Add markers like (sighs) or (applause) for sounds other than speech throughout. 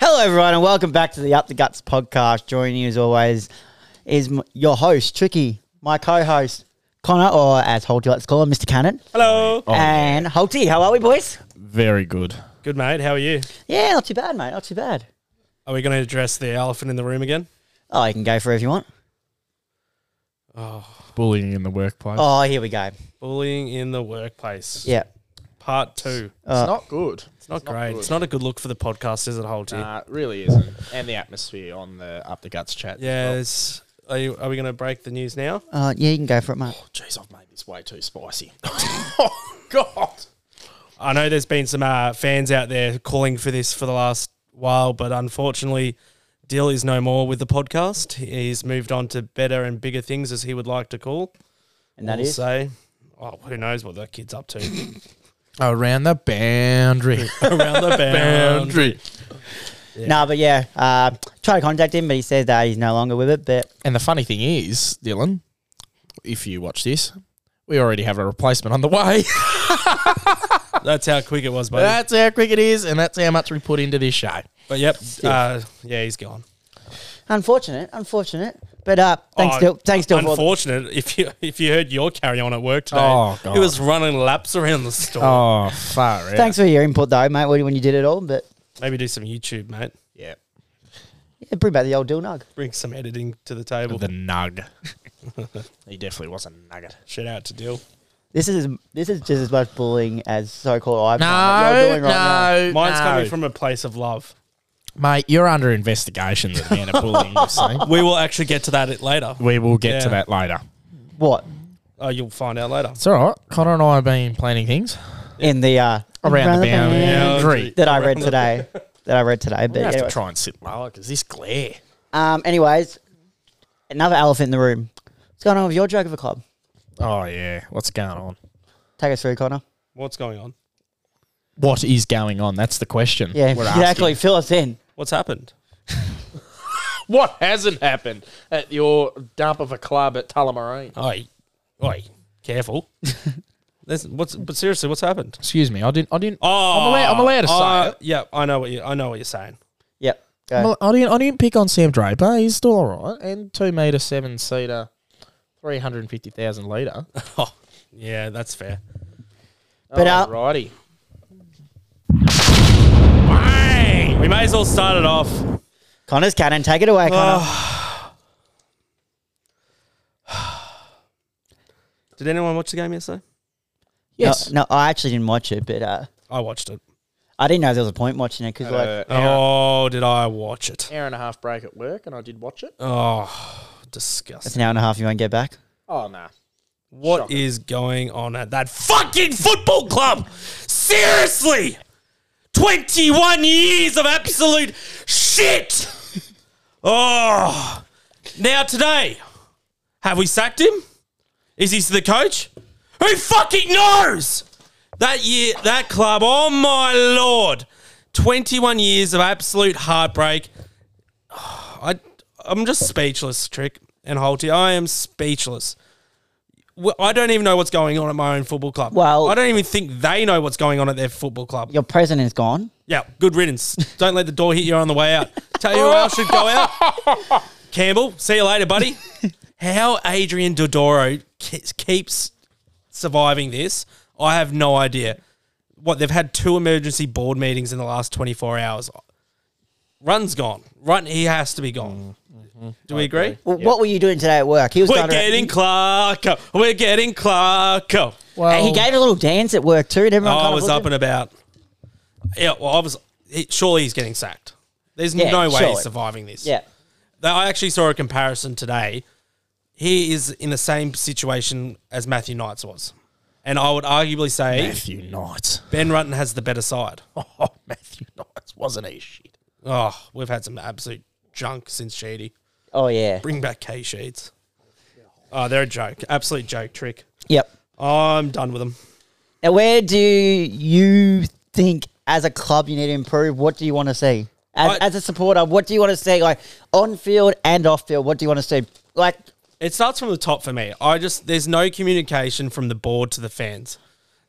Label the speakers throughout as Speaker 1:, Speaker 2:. Speaker 1: Hello, everyone, and welcome back to the Up the Guts podcast. Joining you as always is m- your host, Tricky, my co host, Connor, or as Holty likes to call him, Mr. Cannon.
Speaker 2: Hello.
Speaker 1: and Holty, how are we, boys?
Speaker 3: Very good.
Speaker 2: Good mate, how are you?
Speaker 1: Yeah, not too bad, mate. Not too bad.
Speaker 2: Are we going to address the elephant in the room again?
Speaker 1: Oh, you can go for it if you want.
Speaker 3: Bullying in the workplace.
Speaker 1: Oh, here we go.
Speaker 2: Bullying in the workplace.
Speaker 1: Yeah.
Speaker 2: Part two.
Speaker 1: Uh,
Speaker 4: it's not good.
Speaker 2: It's not great.
Speaker 4: good.
Speaker 2: It's not a good look for the podcast, is it, Holty?
Speaker 4: Nah, it really isn't. And the atmosphere on the Up the Guts chat. as
Speaker 2: Yeah. it's- are, you, are we going to break the news now?
Speaker 1: Uh, yeah, you can go for it, mate.
Speaker 4: well. Jeez, Oh, I've made this way too spicy. (laughs) oh, God.
Speaker 2: I know there's been some uh, fans out there calling for this for the last while, but unfortunately, Dill is no more with the podcast. He's moved on to better and bigger things, as he would like to call.
Speaker 1: And that
Speaker 2: we'll
Speaker 1: is.
Speaker 2: say, oh, who knows what that kid's up to
Speaker 3: Around the
Speaker 4: (laughs)
Speaker 3: boundary.
Speaker 2: around the band.
Speaker 3: boundary.
Speaker 1: No, but yeah, uh, try to contact him, but he says that he's no longer with it. But
Speaker 4: And the funny thing is, Dylan, if you watch this, we already have a replacement on the (laughs) way.
Speaker 2: That's how quick it was, buddy.
Speaker 4: that's how quick it is, and that's how much we put into this show.
Speaker 2: but yep, uh, yeah, he's gone.
Speaker 1: unfortunate, unfortunate. But uh, thanks,
Speaker 2: Oh,
Speaker 1: still, thanks, still for all
Speaker 2: Unfortunate, if you if you heard your carry on at work today,
Speaker 4: Oh,
Speaker 2: it was running laps around the store.
Speaker 4: Oh, far out.
Speaker 1: thanks for your input though, mate. When you did it all, but
Speaker 2: Maybe do some YouTube, mate.
Speaker 4: Yeah.
Speaker 1: yeah, bring back the old Dill Nug.
Speaker 2: Bring some editing to the table.
Speaker 4: The nug. (laughs) he definitely was a nugget.
Speaker 2: Shout out to Dill.
Speaker 1: This is this is just as much bullying as so-called I've
Speaker 4: No,
Speaker 1: doing
Speaker 4: no,
Speaker 1: right now.
Speaker 2: Mine's
Speaker 4: no.
Speaker 2: coming from a place of love.
Speaker 4: Mate, you're under investigation for the amount
Speaker 1: (laughs)
Speaker 4: of bullying you've seen.
Speaker 2: We will actually get to that later.
Speaker 4: We will get to
Speaker 2: Yeah.
Speaker 4: that later.
Speaker 1: What
Speaker 2: Oh, you'll find out later.
Speaker 4: It's all right. Connor and I have been planning things
Speaker 1: in the uh,
Speaker 4: around the
Speaker 1: boundary
Speaker 4: boundary.
Speaker 1: that I read today? That I read today. But
Speaker 4: We have
Speaker 1: anyway.
Speaker 4: to try and sit lower because this glare.
Speaker 1: um, anyways, another elephant in the room. What's going on with your Joker Club?
Speaker 4: Oh yeah, what's going on?
Speaker 1: Take us through, Connor.
Speaker 2: What's going on?
Speaker 4: What is going on? That's the question.
Speaker 1: Yeah,
Speaker 4: we're
Speaker 1: exactly. Fill us in.
Speaker 2: What's happened?
Speaker 4: asking. What hasn't happened at your dump of a club at Tullamarine?
Speaker 2: Oi, oi,
Speaker 4: (laughs)
Speaker 2: careful. This- what's but seriously, what's happened?
Speaker 4: Excuse me, I didn't. I didn't.
Speaker 2: Oh,
Speaker 4: I'm allowed- I'm allowed to say it.
Speaker 2: Yeah, I know what you. I know what you're saying.
Speaker 1: Yep. Go.
Speaker 4: I'm al- I didn't. I didn't pick on Sam Draper. He's still all right. And two meter seven seater, three hundred and fifty thousand liter.
Speaker 2: Oh, yeah, that's fair.
Speaker 1: But, uh,
Speaker 4: Oh, righty.
Speaker 2: We may as well start it off.
Speaker 1: Connor's cannon. Take it away, Connor.
Speaker 4: oh,
Speaker 2: Did anyone watch the game yesterday?
Speaker 4: Yes.
Speaker 1: No, no, I actually didn't watch it, but uh,
Speaker 2: I watched it.
Speaker 1: I didn't know there was a point watching it because like
Speaker 4: Uh, hour,
Speaker 2: Oh, did I watch it?
Speaker 4: hour and a half break at work, and I did watch it.
Speaker 2: Oh,
Speaker 1: it's
Speaker 2: disgusting.
Speaker 1: an hour and a half. You won't get back.
Speaker 4: Oh nah.
Speaker 2: What
Speaker 4: shocking.
Speaker 2: is going on at that fucking football club? Seriously! 21 years of absolute shit! (laughs) Oh. Now, today, have we sacked him? Is he the coach? Who fucking knows? That year, that club, oh my lord. 21 years of absolute heartbreak. (sighs) I, I'm just speechless, Trick and Holty. I am speechless. W- I don't even know what's going on at my own football club.
Speaker 1: Well-
Speaker 2: I don't even think they know what's going on at their football club.
Speaker 1: Your president is gone.
Speaker 2: Yeah, good riddance. Don't let the door hit you on the way out. Tell you who else should go out. Campbell, see you later, buddy. How Adrian Dodoro ke- keeps surviving this, I have no idea. What they've had two emergency board meetings in the last 24 hours. Run's gone. Run, he has to be gone. Do we agree?
Speaker 1: Well, What were you doing today at work? He was
Speaker 2: We're
Speaker 1: going around-
Speaker 2: getting Clarko. We're getting Clarko.
Speaker 1: And he gave a little dance at work too. And everyone
Speaker 2: Oh, I
Speaker 1: kind of
Speaker 2: was
Speaker 1: looked
Speaker 2: up
Speaker 1: at-
Speaker 2: and about. Yeah, well, I was. He, surely he's getting sacked. There's
Speaker 1: Yeah,
Speaker 2: no way
Speaker 1: surely.
Speaker 2: he's surviving this.
Speaker 1: yeah.
Speaker 2: Though I actually saw a comparison today. He is in the same situation as Matthew Knights was, and I would arguably say
Speaker 4: Matthew Knight.
Speaker 2: Ben Rutten has the better side.
Speaker 4: Oh, Matthew Knight wasn't he shit.
Speaker 2: Oh, we've had some absolute junk since Sheedy.
Speaker 1: Oh yeah.
Speaker 2: Bring back K Sheets. Oh, they're a joke. Absolute joke trick.
Speaker 1: Yep.
Speaker 2: I'm done with them.
Speaker 1: Now, where do you think, as a club, you need to improve? What do you want to see? As,
Speaker 2: I-
Speaker 1: as a supporter, what do you want to see? Like on field and off field, what do you want to see? Like
Speaker 2: It starts from the top for me. I just there's no communication from the board to the fans.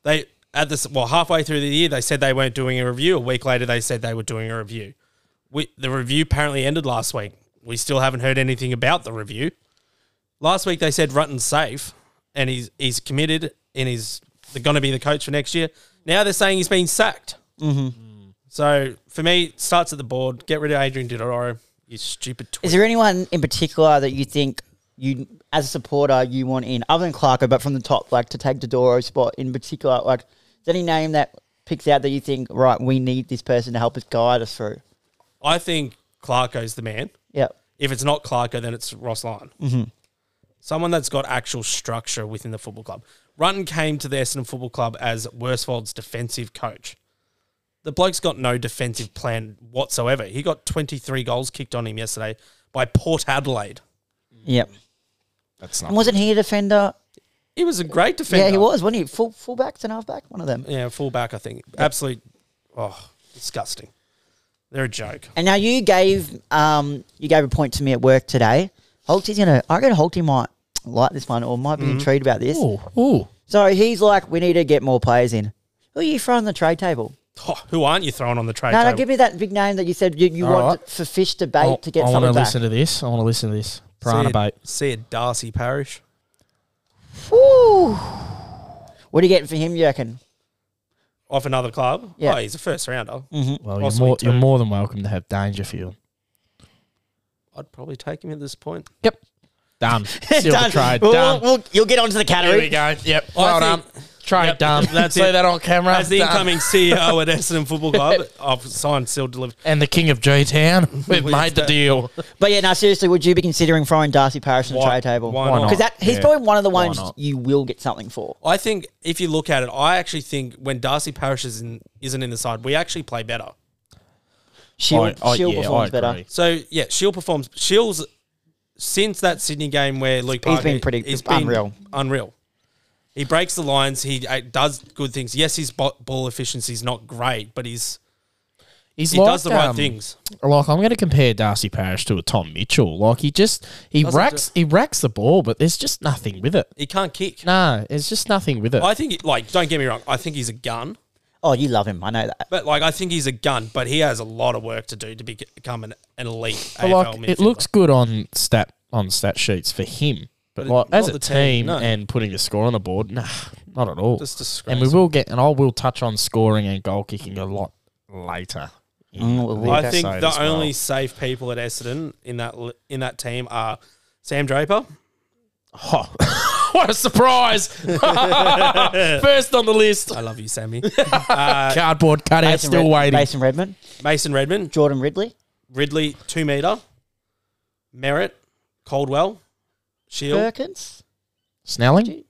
Speaker 2: They at this well halfway through the year they said they weren't doing a review. A week later they said they were doing a review. We, the review apparently ended last week. We still haven't heard anything about the review. Last week they said Rutton's safe and he's he's committed and he's going to be the coach for next year. Now they're saying he's been sacked. So for me, it starts at the board. Get rid of Adrian Didoro. You stupid twit.
Speaker 1: Is there anyone in particular that you think you, as a supporter, you want in other than Clarko, but from the top, like to take Dodoro's spot in particular? Like, is there any name that picks out that you think, right, we need this person to help us guide us through?
Speaker 2: I think Clarko's the man.
Speaker 1: Yep.
Speaker 2: If it's not Clarko, then it's Ross Lyon.
Speaker 1: Mm-hmm.
Speaker 2: Someone that's got actual structure within the football club. Rutton came to the Essendon Football Club as Worsfold's defensive coach. The bloke's got no defensive plan whatsoever. He got 23 goals kicked on him yesterday by Port Adelaide.
Speaker 1: Yep.
Speaker 3: That's not.
Speaker 1: And wasn't he a defender?
Speaker 2: He was a great defender.
Speaker 1: Yeah, he was, wasn't he? Full fullbacks and halfback, one of them.
Speaker 2: Yeah, fullback, I think. Absolute, oh, disgusting. They're a joke.
Speaker 1: And now you gave um you gave a point to me at work today. Holty's gonna I reckon Holty might like this one or might be intrigued about this.
Speaker 3: Ooh, ooh.
Speaker 1: So he's like, we need to get more players in. Who are you throwing on the trade table?
Speaker 2: Oh, who aren't you throwing on the trade
Speaker 1: No,
Speaker 2: table?
Speaker 1: no, give me that big name that you said you, you
Speaker 4: All
Speaker 1: want
Speaker 4: right.
Speaker 1: for fish to bait
Speaker 4: I-
Speaker 1: to get
Speaker 4: Oh, I want to
Speaker 1: something back.
Speaker 4: listen to this. I want to listen to this.
Speaker 2: see
Speaker 4: Piranha
Speaker 2: a-
Speaker 4: bait.
Speaker 2: See a Darcy Parish.
Speaker 1: Whew. What are you getting for him, you reckon?
Speaker 2: off another club.
Speaker 1: Yeah.
Speaker 2: Oh, he's a first rounder.
Speaker 4: Well, you're
Speaker 2: Possibly
Speaker 4: more, you're
Speaker 2: two.
Speaker 4: more than welcome to have Dangerfield.
Speaker 2: I'd probably take him at this point.
Speaker 4: Done. Silver
Speaker 1: Done.
Speaker 4: trade.
Speaker 1: We'll-
Speaker 4: Done.
Speaker 1: we'll- you'll get onto the
Speaker 4: There
Speaker 1: category.
Speaker 4: we go. Yep. Well done. Trade
Speaker 2: Yep,
Speaker 4: done.
Speaker 2: that's
Speaker 4: See
Speaker 2: it.
Speaker 4: that on camera.
Speaker 2: As the
Speaker 4: Done.
Speaker 2: incoming CEO at Essendon Football (laughs) Club, I've signed, sealed, delivered.
Speaker 4: and the king of G Town. We've
Speaker 2: We
Speaker 4: made the
Speaker 2: expect-
Speaker 4: deal.
Speaker 1: But yeah, no, seriously, would you be considering throwing Darcy Parish on the
Speaker 2: Why-
Speaker 1: trade table?
Speaker 2: why not?
Speaker 1: Because that he's
Speaker 3: Yeah.
Speaker 1: probably one of the
Speaker 3: Why
Speaker 1: ones
Speaker 3: not?
Speaker 1: you will get something for.
Speaker 2: I think if you look at it, I actually think when Darcy Parish is in, isn't in the side, we actually play better.
Speaker 1: She'll,
Speaker 3: I- I-
Speaker 1: she'll
Speaker 3: yeah, I
Speaker 1: performs better.
Speaker 3: agree.
Speaker 2: So yeah, Shield performs. Shield's since that Sydney game where Luke Parker,
Speaker 1: been pretty- unreal.
Speaker 2: Unreal. He breaks the lines. He uh, does good things. Yes, his bo- ball efficiency is not great, but he's
Speaker 4: He's
Speaker 2: he does the right
Speaker 4: um,
Speaker 2: things.
Speaker 4: Like I'm going to compare Darcy Parish to a Tom Mitchell. Like he just he
Speaker 2: Doesn't
Speaker 4: racks he racks the ball, but there's just nothing with it.
Speaker 2: He can't kick.
Speaker 4: No, it's just nothing with it.
Speaker 2: I think, like, don't get me wrong. I think he's a gun.
Speaker 1: Oh, you love him. I know that.
Speaker 2: But like, I think he's a gun, but he has a lot of work to do to bec- become an, an elite
Speaker 4: But,
Speaker 2: AFL
Speaker 4: like
Speaker 2: midfielder.
Speaker 4: it looks good on stat on stat sheets for him, but,
Speaker 2: But
Speaker 4: like
Speaker 2: it-
Speaker 4: as
Speaker 2: not
Speaker 4: a
Speaker 2: the
Speaker 4: team,
Speaker 2: team, no.
Speaker 4: and putting a score on the board, nah, not at all. and
Speaker 2: Just
Speaker 4: we
Speaker 2: disgraceful.
Speaker 4: will get and I will touch on scoring and goal kicking a lot later. in
Speaker 1: Mm, we'll
Speaker 4: the
Speaker 1: leave
Speaker 2: I
Speaker 1: that
Speaker 2: think
Speaker 4: episode
Speaker 2: the
Speaker 4: as well.
Speaker 2: only safe people at Essendon in that li- in that team are Sam Draper.
Speaker 4: Oh, (laughs) what a
Speaker 2: (laughs)
Speaker 4: surprise! First on the list.
Speaker 2: I love
Speaker 4: (laughs)
Speaker 2: you, Sammy. Uh,
Speaker 4: Cardboard cutout,
Speaker 1: Mason
Speaker 4: still
Speaker 1: Red-
Speaker 4: waiting.
Speaker 1: Mason Redmond,
Speaker 2: Mason Redmond,
Speaker 1: Jordan Ridley.
Speaker 2: Ridley, two meter, Merritt, Coldwell, Shield.
Speaker 1: Perkins.
Speaker 4: Snelling.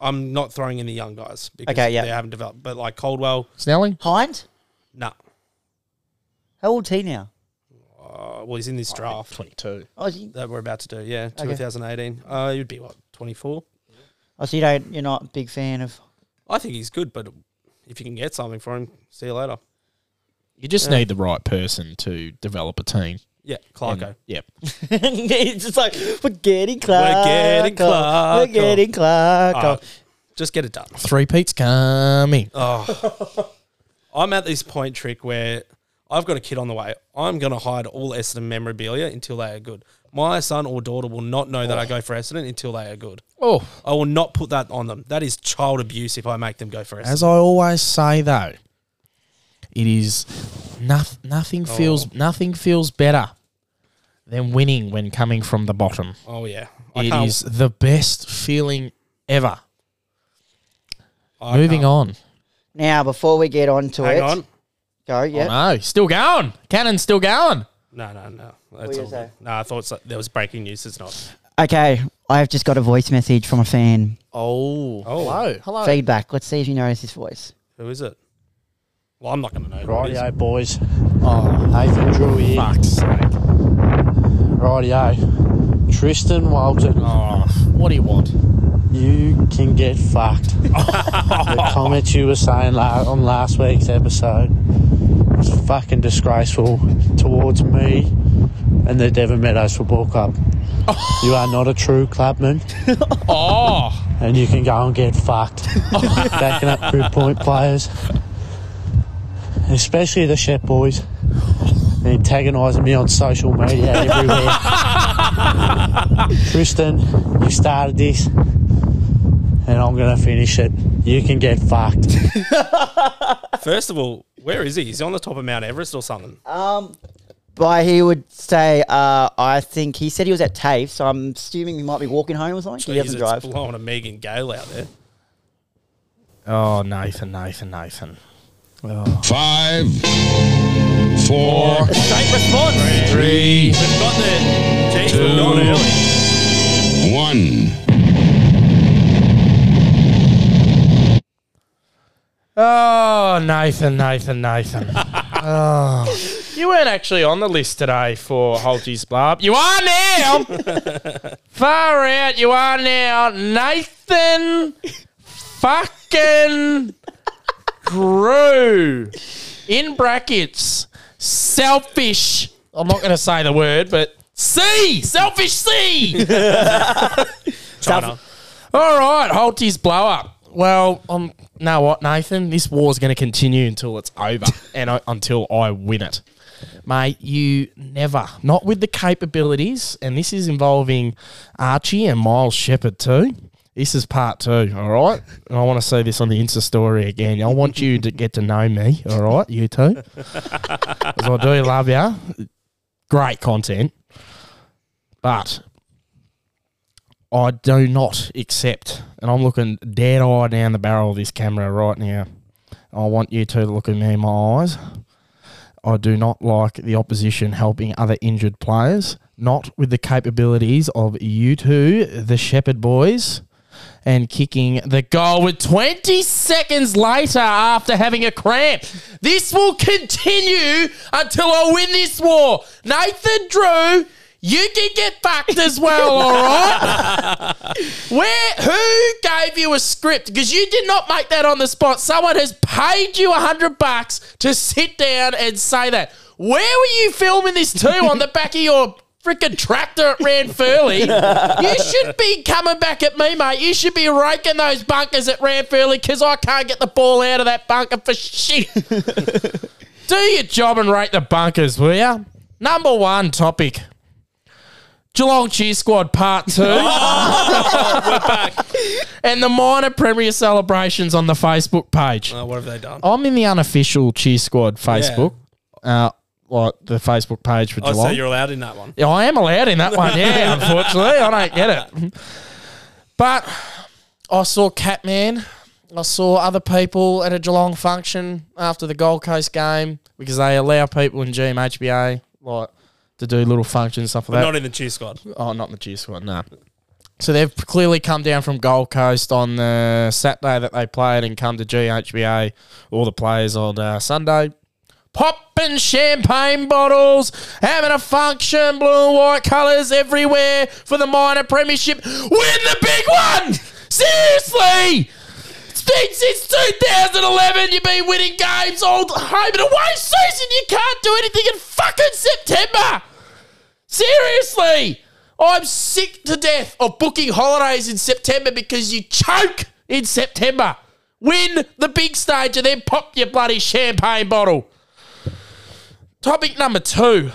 Speaker 2: I'm not throwing in the young guys because
Speaker 1: Okay, yeah.
Speaker 2: they haven't developed. But like Coldwell,
Speaker 4: Snelling.
Speaker 1: Hind?
Speaker 2: nah.
Speaker 1: How old is he now?
Speaker 2: Uh, well, he's in this draft
Speaker 4: Twenty-two.
Speaker 1: Oh, is he-
Speaker 2: that we're about to do. Yeah, 2018. Uh, you'd be what 24.
Speaker 1: oh, so you don't, you're not a big fan of. (laughs)
Speaker 2: I think he's good, but if you can get something for him, see you later.
Speaker 4: You just need the right person to develop a team.
Speaker 2: Yeah,
Speaker 4: And-
Speaker 2: Clarko.
Speaker 4: Yep.
Speaker 1: it's just like, we're getting Clark.
Speaker 2: getting
Speaker 1: We're
Speaker 2: Clarko.
Speaker 1: getting Clark.
Speaker 2: Oh, just get it done.
Speaker 4: (laughs) Three Pete's coming.
Speaker 2: I'm at this point, Trick, where I've got a kid on the way. I'm going to hide all Essendon memorabilia until they are good. My son or daughter will not know that I go for Essendon until they are good.
Speaker 4: Oh,
Speaker 2: I will not put that on them. That is child abuse if I make them go for Essendon.
Speaker 4: as I always say though, it is noth- nothing feels nothing feels better than winning when coming from the bottom.
Speaker 2: oh, yeah. I
Speaker 4: It
Speaker 2: can't-
Speaker 4: is the best feeling ever.
Speaker 2: I
Speaker 4: Moving
Speaker 2: can't-
Speaker 4: on.
Speaker 1: Now, before we get on to it,
Speaker 2: Hang on.
Speaker 1: go, yeah.
Speaker 4: Oh, No, still going. Cannon's still going.
Speaker 2: No, no, no.
Speaker 1: were
Speaker 2: That's
Speaker 1: you
Speaker 2: all.
Speaker 1: saying?
Speaker 2: No, I thought so. there was breaking news. It's not.
Speaker 1: Okay, I've just got a voice message from a fan.
Speaker 4: Oh, hello, hello.
Speaker 1: Feedback. Let's see if you notice his voice.
Speaker 2: Who is it? Well, I'm not going to know. who it is.
Speaker 5: Rightio, boys. Oh, Nathan Drew here.
Speaker 4: Fuck's sake.
Speaker 5: Rightio. Tristan Walton,
Speaker 4: Oh, what do you want?
Speaker 5: you can get fucked. the comments you were saying la- on last week's episode was fucking disgraceful towards me in the Devon Meadows Football Club. You are not a true clubman.
Speaker 4: Oh,
Speaker 5: and you can go and get fucked. Backing up through point players, especially the Shep boys, antagonising me on social media everywhere. Tristan, you started this, and I'm gonna finish it. You can get fucked.
Speaker 2: First of all, where is he? Is he on the top of Mount Everest or something?
Speaker 1: But he would say, uh, I think he said he was at TAFE, so I'm assuming he might be walking home or something. he
Speaker 2: Jesus,
Speaker 1: doesn't drive.
Speaker 2: It's blowing a Megan Gale out there.
Speaker 4: oh, Nathan, Nathan, Nathan.
Speaker 6: Five, four,
Speaker 2: Same response.
Speaker 6: three,
Speaker 2: We've got the Jeez, we've gone
Speaker 6: Two.
Speaker 2: early.
Speaker 6: one.
Speaker 4: Oh, Nathan, Nathan, (laughs) Nathan. oh. You weren't actually on the list today for Holty's Blab. You are now. (laughs) Far out, you are now. Nathan fucking Drew. In brackets, selfish. I'm not going to say the word, but C. Selfish C.
Speaker 2: China.
Speaker 4: All right, Holty's blow up. Well, um, know what, Nathan? This war's going to continue until it's over and I, until I win it. Mate, you never, not with the capabilities, and this is involving Archie and Miles Shepherd too. This is part two, all right? And I want to see this on the Insta story again. I want you to get to know me, all right? You too. Because I do love you. Great content. But I do not accept, and I'm looking dead eye down the barrel of this camera right now. I want you to look at me in my eyes. I do not like the opposition helping other injured players, not with the capabilities of you two, the Shepherd boys, and kicking the goal with 20 seconds later after having a cramp. This will continue until I win this war. Nathan Drew, you can get fucked as well, all right? Where who gave you a script? Because you did not make that on the spot. Someone has paid you a hundred bucks to sit down and say that. Where were you filming this too on the back of your freaking tractor at Rand Furley? You should be coming back at me, mate. You should be raking those bunkers at Rand Furley because I can't get the ball out of that bunker for shit. Do your job and rate the bunkers, will ya? Number one topic. Geelong Cheer Squad Part
Speaker 2: (laughs)
Speaker 4: (laughs) 2. and the minor Premier celebrations on the Facebook page.
Speaker 2: Uh, what have they done?
Speaker 4: I'm in the unofficial Cheer Squad Facebook, uh, like the Facebook page for
Speaker 2: Oh,
Speaker 4: Geelong.
Speaker 2: so you're allowed in that one.
Speaker 4: Yeah, I am allowed in that one. Yeah, unfortunately, I don't get it. But I saw Catman. I saw other people at a Geelong function after the Gold Coast game because they allow people in GMHBA like to do little functions stuff like that.
Speaker 2: Not in the cheer squad.
Speaker 4: Oh, not the juice one, no. So they've clearly come down from Gold Coast on the Saturday that they played and come to GHBA, all the players on uh, Sunday. Popping champagne bottles, having a function, blue and white colours everywhere for the minor premiership. Win the big one! Seriously! It's been since 2011 you've been winning games all home and away season. You can't do anything in fucking September! Seriously, I'm sick to death of booking holidays in September because you choke in September. Win the big stage and then pop your bloody champagne bottle. Topic number two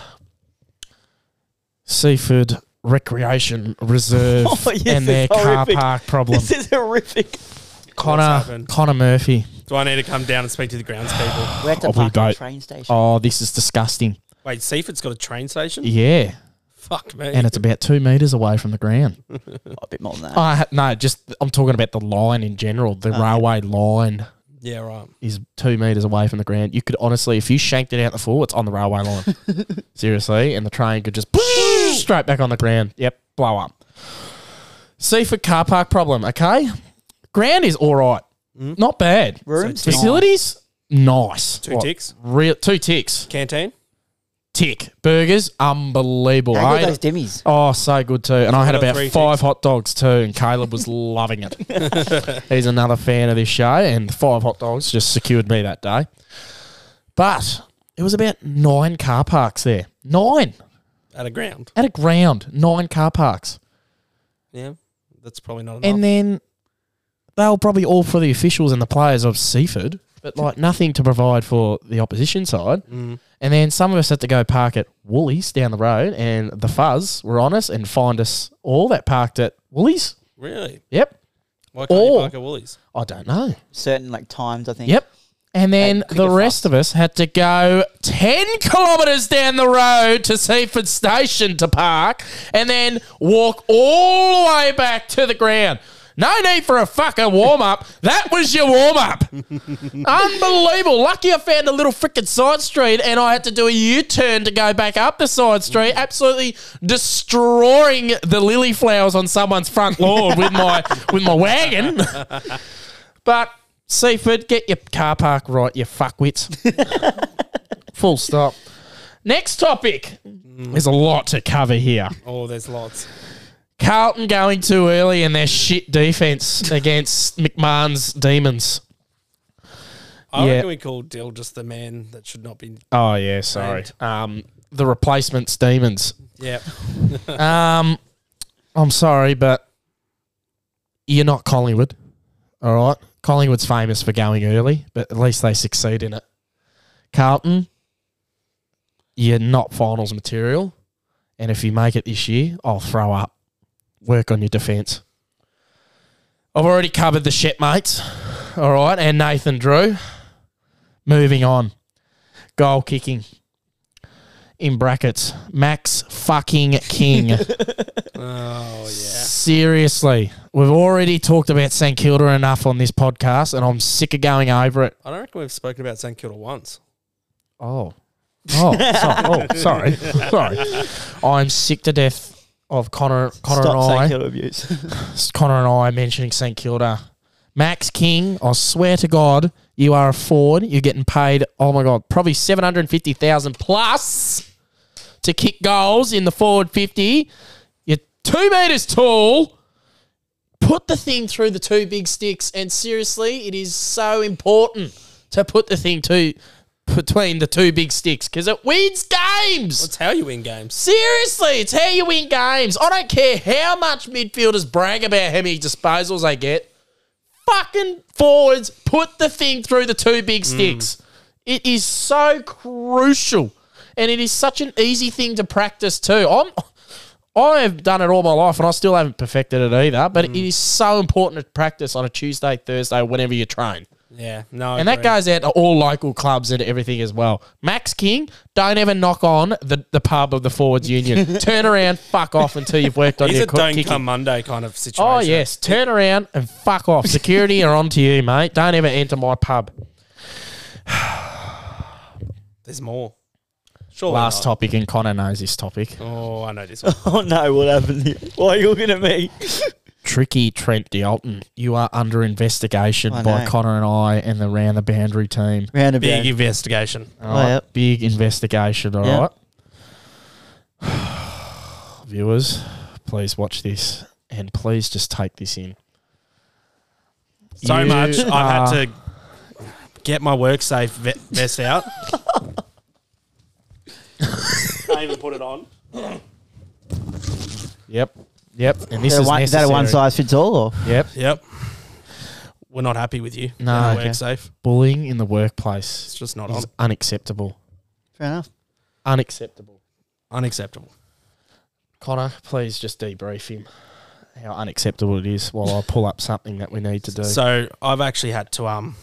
Speaker 4: Seafood Recreation Reserve
Speaker 1: (laughs) Oh, yes,
Speaker 4: and their
Speaker 1: it's
Speaker 4: car
Speaker 1: horrific.
Speaker 4: park problem.
Speaker 1: This is (laughs) horrific.
Speaker 2: What's
Speaker 4: Connor,
Speaker 2: happened?
Speaker 4: Connor Murphy.
Speaker 2: Do I need to come down and speak to the grounds people?
Speaker 1: We had to
Speaker 4: Oh, we
Speaker 1: park at the
Speaker 4: don't-
Speaker 1: train station.
Speaker 4: Oh, this is disgusting.
Speaker 2: Wait, Seaford's got a train station?
Speaker 4: Yeah.
Speaker 2: Fuck me.
Speaker 4: And it's about two metres away from the ground.
Speaker 1: A bit more than that.
Speaker 4: (laughs) I ha- no, just I'm talking about the line in general. The railway line
Speaker 2: yeah, right.
Speaker 4: is two meters away from the ground. You could honestly, if you shanked it out the floor, it's on the railway line. (laughs) Seriously, and the train could just (laughs) straight back on the ground. Yep, blow up. Seaford car park problem. Okay, ground is all right, not bad.
Speaker 1: Rooms?
Speaker 4: Facilities nice.
Speaker 2: Two ticks.
Speaker 4: Real two ticks.
Speaker 2: Canteen?
Speaker 4: Tick burgers unbelievable.
Speaker 1: How good
Speaker 4: I-
Speaker 1: those dimmies?
Speaker 4: Oh, so good too. And I had
Speaker 2: Got
Speaker 4: about
Speaker 2: three
Speaker 4: five hot dogs too, and Caleb was loving it. He's another fan of this show, and the five hot dogs just secured me that day. But it was about nine car parks there. Nine.
Speaker 2: at a ground.
Speaker 4: at a ground, nine car parks,
Speaker 2: Yeah, that's probably not enough.
Speaker 4: and then they were probably all for the officials and the players of Seaford, but like nothing to provide for the opposition side. And then some of us had to go park at Woolies down the road, and the Fuzz were on us and fined us all that parked at Woolies.
Speaker 2: really,
Speaker 4: Yep,
Speaker 2: why can't you
Speaker 4: Or-
Speaker 2: park at Woolies?
Speaker 4: I don't know.
Speaker 1: Certain like times, I think.
Speaker 4: Yep. And then
Speaker 1: quicker
Speaker 4: the rest of us had to go 10 kilometres down the road to Seaford Station to park and then walk all the way back to the ground. No need for a fucking warm up. That was your warm up. Unbelievable. Lucky I found a little frickin' side street and I had to do a U turn to go back up the side street, absolutely destroying the lily flowers on someone's front lawn with my with my wagon. (laughs) But Seaford, get your car park right, you fuckwits. Full stop. Next topic. There's a lot to cover here.
Speaker 2: Oh, there's lots.
Speaker 4: Carlton going too early and their shit defense against McMahon's demons.
Speaker 2: I
Speaker 4: Yeah.
Speaker 2: reckon we call Dill just the man that should not be.
Speaker 4: Oh yeah, sorry. Um, the replacements demons.
Speaker 2: Yeah,
Speaker 4: Um, I'm sorry, but you're not Collingwood. All right, Collingwood's famous for going early, but at least they succeed in it. Carlton, you're not finals material, and if you make it this year, I'll throw up. Work on your defence. I've already covered the shit mates. All right, and Nathan Drew. Moving on, goal kicking. In brackets, Max fucking King.
Speaker 2: oh yeah.
Speaker 4: Seriously, we've already talked about St Kilda enough on this podcast, and I'm sick of going over it.
Speaker 2: I don't reckon we've spoken about St Kilda once.
Speaker 4: Oh, oh, so, oh (laughs) sorry, sorry. I'm sick to death of Connor, Connor
Speaker 1: Stop saying
Speaker 4: and
Speaker 1: killer abuse. (laughs)
Speaker 4: I, Connor and I mentioning St Kilda. Max King, I swear to God, you are a Ford. You're getting paid. Oh my God, probably seven hundred fifty thousand plus to kick goals in the forward fifty. You're two meters tall. Put the thing through the two big sticks, and seriously, it is so important to put the thing to between the two big sticks because it wins games.
Speaker 2: That's how you win games.
Speaker 4: Seriously, it's how you win games. I don't care how much midfielders brag about how many disposals they get. Fucking forwards, put the thing through the two big sticks. It is so crucial. And it is such an easy thing to practice too. I'm I have done it all my life and I still haven't perfected it either, but it is so important to practice on a Tuesday, Thursday, whenever you train.
Speaker 2: Yeah, no,
Speaker 4: And that goes out to all local clubs and everything as well. Max King, don't ever knock on the, the pub of the Forwards
Speaker 2: (laughs)
Speaker 4: Union. Turn around, fuck off until you've worked on
Speaker 2: He's
Speaker 4: your
Speaker 2: a
Speaker 4: cook
Speaker 2: don't
Speaker 4: kicking.
Speaker 2: come Monday kind of situation.
Speaker 4: Oh, yes. Turn around and fuck off. Security are on to you, mate. Don't ever enter my pub.
Speaker 2: there's more. Sure.
Speaker 4: Last topic, and Connor knows this topic.
Speaker 2: Oh, I know this one.
Speaker 1: oh no, what happened here? Why are you looking at me?
Speaker 4: Tricky Trent D'Alton. You are under investigation
Speaker 1: I
Speaker 4: by
Speaker 1: know.
Speaker 4: Connor and I and the Round the Boundary team.
Speaker 1: Round
Speaker 2: Big
Speaker 1: about.
Speaker 2: investigation.
Speaker 4: All right,
Speaker 1: Oh, yep.
Speaker 4: Big investigation, All right,
Speaker 1: Yeah.
Speaker 4: (sighs) Viewers, please watch this and please just take this in.
Speaker 2: So
Speaker 4: You
Speaker 2: much. I've
Speaker 4: are-
Speaker 2: had to get my work safe ve- vest out. (laughs) Can't even put it on.
Speaker 4: Yep. Yep. And this
Speaker 1: Is that,
Speaker 4: is
Speaker 1: a one, is that a one
Speaker 4: necessary.
Speaker 1: size fits all? Or
Speaker 4: Yep.
Speaker 2: Yep. We're not happy with you.
Speaker 4: No,
Speaker 2: No,
Speaker 4: okay.
Speaker 2: work safe.
Speaker 4: Bullying in the workplace
Speaker 2: It's just not on.
Speaker 4: is unacceptable.
Speaker 1: fair enough.
Speaker 4: Unacceptable.
Speaker 2: Unacceptable.
Speaker 4: Connor, please just debrief him how unacceptable it is while I pull up something that we need to do.
Speaker 2: So I've actually had to um,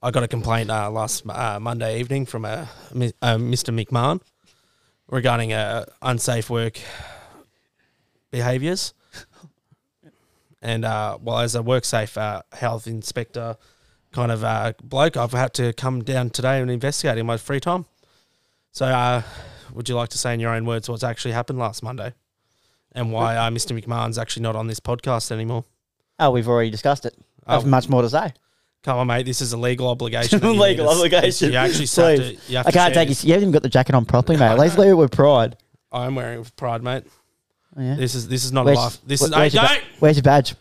Speaker 2: I got a complaint uh, last uh, Monday evening from a, mi- uh Mr. McMahon regarding uh, unsafe work behaviours, and uh, well, as a WorkSafe uh, health inspector kind of uh, bloke, I've had to come down today and investigate in my free time. So, uh, would you like to say in your own words what's actually happened last Monday? And why uh, Mr. McMahon's actually not on this podcast anymore?
Speaker 1: Oh, we've already discussed it. I have
Speaker 2: Oh.
Speaker 1: much more to say.
Speaker 2: Come on, mate. This is a legal
Speaker 1: (laughs)
Speaker 2: obligation. that you
Speaker 1: Legal
Speaker 2: need. It's-
Speaker 1: obligation.
Speaker 2: You actually have
Speaker 1: Please.
Speaker 2: to. You have
Speaker 1: I
Speaker 2: to
Speaker 1: can't
Speaker 2: share
Speaker 1: take
Speaker 2: this.
Speaker 1: it. You haven't even got the jacket on properly, mate. (laughs) Let's leave it with pride.
Speaker 2: I'm wearing it with pride, mate.
Speaker 1: Oh, yeah.
Speaker 2: This is this is not
Speaker 1: Where's-
Speaker 2: a life. This
Speaker 1: wh-
Speaker 2: is hey,
Speaker 1: where's, your ba-
Speaker 2: don't,
Speaker 1: where's your badge?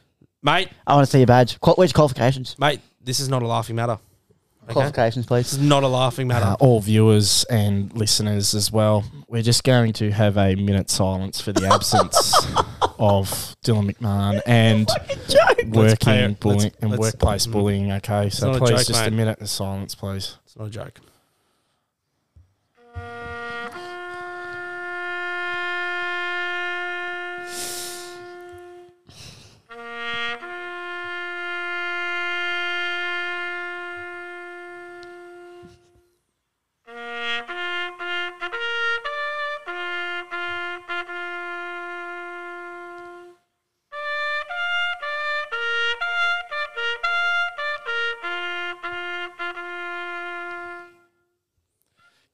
Speaker 2: mate,
Speaker 1: I want to see your badge. Qual- where's your qualifications?
Speaker 2: mate. This is not a laughing matter.
Speaker 1: Qualifications, please.
Speaker 2: This is not a laughing matter.
Speaker 4: Uh, all viewers and listeners as well. We're just going to have a minute silence for the
Speaker 2: (laughs)
Speaker 4: absence of Dylan McMahon and
Speaker 2: Let's pay
Speaker 4: working
Speaker 2: it.
Speaker 4: bullying
Speaker 2: Let's-
Speaker 4: and
Speaker 2: let's-
Speaker 4: workplace
Speaker 2: mm.
Speaker 4: bullying. Okay, so
Speaker 2: not a
Speaker 4: please,
Speaker 2: joke,
Speaker 4: just a
Speaker 2: mate.
Speaker 4: minute of silence, please.
Speaker 2: It's not a joke.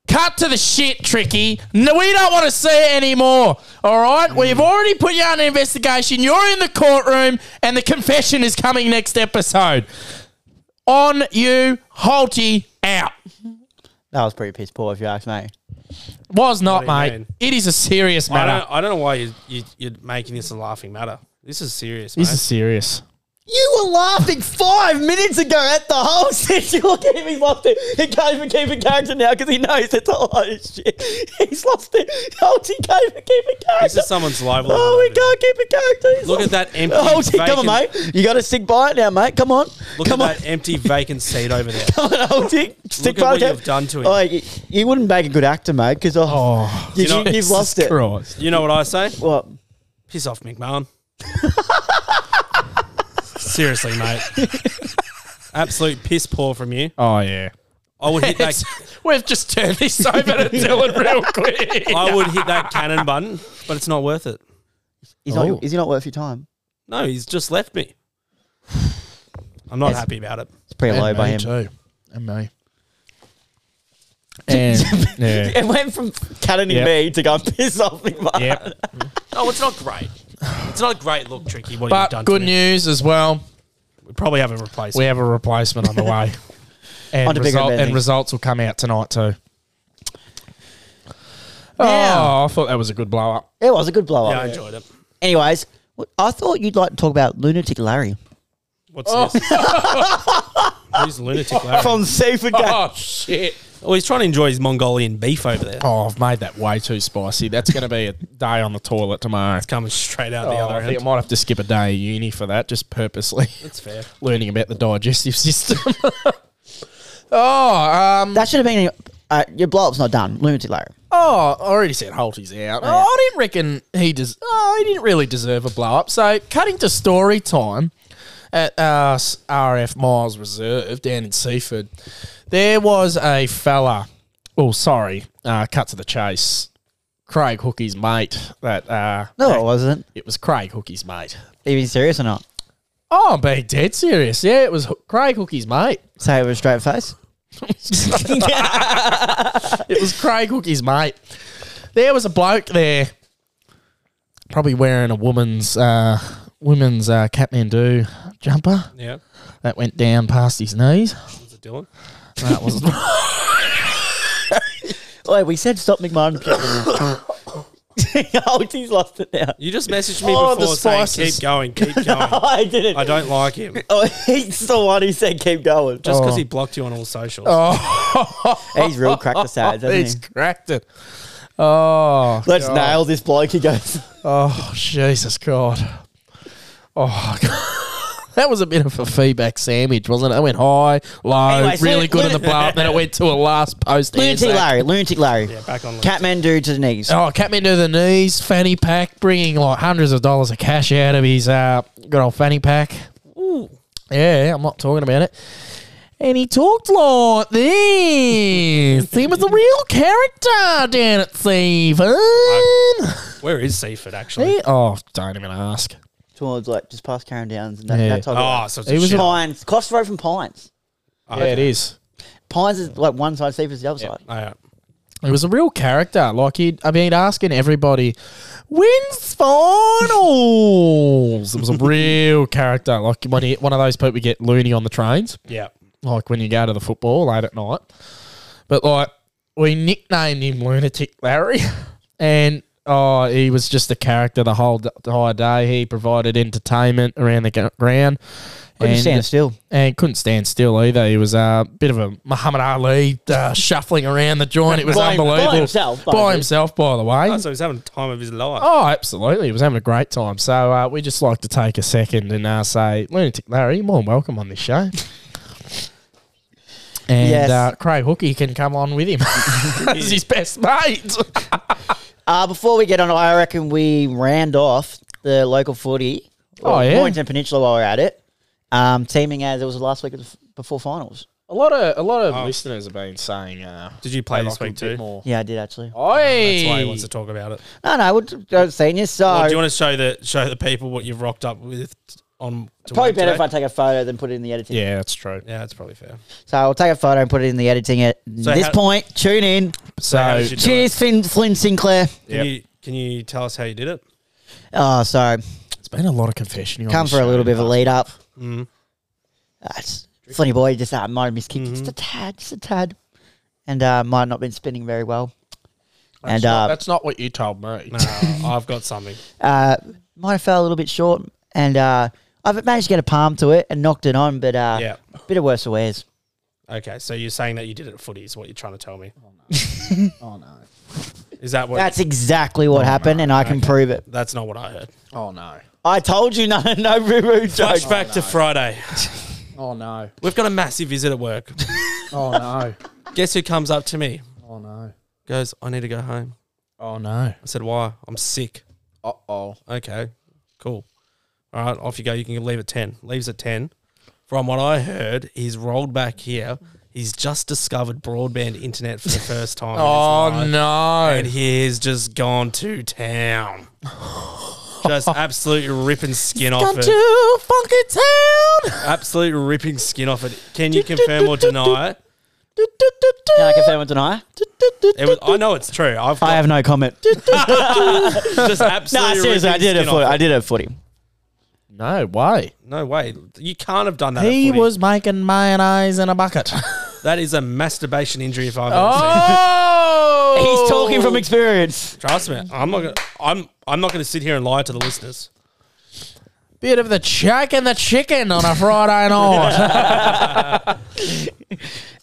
Speaker 4: Cut to the shit, Tricky. No, we don't want to see it anymore. All
Speaker 2: Mm.
Speaker 4: right, we've already put you under investigation. You're in the courtroom, and the confession is coming next episode. On you, Holty out.
Speaker 1: That was pretty piss poor, if you ask me.
Speaker 4: Was not,
Speaker 2: What do you
Speaker 4: mate.
Speaker 2: mean?
Speaker 4: It is a serious
Speaker 2: I
Speaker 4: matter.
Speaker 2: don't, I don't know why you, you, you're making this a laughing matter. This is serious,
Speaker 4: This
Speaker 2: mate.
Speaker 4: is serious.
Speaker 1: You were laughing five minutes ago at the whole (laughs) situation. Look at him, he's lost it. He can't even keep a character now because he knows it's a lot of shit. (laughs) He's lost it. Holty can't even keep a character.
Speaker 2: This is someone's livelihood.
Speaker 1: Oh, we can't keep a character. He's
Speaker 2: Look
Speaker 1: lost-
Speaker 2: at that empty
Speaker 1: Holty, come on,
Speaker 2: vacant-
Speaker 1: mate. You got to stick by it now, mate. Come on.
Speaker 2: Look
Speaker 1: come
Speaker 2: at
Speaker 1: on. (laughs)
Speaker 2: that empty vacant seat over there.
Speaker 1: Come on, (laughs) Holty. Stick
Speaker 2: at
Speaker 1: by
Speaker 2: what
Speaker 1: it.
Speaker 2: you've done to him.
Speaker 1: Oh, you, you wouldn't make a good actor, mate, because oh, you, (laughs)
Speaker 2: You know-
Speaker 1: have lost it.
Speaker 2: You know what I say?
Speaker 1: What?
Speaker 2: Piss off, McMahon.
Speaker 1: (laughs)
Speaker 2: Seriously, mate. Absolute piss poor from you.
Speaker 4: Oh yeah.
Speaker 2: I would hit that.
Speaker 4: (laughs) We've just turned this (laughs) over to Dylan real (laughs) quick.
Speaker 2: (laughs) I would hit that cannon button, but it's not worth it.
Speaker 1: He's not,
Speaker 4: Oh.
Speaker 1: is he not worth your time?
Speaker 2: No, he's just left me. I'm not happy about it.
Speaker 1: It's pretty low by him.
Speaker 3: too. And me.
Speaker 1: (laughs)
Speaker 3: And yeah.
Speaker 1: It went from cannoning
Speaker 4: Yep.
Speaker 1: me to go piss off McMahon.
Speaker 4: Yep.
Speaker 2: No, Oh, it's not great. It's not a great look, Tricky. What you've
Speaker 4: But
Speaker 2: done
Speaker 4: good
Speaker 2: to me.
Speaker 4: news as well.
Speaker 2: We probably have a replacement.
Speaker 4: We have a replacement on
Speaker 1: (laughs)
Speaker 4: the
Speaker 1: On
Speaker 4: way. And,
Speaker 1: to bigger
Speaker 4: result,
Speaker 1: and better
Speaker 4: and
Speaker 1: things.
Speaker 4: results will come out tonight too.
Speaker 1: Yeah.
Speaker 4: Oh, I thought that was a good blow up.
Speaker 1: It was a good blow
Speaker 2: yeah, I
Speaker 1: up.
Speaker 2: enjoyed it.
Speaker 1: Anyways, w- I thought you'd like to talk about Lunatic Larry.
Speaker 2: What's this? (laughs) Who's lunatic, Larry?
Speaker 1: From Seaford Gate.
Speaker 4: Oh shit.
Speaker 2: Oh, he's trying to enjoy his Mongolian beef over there.
Speaker 4: Oh, I've made that way too spicy. That's going to be a day on the toilet tomorrow.
Speaker 2: Coming straight out
Speaker 4: Oh,
Speaker 2: the other
Speaker 4: I think I
Speaker 2: end.
Speaker 4: might have to skip a day of uni for that, just purposely
Speaker 2: That's fair.
Speaker 4: (laughs) learning about the digestive (laughs)
Speaker 2: (laughs)
Speaker 4: system. oh, um,
Speaker 1: That should have been. Uh, your blow up's not done. Lunatic Larry.
Speaker 4: Oh, I already said Holty's out. Oh, I didn't reckon he des- oh, he didn't really deserve a blow up. So cutting to story time at uh, s- RF Miles Reserve down in Seaford, there was a fella. Oh, sorry. Uh, cut to the chase. Craig Hookie's mate. That uh,
Speaker 1: No, it wasn't.
Speaker 4: it was Craig Hookie's mate.
Speaker 1: Are you serious or not?
Speaker 4: Oh, I'm being dead serious. Yeah, it was Ho- Craig Hookie's mate.
Speaker 1: Say it with a straight face.
Speaker 4: It was Craig Hookie's mate. There was a bloke there, probably wearing a woman's uh, woman's uh, Kathmandu jumper
Speaker 2: Yeah.
Speaker 4: that went down past his knees.
Speaker 2: Was it Dylan?
Speaker 4: That was
Speaker 1: Wait, we said stop McMahon. (laughs) Holty's lost it now. (laughs) Oh,
Speaker 2: You just messaged me
Speaker 4: Oh, the
Speaker 2: before saying
Speaker 4: spices.
Speaker 2: keep going,
Speaker 4: (laughs)
Speaker 2: keep going.
Speaker 1: I didn't.
Speaker 2: I don't like him.
Speaker 1: Oh, he's the one who said keep going.
Speaker 2: Just because
Speaker 4: Oh.
Speaker 2: he blocked you on all socials.
Speaker 1: he's real cracked the sides, hasn't
Speaker 4: (laughs) he's
Speaker 1: he?
Speaker 4: cracked it. Oh,
Speaker 1: Let's
Speaker 4: God.
Speaker 1: nail this bloke. He goes.
Speaker 4: Oh, Jesus God. Oh, (laughs) God. that was a bit of a feedback sandwich, wasn't it? It went high, low,
Speaker 1: Anyway, so
Speaker 4: really
Speaker 1: let-
Speaker 4: good in the
Speaker 1: let-
Speaker 4: blow up, then it went to a last post.
Speaker 1: Lunatic
Speaker 4: Anzac.
Speaker 1: Larry. Lunatic Larry.
Speaker 2: yeah, back on.
Speaker 1: Catmandu to the knees.
Speaker 4: Oh, Catman to the knees, fanny pack, bringing like hundreds of dollars of cash out of his uh, good old fanny pack. Yeah, I'm not talking about it. And he talked like this. he was a real character down at Seaford.
Speaker 2: Where is Seaford actually?
Speaker 4: He- oh, don't even ask.
Speaker 1: Towards like just past Karen Downs and that,
Speaker 4: Yeah.
Speaker 1: that type
Speaker 2: Oh,
Speaker 1: of.
Speaker 2: so it's
Speaker 4: He
Speaker 2: a
Speaker 4: was
Speaker 2: shit.
Speaker 1: Pines. Costa Road from Pines.
Speaker 4: yeah, it is.
Speaker 1: Pines is like one side, Seaford's the other side.
Speaker 2: Oh, yeah.
Speaker 4: He was a real character. Like he'd, I mean, asking everybody, when's finals? it was a real character. Like when he, one of those people get loony on the trains.
Speaker 2: yeah.
Speaker 4: like when you go to the football late at night. But like we nicknamed him Lunatic Larry, (laughs) and Oh, he was just a character the whole d- the entire day. He provided entertainment around the g- ground.
Speaker 1: Couldn't
Speaker 4: And-
Speaker 1: stand still.
Speaker 4: and couldn't stand still either. He was a bit of a Muhammad Ali uh, shuffling around
Speaker 1: (laughs)
Speaker 4: the joint. It was
Speaker 1: By- by
Speaker 4: unbelievable.
Speaker 1: himself,
Speaker 4: By,
Speaker 1: by the way.
Speaker 4: himself, by the way.
Speaker 2: Oh, so he's having the time of his life.
Speaker 4: Oh, absolutely. He was having a great time. So uh, we just like to take a second and uh, say, Lunatic Larry, you're more than welcome on this show. (laughs) And
Speaker 1: Yes.
Speaker 4: uh, Craig Hookie can come on with him (laughs) as his best mate.
Speaker 1: Uh, before we get on, I reckon we round off the local footy.
Speaker 4: Oh,
Speaker 1: or
Speaker 4: yeah.
Speaker 1: Mornington Peninsula while we're at it. Um, teaming as it was last week of the f- before finals.
Speaker 4: (laughs) A lot of a lot of listeners have been saying, uh,
Speaker 2: Did you play this week too?
Speaker 4: More.
Speaker 1: Yeah, I did actually.
Speaker 2: That's why he wants to talk about it.
Speaker 1: No, no, we're seniors. So
Speaker 2: Well, do you want to show the show the people what you've rocked up with on? To
Speaker 1: probably
Speaker 2: work
Speaker 1: better if
Speaker 2: today?
Speaker 1: I take a photo than put it in the editing.
Speaker 4: Yeah, that's true.
Speaker 2: Yeah, that's probably fair.
Speaker 1: So I'll take a photo and put it in the editing at
Speaker 2: So
Speaker 1: this
Speaker 2: how-
Speaker 1: point. Tune in.
Speaker 4: So,
Speaker 2: how did you do
Speaker 1: Cheers, Finn, Flynn Sinclair.
Speaker 2: it? Can you can you tell us how you did it?
Speaker 1: Oh, sorry.
Speaker 4: it's been a lot of confession.
Speaker 1: Come for a little bit of a lead up. That's funny boy. Just uh, might have missed kick just a tad, just a tad, and uh, might not been spinning very well. and uh,
Speaker 4: that's not what you told me.
Speaker 2: No,
Speaker 1: (laughs)
Speaker 2: I've got something.
Speaker 1: uh, might have fell a little bit short, and uh, I've managed to get a palm to it and knocked it on, but uh,
Speaker 2: Yeah.
Speaker 1: bit of worse for wears.
Speaker 2: Okay, so you're saying that you did it at footy is what you're trying to tell me. Oh
Speaker 1: (laughs)
Speaker 2: no. is that what that's,
Speaker 1: That's exactly what happened, and I can prove it.
Speaker 2: not what I heard.
Speaker 4: (laughs) Oh no!
Speaker 1: I told you, (laughs) no, no, boo boo joke.
Speaker 2: Flashback to Friday.
Speaker 4: Oh no!
Speaker 2: We've got a massive visit at work.
Speaker 4: (laughs) Oh no!
Speaker 2: Guess who comes up to me?
Speaker 4: oh no!
Speaker 2: Goes, I need to go home.
Speaker 4: Oh no!
Speaker 2: I said, Why? I'm sick.
Speaker 4: Uh oh!
Speaker 2: Okay, cool. All right, off you go. You can leave at 10. Leaves at 10. From what I heard, he's rolled back here. He's just discovered broadband internet
Speaker 1: (laughs)
Speaker 2: for the first time. in his
Speaker 4: Oh
Speaker 2: life.
Speaker 4: no!
Speaker 2: And he's just gone to town.
Speaker 1: (laughs)
Speaker 2: just absolutely ripping skin off it.
Speaker 4: to funky town.
Speaker 2: Absolute ripping skin off it. Can you confirm or deny it?
Speaker 1: Can I confirm or deny?
Speaker 2: it was, I know it's true. I've got
Speaker 1: I have no comment.
Speaker 2: just absolutely.
Speaker 1: (laughs) no, seriously, I
Speaker 2: ripping
Speaker 1: did it
Speaker 2: skin
Speaker 1: for
Speaker 2: off
Speaker 1: I did it for him.
Speaker 4: No way!
Speaker 2: No way. You can't have done that. at
Speaker 4: He
Speaker 2: footy.
Speaker 4: was making mayonnaise in
Speaker 1: (laughs)
Speaker 4: a bucket.
Speaker 2: That is a masturbation injury if I've ever seen.
Speaker 4: oh!
Speaker 1: He's talking from experience.
Speaker 2: Trust me. I'm not. Gonna, I'm. I'm not going to sit here and lie to the listeners.
Speaker 4: bit of the chuck and the chicken on a (laughs) Friday night.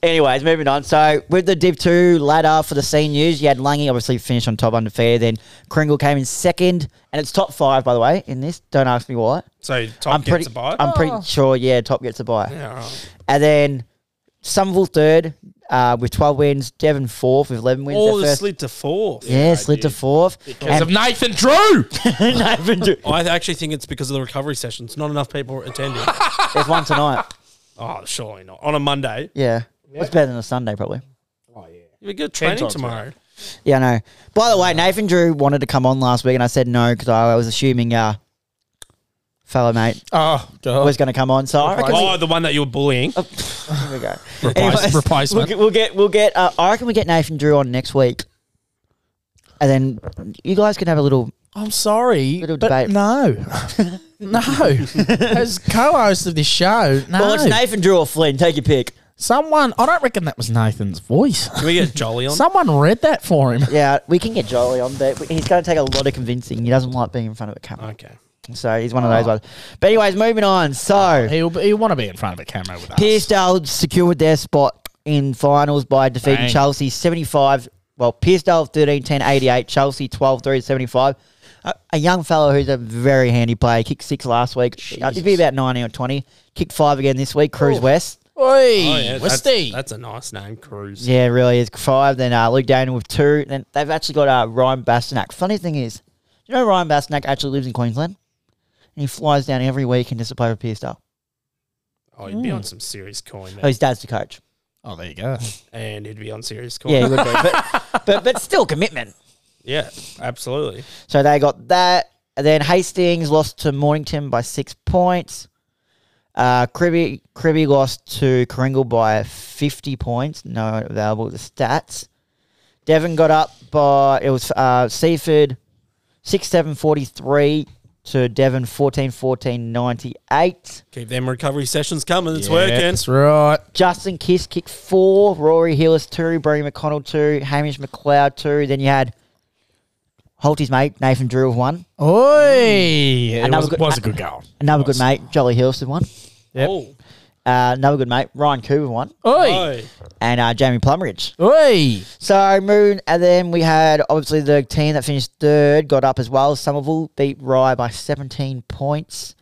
Speaker 1: Anyways, moving on. So with the Div Two ladder for the seniors, you had Langy obviously finished on top undefeated. Then Kringle came in second, and it's top five by the way in this. Don't ask me why.
Speaker 2: So Tom
Speaker 1: I'm
Speaker 2: gets
Speaker 1: pretty.
Speaker 2: a bite.
Speaker 1: I'm pretty sure. Yeah, top gets a bye.
Speaker 2: Yeah, all right.
Speaker 1: And then Somerville third uh, with twelve wins. Devon fourth with eleven wins.
Speaker 2: All
Speaker 1: their
Speaker 2: Oh, the
Speaker 1: first-
Speaker 2: slid to fourth.
Speaker 1: yeah, slid to fourth.
Speaker 4: As of Nathan Drew.
Speaker 1: (laughs) Nathan
Speaker 2: (laughs)
Speaker 1: Drew-
Speaker 2: I actually think it's because of the recovery sessions. Not enough
Speaker 1: (laughs)
Speaker 2: people attending.
Speaker 1: There's one tonight.
Speaker 2: oh, surely not. On a Monday,
Speaker 1: Yeah, it's better than a Sunday probably.
Speaker 2: you get training
Speaker 4: times
Speaker 2: tomorrow.
Speaker 1: Yeah, I know. By the way, Nathan Drew wanted to come on last week, and I said no because I was assuming uh, fellow mate
Speaker 4: Oh,
Speaker 1: was going to come on. So I reckon we,
Speaker 2: Oh, the one that you
Speaker 1: (laughs)
Speaker 2: were bullying.
Speaker 1: here we go.
Speaker 4: (laughs) Replace,
Speaker 1: We'll
Speaker 4: replacement.
Speaker 1: get, we'll get, we'll get uh, I reckon we get Nathan Drew on next week, and then you guys can have a little.
Speaker 4: I'm sorry,
Speaker 1: Little
Speaker 4: but
Speaker 1: debate. (laughs)
Speaker 4: no, no. As co-host of this show, no.
Speaker 1: Well, it's Nathan Drew or Flynn. Take your pick.
Speaker 4: Someone, I don't reckon that was Nathan's voice.
Speaker 2: Can we get Jolly on?
Speaker 4: Someone read that for him.
Speaker 1: Yeah, we can get Jolie on, but he's going to take a lot of convincing. He doesn't like being in front of a camera,
Speaker 2: okay.
Speaker 1: so he's one of those ones. But anyways, moving on. So
Speaker 4: He'll, he'll want to be in front of a camera with us.
Speaker 1: Piersdale secured their spot in finals by defeating
Speaker 4: Bang.
Speaker 1: Chelsea 75. Well, Piersdale 13 10 88, Chelsea 12 3 75. A, a young fellow who's a very handy player. Kicked six last week. Uh, He'd be about 19 or 20. Kicked five again this week. Cruz West.
Speaker 4: Oi,
Speaker 2: Oh, that's,
Speaker 4: Westy.
Speaker 2: that's a nice name, Cruz.
Speaker 1: Yeah, it really is. Five. Then uh, Luke Daniel with two. Then they've actually got uh, Ryan Bastanak. Funny thing is, you know Ryan Bastanak actually lives in Queensland? And he flies down every week and just to play with Piersdale.
Speaker 2: Oh, he'd be on some serious coin,
Speaker 1: Oh,
Speaker 2: man.
Speaker 1: his dad's the coach.
Speaker 4: oh, there you go.
Speaker 2: and he'd be on serious coin.
Speaker 1: Yeah, he would be. (laughs) but, but, but still commitment.
Speaker 2: yeah, absolutely.
Speaker 1: So they got that. And then Hastings lost to Mornington by six points. Uh, Cribby, Cribby lost to Kringle by 50 points. No available the stats. Devon got up by, it was uh, Seaford 6 7 43 to Devon 14 14 98.
Speaker 2: Keep them recovery sessions coming. It's
Speaker 4: Yeah,
Speaker 2: working.
Speaker 4: That's right.
Speaker 1: Justin Kiss kicked four. Rory Hillis two. Bree McConnell two. Hamish McLeod two. Then you had Holty's mate, Nathan Drew, have won.
Speaker 4: Oi! It
Speaker 1: Another
Speaker 4: was,
Speaker 1: good-
Speaker 4: was a good goal.
Speaker 1: Another good mate, Jolly Hills, have won.
Speaker 4: Yep.
Speaker 2: Oh,
Speaker 1: Uh, another good mate, Ryan Coover, won.
Speaker 4: Oi!
Speaker 2: oh.
Speaker 1: And uh, Jamie Plumridge.
Speaker 4: Oi!
Speaker 1: So Moon, and then we had obviously the team that finished third got up as well. Somerville beat Rye by 17 points,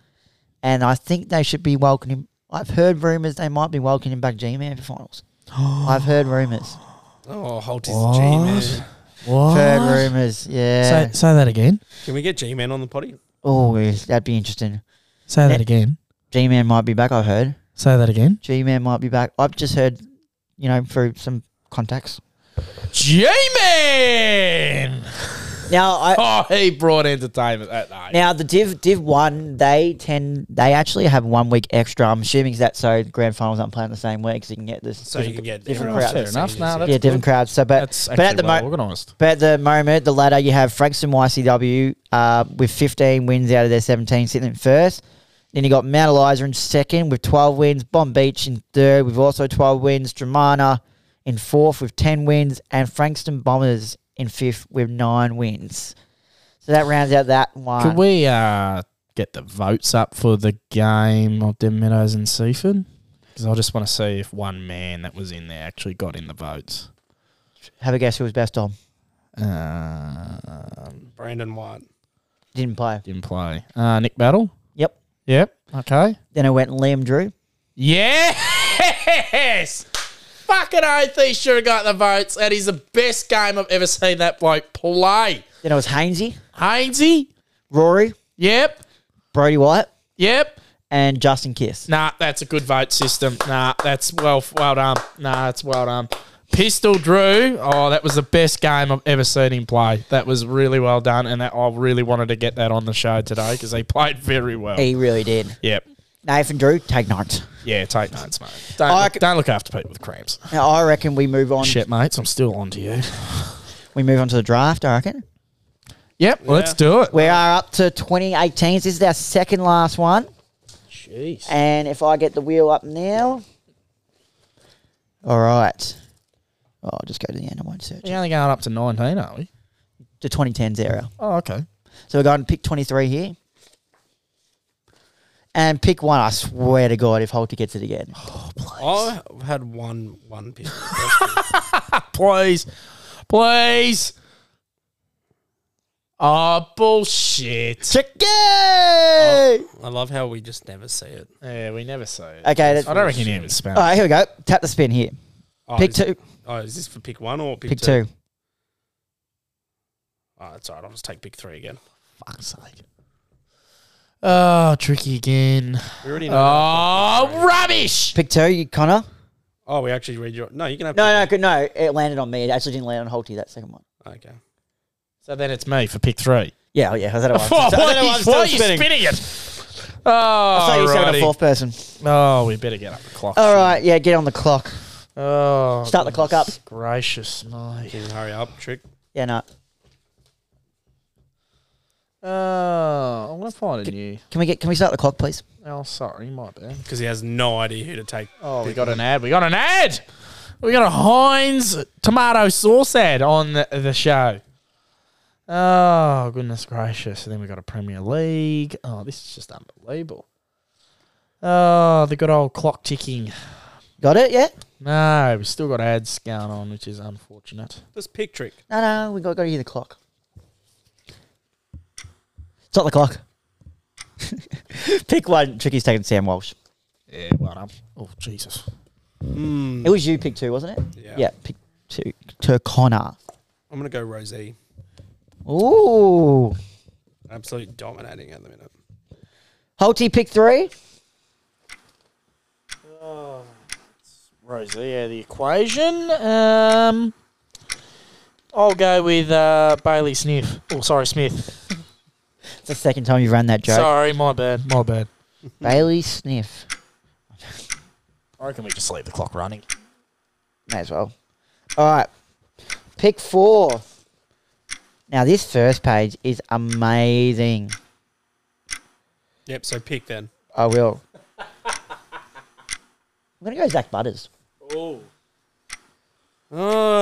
Speaker 1: and I think they should be welcoming. I've heard rumours they might be welcoming back G-Man for finals. I've heard rumours.
Speaker 2: Oh, Holt is G man.
Speaker 1: Heard rumours. Yeah.
Speaker 4: Say, say that again.
Speaker 2: Can we get G man on the potty?
Speaker 1: oh, yes, that'd be interesting.
Speaker 4: Say
Speaker 1: Eh.
Speaker 4: that again.
Speaker 1: G-Man might be back. I've heard
Speaker 4: Say that again.
Speaker 1: G-Man might be back. I've just heard, you know, through some contacts.
Speaker 4: G
Speaker 1: (laughs)
Speaker 4: Man!
Speaker 1: Now I.
Speaker 4: Oh, he brought entertainment that night.
Speaker 1: Now the div div one, they tend they actually have one week extra. I'm assuming is that so grand finals aren't playing the same week because you can get this.
Speaker 2: So you can get
Speaker 1: different
Speaker 2: everyone
Speaker 1: crowd.
Speaker 2: to
Speaker 1: Fair
Speaker 2: see
Speaker 4: enough.
Speaker 2: you.
Speaker 4: Nah, that's
Speaker 1: yeah, different crowds. So, but
Speaker 4: That's
Speaker 1: but at the
Speaker 4: actually
Speaker 1: mo-
Speaker 4: well organised.
Speaker 1: but at the moment, the ladder you have Frankston YCW uh, with 15 wins out of their 17, sitting in first. Then you got Mount Eliza in second with 12 wins. Bomb Beach in third with also 12 wins. Dramana in fourth with 10 wins, and Frankston Bombers in fifth with nine wins. So that rounds out that one.
Speaker 4: Could we uh, get the votes up for the game of Den Meadows and Seaford? Because I just want to see if one man that was in there actually got in the votes.
Speaker 1: have a guess who was best on?
Speaker 4: Um,
Speaker 2: Brandon White.
Speaker 1: Didn't play.
Speaker 4: didn't play. Uh, Nick Battle?
Speaker 1: Yep.
Speaker 4: Yep. Okay.
Speaker 1: Then it went Liam Drew.
Speaker 4: Yes! Fucking oath, he should have got the votes. That is the best game I've ever seen that bloke play.
Speaker 1: Then it was Hainsey,
Speaker 4: Hainsey?
Speaker 1: Rory,
Speaker 4: Yep.
Speaker 1: Brody White,
Speaker 4: Yep.
Speaker 1: and Justin Kiss.
Speaker 4: Nah, that's a good vote system. Nah, that's well, well done. Nah, that's well done. Pistol Drew. Oh, that was the best game I've ever seen him play. That was really well done, and that I really wanted to get that on the show today because he played very well.
Speaker 1: He really did.
Speaker 4: Yep.
Speaker 1: Nathan Drew, take notes.
Speaker 4: Yeah, take notes, mate. Don't,
Speaker 1: I
Speaker 4: look,
Speaker 1: c-
Speaker 4: don't look after people with cramps.
Speaker 1: Now, I reckon we move on.
Speaker 4: Shit, mates, I'm still on to you.
Speaker 1: We move on to the draft, I reckon.
Speaker 4: Yep, let's do it.
Speaker 1: We are up to 2018. This is our second last one.
Speaker 4: Jeez.
Speaker 1: And if I get the wheel up now. All right. Oh, I'll just go to the end. I won't search.
Speaker 4: We're only going up to 19, aren't we?
Speaker 1: The 2010s era.
Speaker 4: Oh, okay.
Speaker 1: So we're going to pick 23 here. And pick one. I swear to God, if Holter gets it again.
Speaker 2: I had one one pick.
Speaker 4: Please. Please. Oh, bullshit. Oh,
Speaker 1: Chicky!
Speaker 2: I love how we just never see it.
Speaker 4: Yeah, we never say it.
Speaker 1: Okay. That's,
Speaker 4: I
Speaker 1: all
Speaker 4: don't reckon you even spell
Speaker 1: right, here we go. Tap the spin here.
Speaker 2: Oh,
Speaker 1: Pick
Speaker 2: is,
Speaker 1: two.
Speaker 2: Oh, is this for pick one or pick,
Speaker 1: Pick two.
Speaker 2: Oh, that's all right. I'll just take pick three again.
Speaker 4: Fuck's sake. Oh, tricky again.
Speaker 2: We already know.
Speaker 1: Uh,
Speaker 4: Oh, rubbish.
Speaker 1: Pick two, you Connor.
Speaker 2: Oh, we actually read your. No, you can have.
Speaker 1: No, no, good, no. It landed on me. It actually didn't land on Holty, that second one.
Speaker 2: no. Okay.
Speaker 4: So then it's me for pick three.
Speaker 1: Yeah, oh, yeah. I said it
Speaker 4: Oh,
Speaker 1: once.
Speaker 4: why,
Speaker 2: (laughs)
Speaker 1: I said it
Speaker 4: are you-
Speaker 1: once,
Speaker 4: why
Speaker 1: still
Speaker 4: are you
Speaker 1: spinning.
Speaker 4: spinning it?
Speaker 1: I thought you said it
Speaker 4: Oh,
Speaker 1: in fourth person.
Speaker 4: oh, we better get up the clock.
Speaker 1: All right, yeah, get on the clock.
Speaker 4: Oh,
Speaker 1: Start the clock up.
Speaker 4: gracious me.
Speaker 2: Can you hurry up, trick?
Speaker 1: Yeah, no.
Speaker 4: Oh, I'm going to find a new.
Speaker 1: Can we get? Can we start the clock, please?
Speaker 4: Oh, sorry, my bad.
Speaker 2: Because he has no idea who to take.
Speaker 4: Oh, we got an ad. We got an ad. We got a Heinz tomato sauce ad on the, the show. Oh, goodness gracious. And then we got a Premier League. Oh, this is just unbelievable. Oh, the good old clock ticking.
Speaker 1: Got it? Yeah.
Speaker 4: No, we still got ads going on, which is unfortunate.
Speaker 2: Just pick trick.
Speaker 1: No, no, we got got to hear the clock. Start the clock. (laughs) Pick one. Tricky's taking Sam Walsh.
Speaker 4: Yeah, well done. Oh, Jesus.
Speaker 1: It was you. Pick two, wasn't it?
Speaker 2: Hmm. Yeah.
Speaker 1: Yeah. Pick two. To Connor.
Speaker 2: I'm gonna go Rosie.
Speaker 1: Ooh.
Speaker 2: Absolutely dominating at the minute.
Speaker 1: Holty, pick three.
Speaker 4: Rosie out of the equation. Um, I'll go with uh, Bailey Smith. Oh, sorry, Smith.
Speaker 1: It's the second time you've run that joke.
Speaker 4: Sorry, my bad. My bad.
Speaker 1: Bailey Sniff.
Speaker 4: I reckon we just leave the clock running.
Speaker 1: May as well. All right. Pick four. Now, this first page is amazing.
Speaker 2: Yep. So pick then.
Speaker 1: I will. I'm going to go Zach Butters.
Speaker 2: Oh,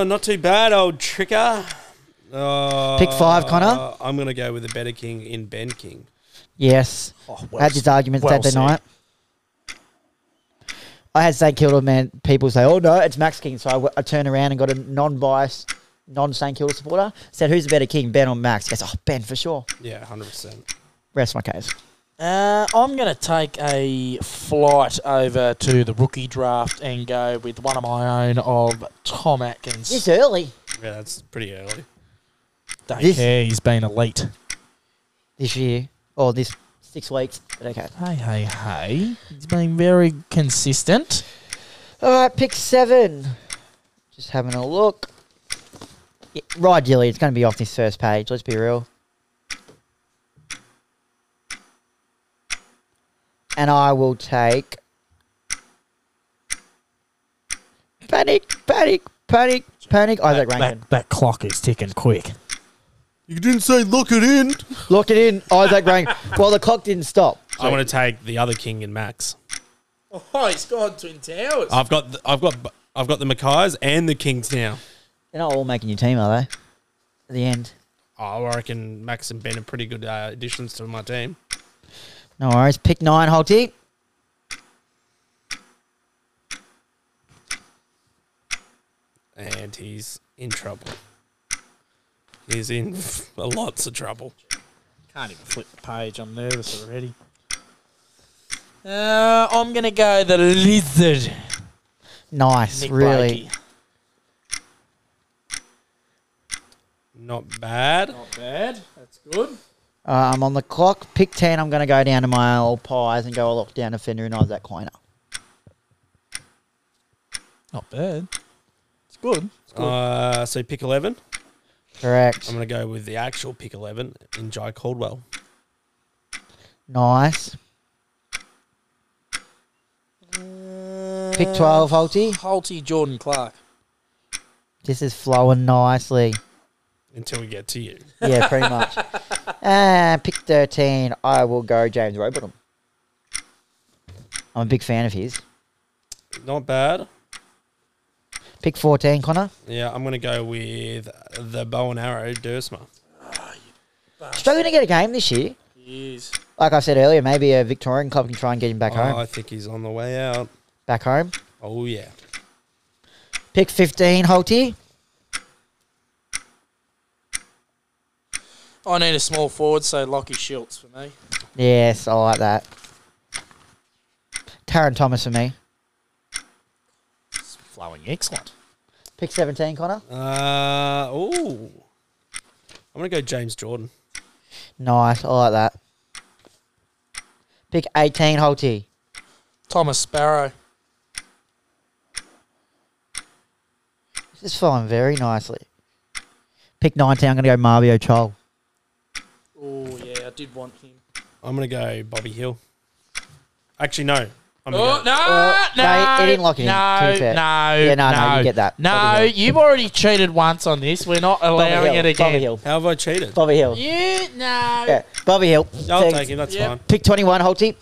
Speaker 2: not too bad, old tricker. Uh,
Speaker 1: Pick five, Connor.
Speaker 2: I'm going to go with a better king in Ben King.
Speaker 1: Yes.
Speaker 2: Oh,
Speaker 1: I had this argument
Speaker 4: well
Speaker 1: Saturday
Speaker 4: said.
Speaker 1: night. I had St Kilda man. People say, "Oh no, it's Max King." So I, w- I turned around and got a non-biased, non-St Kilda supporter. Said, "Who's the better king, Ben or Max?" He goes, "Oh, Ben for sure."
Speaker 2: Yeah, 100%.
Speaker 1: Rest my case.
Speaker 7: Uh, I'm going to take a flight over to the rookie draft and go with one of my own of Tom Atkins.
Speaker 1: It's early.
Speaker 2: Yeah, that's pretty early.
Speaker 7: Don't
Speaker 1: This-
Speaker 4: Yeah, he's been elite.
Speaker 1: this year or this six weeks. But okay.
Speaker 4: Hey, hey, hey. He's been very consistent.
Speaker 1: All right, pick seven. Just having a look. Yeah, right, Gilly, it's going to be off this first page. Let's be real. And I will take. Panic, panic, panic, panic. Isaac Rankin.
Speaker 4: That, that clock is ticking quick.
Speaker 2: You didn't say look it in.
Speaker 1: Lock it in, Isaac Rankin. (laughs) Well, the clock didn't stop.
Speaker 2: I'm going to take the other king in Max.
Speaker 7: Oh, he's gone Twin Towers.
Speaker 2: I've got the, I've got I've got the Mackays and the Kings now.
Speaker 1: They're not all making your team, are they? At the end.
Speaker 2: Oh, I reckon Max and Ben are pretty good uh, additions to my team.
Speaker 1: No worries. Pick nine, Holty.
Speaker 2: and he's in trouble. He's in (laughs) a lots of trouble.
Speaker 7: Can't even flip the page. I'm nervous already. Uh, I'm going to go the lizard.
Speaker 1: Nice,
Speaker 7: Nick
Speaker 1: really.
Speaker 7: Blakey.
Speaker 2: Not bad.
Speaker 7: Not bad. That's good.
Speaker 1: Uh, I'm on the clock. Pick 10. I'm going to go down to my old pies and go a lockdown defender and Isaac Coiner.
Speaker 7: Not bad. It's good.
Speaker 2: Uh, so pick eleven.
Speaker 1: Correct.
Speaker 2: I'm gonna go with the actual pick eleven in Jai Caldwell.
Speaker 1: Nice. Pick 12, Holty.
Speaker 7: Holty Jordan Clark.
Speaker 1: This is flowing nicely.
Speaker 2: Until we get to you.
Speaker 1: Yeah,
Speaker 7: (laughs)
Speaker 1: pretty much. and pick 13. I will go James Robottom. I'm a big fan of his.
Speaker 2: Not bad.
Speaker 1: Pick 14, Connor.
Speaker 2: Yeah, I'm gonna go with the bow and arrow Dersma.
Speaker 1: Struggling to get a game this year.
Speaker 7: He is.
Speaker 1: Like I said earlier, maybe a Victorian club can try and get him back
Speaker 2: Oh,
Speaker 1: home.
Speaker 2: I think he's on the way out.
Speaker 1: Back home.
Speaker 2: Oh yeah.
Speaker 1: Pick 15, Holty.
Speaker 7: I need a small forward, so Lockie Schultz for me.
Speaker 1: Yes, I like that. Taryn Thomas for me.
Speaker 4: Flowing excellent.
Speaker 1: Pick 17, Connor.
Speaker 2: Uh oh. I'm gonna go James Jordan.
Speaker 1: Nice, I like that. Pick 18, Holty.
Speaker 7: Thomas Sparrow.
Speaker 1: This is flying very nicely. Pick 19, I'm going to go Mario Chol.
Speaker 7: Oh, yeah, I did want him.
Speaker 2: I'm gonna go Bobby Hill. Actually no. I'm gonna
Speaker 4: Oh,
Speaker 2: go-
Speaker 4: no,
Speaker 1: no,
Speaker 4: no,
Speaker 1: he didn't lock it in, to
Speaker 4: No,
Speaker 1: be fair.
Speaker 4: no,
Speaker 1: Yeah, no, no, you get that.
Speaker 4: No,
Speaker 1: Bobby Hill.
Speaker 4: you've already cheated once on this. We're not
Speaker 1: Bobby
Speaker 4: allowing
Speaker 1: Hill.
Speaker 4: it again.
Speaker 1: Bobby Hill.
Speaker 2: How have I cheated?
Speaker 1: Bobby Hill.
Speaker 4: You no.
Speaker 1: Yeah, Bobby Hill.
Speaker 2: I'll
Speaker 1: Thanks.
Speaker 2: take him. That's
Speaker 7: Yep.
Speaker 2: fine.
Speaker 1: Pick 21, Holty.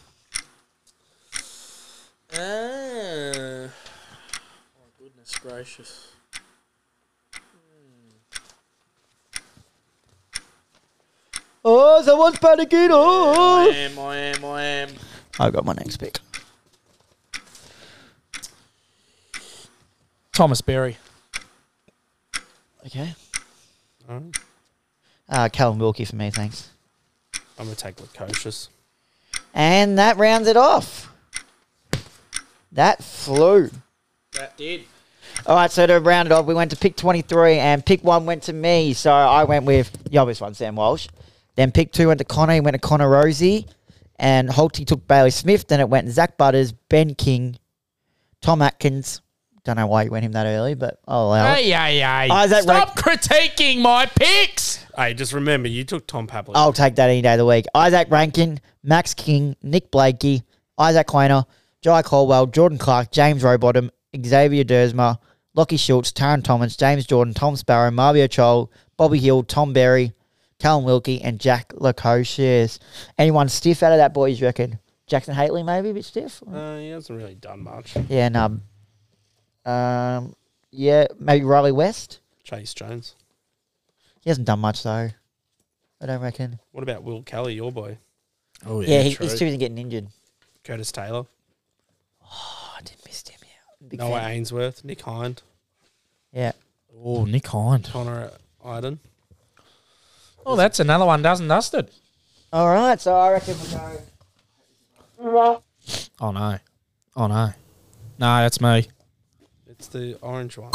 Speaker 4: Uh,
Speaker 7: Ah. Oh, goodness gracious.
Speaker 1: Oh, someone's panicking.
Speaker 7: I
Speaker 1: Oh.
Speaker 7: am, I am, I am.
Speaker 1: I've got my next pick.
Speaker 4: Thomas Berry.
Speaker 1: Okay.
Speaker 2: Alright.
Speaker 1: Uh, Callum Wilkie for me, thanks.
Speaker 2: I'm gonna take Lukosius.
Speaker 1: And that rounds it off. That flew.
Speaker 7: That did.
Speaker 1: All right, so to round it off, we went to pick 23, and pick one went to me. So I went with the obvious one, Sam Walsh. Then pick two went to Connor, he went to Connor Rosie, and Holty took Bailey Smith. Then it went Zach Butters, Ben King, Tom Atkins. Don't know why you went him that early, but I'll allow it.
Speaker 4: Hey, hey, hey.
Speaker 1: Isaac
Speaker 4: Stop critiquing my picks.
Speaker 2: Hey, just remember you took Tom Papley.
Speaker 1: I'll take that any day of the week. Isaac Rankin, Max King, Nick Blakey, Isaac Quainer, Jai Caldwell, Jordan Clark, James Rowbottom, Xavier Dersma, Lockie Schultz, Taron Thomas, James Jordan, Tom Sparrow, Mario Chol, Bobby Hill, Tom Berry, Callum Wilkie, and Jack Lacocious. Anyone stiff out of that, boys, you reckon? Jackson Haley, maybe a bit stiff?
Speaker 2: Uh, he hasn't really done much.
Speaker 1: Yeah, no. Um, yeah, maybe Riley West.
Speaker 2: Chase Jones.
Speaker 1: He hasn't done much though. I don't reckon.
Speaker 2: What about Will Kelly, your boy?
Speaker 3: Oh
Speaker 1: Yeah, he, he's too busy getting injured.
Speaker 2: Curtis Taylor,
Speaker 1: Oh, I did miss him. Yeah. Big
Speaker 2: Noah
Speaker 1: fan.
Speaker 2: Ainsworth, Nick Hind,
Speaker 1: Yeah.
Speaker 4: Oh, Nick Hind.
Speaker 2: Connor Iden.
Speaker 4: Oh, that's another one, doesn't dusted.
Speaker 1: All right. So I reckon we'll go.
Speaker 4: Oh no. Oh no. No, that's me.
Speaker 2: It's the orange one.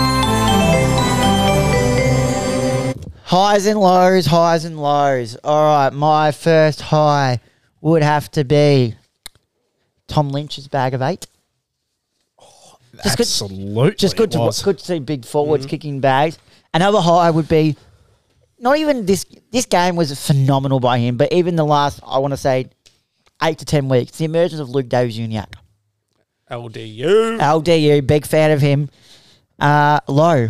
Speaker 1: Highs and lows, highs and lows. All right, my first high would have to be Tom Lynch's bag of eight. Just good,
Speaker 4: Oh, Absolutely.
Speaker 1: just good
Speaker 4: it
Speaker 1: to
Speaker 4: was. Mm-hmm.
Speaker 1: good to see big forwards kicking bags. Another high would be not even this. This game was phenomenal by him, but even the last, I want to say, eight to ten weeks, the emergence of Luke Davis Uniac.
Speaker 2: LDU.
Speaker 1: LDU, big fan of him. Uh, low.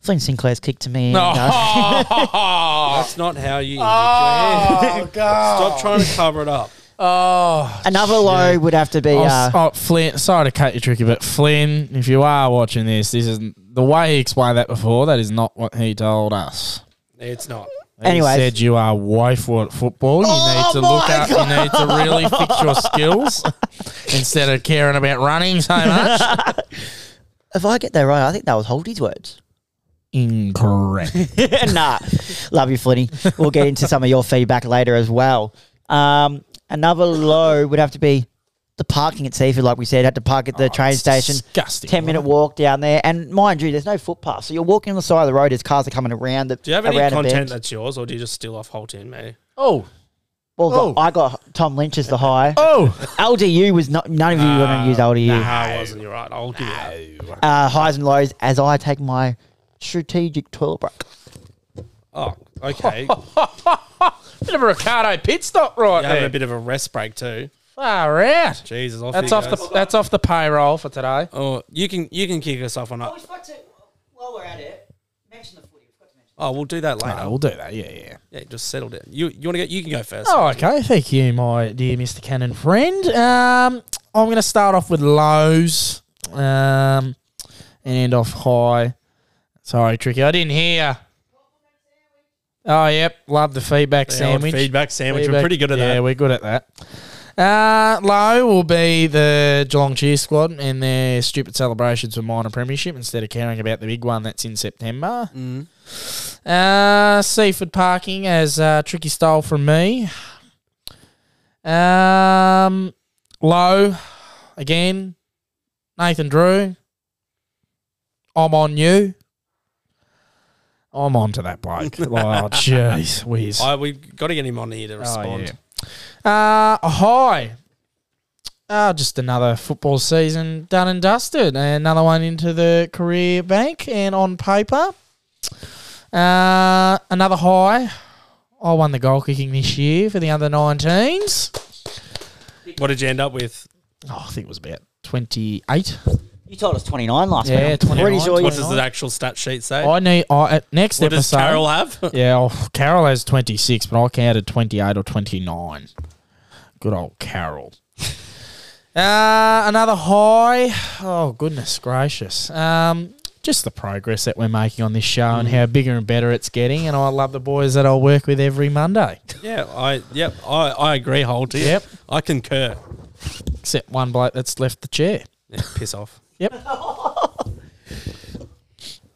Speaker 1: Flynn Sinclair's kick to me.
Speaker 4: No.
Speaker 1: and, uh,
Speaker 4: (laughs) Ah.
Speaker 2: That's not how you. Oh,
Speaker 4: (laughs)
Speaker 2: God. Stop trying to cover it up.
Speaker 4: Oh, (laughs)
Speaker 1: another low would have to be.
Speaker 4: I'll
Speaker 1: Uh,
Speaker 4: s- oh, Flynn. Sorry to cut you tricky, but Flynn, if you are watching this, this isn't the way he explained that before. That is not what he told us.
Speaker 2: It's not.
Speaker 1: Anyways.
Speaker 4: he said you are wife at football. You
Speaker 1: Oh
Speaker 4: need to
Speaker 1: my
Speaker 4: look up. You need to really fix
Speaker 1: (laughs)
Speaker 4: your skills instead of caring about running so much.
Speaker 1: If I get that right, I think that was Holdy's words. (laughs)
Speaker 4: Incorrect.
Speaker 1: nah, love you, Flinny. We'll get into some of your feedback later as well. Um, another low would have to be the parking at Seaford, like we said. Had to park at the train
Speaker 4: Oh, it's
Speaker 1: station.
Speaker 4: disgusting,
Speaker 1: 10 minute walk down there. And mind you, there's no footpath. So you're walking on the side of the road as cars are coming around. The,
Speaker 2: Do you have any
Speaker 1: around a
Speaker 2: content
Speaker 1: bend.
Speaker 2: that's yours, or do you just steal off whole tin, mate?
Speaker 4: Oh,
Speaker 1: Well, the-
Speaker 4: Oh.
Speaker 1: I got Tom Lynch as the high.
Speaker 4: oh,
Speaker 1: LDU was not, none of you were going to use LDU.
Speaker 2: I wasn't. You're right. I'll give you that.
Speaker 1: Uh, highs and lows as I take my strategic toilet break.
Speaker 2: Oh, okay.
Speaker 4: (laughs) bit of a Ricardo pit stop right
Speaker 2: You're having
Speaker 4: there.
Speaker 2: a bit of a rest break too.
Speaker 4: Far out.
Speaker 2: Jesus, off
Speaker 4: That's
Speaker 2: you
Speaker 4: off the
Speaker 2: goes.
Speaker 4: that's off the payroll for today.
Speaker 2: Oh, you can you can kick us off on up.
Speaker 1: while we're at it, mention the footy.
Speaker 2: Oh, we'll do that later.
Speaker 4: do that. Yeah, yeah.
Speaker 2: yeah, just settled it. You you want to get? You can go first.
Speaker 4: Oh, okay. Thank you, my dear Mr. Cannon friend. Um, I'm going to start off with lows um, and end off high. Sorry, Tricky. I didn't hear. Oh, yep. Love the feedback
Speaker 2: Yeah,
Speaker 4: sandwich.
Speaker 2: Feedback sandwich. We're
Speaker 4: Feedback-
Speaker 2: pretty good at
Speaker 4: Yeah,
Speaker 2: that.
Speaker 4: we're good at that. Uh, low will be the Geelong Cheer Squad and their stupid celebrations for minor premiership instead of caring about the big one that's in September.
Speaker 2: Mm.
Speaker 4: Uh, Seaford parking as uh, tricky stole from me. Um, low again. Nathan Drew. I'm on you. I'm on to that
Speaker 2: (laughs)
Speaker 4: bloke. oh, jeez, whiz.
Speaker 2: I, we've got to get him on
Speaker 4: Oh,
Speaker 2: here to respond.
Speaker 4: Uh, hi. Uh, just another football season done and dusted. Another one into the career bank and on paper. Uh, another high. I won the goal kicking this year for the under 19s.
Speaker 2: What did you end up with?
Speaker 4: Oh, I think it was about 28.
Speaker 1: You told us 29 last
Speaker 4: Yeah,
Speaker 1: week. I'm
Speaker 4: 29.
Speaker 1: pretty sure you
Speaker 2: What does the actual stat sheet say?
Speaker 4: I need I, at next
Speaker 2: what does
Speaker 4: episode.
Speaker 2: Carol have?
Speaker 4: (laughs) Yeah, oh, Carol has 26, but I counted 28 or 29. Good old Carol. (laughs) uh, another high. Oh, goodness gracious. Um, just the progress that we're making on this show
Speaker 2: Mm.
Speaker 4: and how bigger and better it's getting. And I love the boys that I work with every Monday, (laughs)
Speaker 2: yeah, I yep, I, I agree, Holt.
Speaker 4: Yep.
Speaker 2: I concur.
Speaker 4: except one bloke that's left the chair.
Speaker 2: Yeah, piss off. (laughs)
Speaker 4: Yep.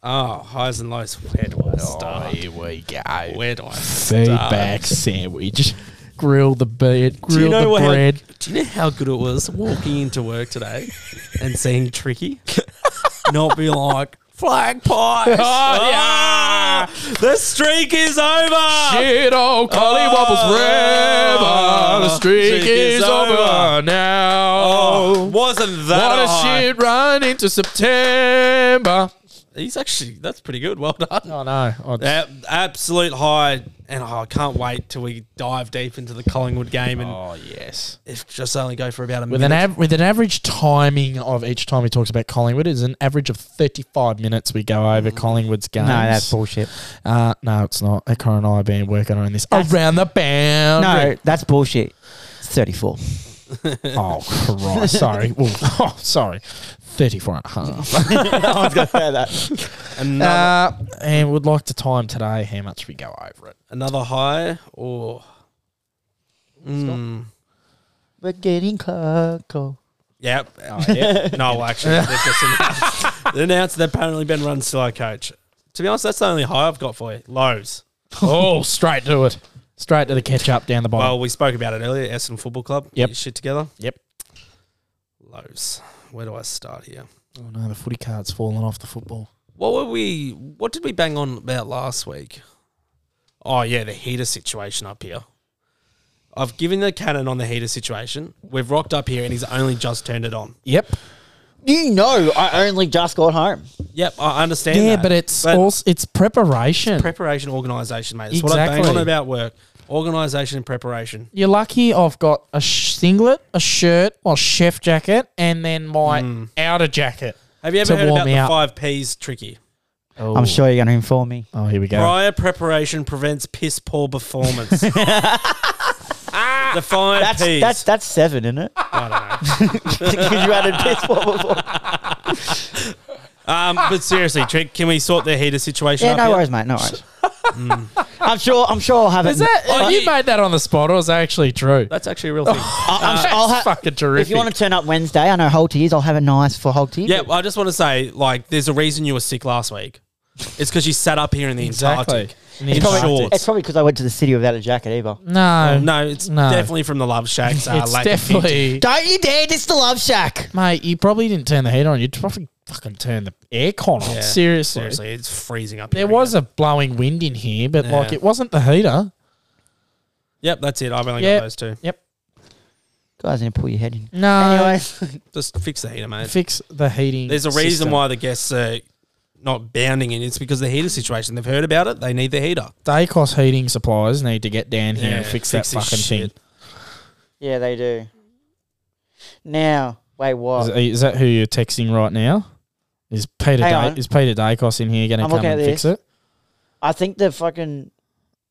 Speaker 2: Oh, highs and lows. Where do I start?
Speaker 4: here we go.
Speaker 2: Where do I start?
Speaker 4: Feedback sandwich. Grill the bread. Grill
Speaker 2: Do
Speaker 4: the
Speaker 2: you know how,
Speaker 4: bread.
Speaker 2: Do you know how good it was walking into work today and
Speaker 4: (laughs)
Speaker 2: seeing Tricky not be like flag pies?
Speaker 4: Oh,
Speaker 2: yeah. The streak is over.
Speaker 4: Shit, oh, Collie Wobbles
Speaker 2: Oh,
Speaker 4: forever. The streak is over now.
Speaker 2: Oh, wasn't that
Speaker 4: what a
Speaker 2: high.
Speaker 4: shit run into September.
Speaker 2: He's actually that's pretty good. Well done.
Speaker 4: Oh, no. Oh,
Speaker 2: A- absolute high, and oh, I can't wait till we dive deep into the Collingwood game and
Speaker 4: Oh. yes.
Speaker 2: if just only go for about a
Speaker 4: With an,
Speaker 2: minute.
Speaker 4: av- with an average timing of each time he talks about Collingwood is an average of 35 minutes we go over Collingwood's games.
Speaker 1: No, that's bullshit.
Speaker 4: Uh, no, it's not. Ekron and I have been working on this around the boundary.
Speaker 1: No, that's bullshit. It's 34.
Speaker 4: oh, Christ. Sorry. Well, (laughs) oh, sorry. 34 and a half.
Speaker 1: (laughs) I was going to say that.
Speaker 2: Another,
Speaker 4: Uh, and would like to time today how much we go over (laughs) it.
Speaker 2: another high or. Mm.
Speaker 1: (laughs) We're getting Clarko.
Speaker 2: Yep. (laughs) no, actually, they've just announced, (laughs) they announced that apparently Ben Runn's still our coach. To be honest, that's the only high I've got for you. Lows.
Speaker 4: Oh, straight to it. Straight to the catch up down the bottom.
Speaker 2: Well, we spoke about it earlier. Essendon Football Club.
Speaker 4: Yep.
Speaker 2: Get your shit together.
Speaker 4: Yep.
Speaker 2: Lows. Where do I start here?
Speaker 4: oh, no, the footy card's fallen off the football.
Speaker 2: What were we? What did we bang on about last week? Oh yeah, the heater situation up here. I've given the cannon on the heater situation. We've rocked up here, and he's only just turned it on.
Speaker 4: Yep.
Speaker 1: You know, I only just got home.
Speaker 2: Yep, I understand.
Speaker 4: yeah,
Speaker 2: that,
Speaker 4: but it's also it's preparation.
Speaker 2: preparation, organisation, mate. It's what I bang on
Speaker 4: Exactly.
Speaker 2: about work. Organisation and preparation.
Speaker 4: You're lucky I've got a sh- singlet, a shirt, my chef jacket, and then my outer jacket.
Speaker 2: Have you ever
Speaker 4: To
Speaker 2: heard
Speaker 4: warm
Speaker 2: about
Speaker 4: me
Speaker 2: the
Speaker 4: up.
Speaker 2: five P's tricky?
Speaker 4: Oh.
Speaker 1: I'm sure you're going to inform me.
Speaker 4: Oh, here we go.
Speaker 2: Prior preparation prevents piss
Speaker 4: (laughs)
Speaker 2: poor performance. the five
Speaker 1: That's
Speaker 2: P's.
Speaker 1: that's that's seven, isn't (laughs) it? Because you added piss for (laughs) before.
Speaker 2: um, but seriously, Trick, can we sort the heater situation
Speaker 1: Yeah,
Speaker 2: up
Speaker 1: no
Speaker 2: here?
Speaker 1: worries, mate. No (laughs) worries. I'm sure. I'm sure I'll have Mm. it.
Speaker 4: Is that
Speaker 2: Oh,
Speaker 4: you
Speaker 2: yeah.
Speaker 4: made that on the spot, or is that actually true?
Speaker 2: That's actually a real thing.
Speaker 1: I'll, I'm sure uh, I'll
Speaker 4: That's
Speaker 1: ha-
Speaker 4: fucking
Speaker 1: if
Speaker 4: terrific.
Speaker 1: you want to turn up Wednesday, I know Holtiers. I'll have a nice for Holtiers.
Speaker 2: (laughs) Yeah, well, I just want to say, like, there's a reason you were sick last week. It's because you sat up here in the
Speaker 4: exactly.
Speaker 2: Antarctic.
Speaker 4: In
Speaker 2: In
Speaker 4: Antarctic.
Speaker 2: shorts.
Speaker 1: It's probably because I went to the city without a jacket either.
Speaker 4: Mm. No, no,
Speaker 2: Oh, No, it's
Speaker 4: No.
Speaker 2: definitely from the Love
Speaker 4: (laughs)
Speaker 2: Shacks. Uh,
Speaker 4: it's
Speaker 2: lack of heat.
Speaker 4: definitely,
Speaker 1: Don't you dare diss the Love Shack.
Speaker 4: mate. You probably didn't turn the heat on. You probably fucking turned the aircon on.
Speaker 2: Yeah.
Speaker 4: Seriously.
Speaker 2: Seriously, it's freezing up
Speaker 4: There
Speaker 2: here.
Speaker 4: was a blowing wind in here, but like
Speaker 2: Yeah.
Speaker 4: it wasn't the heater.
Speaker 2: Yep, that's it. I've only
Speaker 4: Yep.
Speaker 2: got those two.
Speaker 4: Yep.
Speaker 1: Guys, need to pull your head in.
Speaker 4: No.
Speaker 1: Anyways,
Speaker 2: Just fix the heater, mate.
Speaker 4: Fix the heating.
Speaker 2: There's a reason
Speaker 4: system.
Speaker 2: why the guests are not bounding in. It's because of the heater situation. They've heard about it. They need the heater.
Speaker 4: Dacos heating suppliers need to get down here
Speaker 2: Yeah,
Speaker 4: and fix,
Speaker 2: fix
Speaker 4: that
Speaker 2: this
Speaker 4: fucking
Speaker 2: shit.
Speaker 1: (laughs) yeah, they do. Now, wait, what?
Speaker 4: thing. Is, is that who you're texting right now? Is Peter
Speaker 1: Hang
Speaker 4: da-
Speaker 1: on.
Speaker 4: is Peter Dacos in here going to
Speaker 1: I'm
Speaker 4: come
Speaker 1: looking
Speaker 4: and
Speaker 1: at
Speaker 4: fix
Speaker 1: this.
Speaker 4: it?
Speaker 1: I think the fucking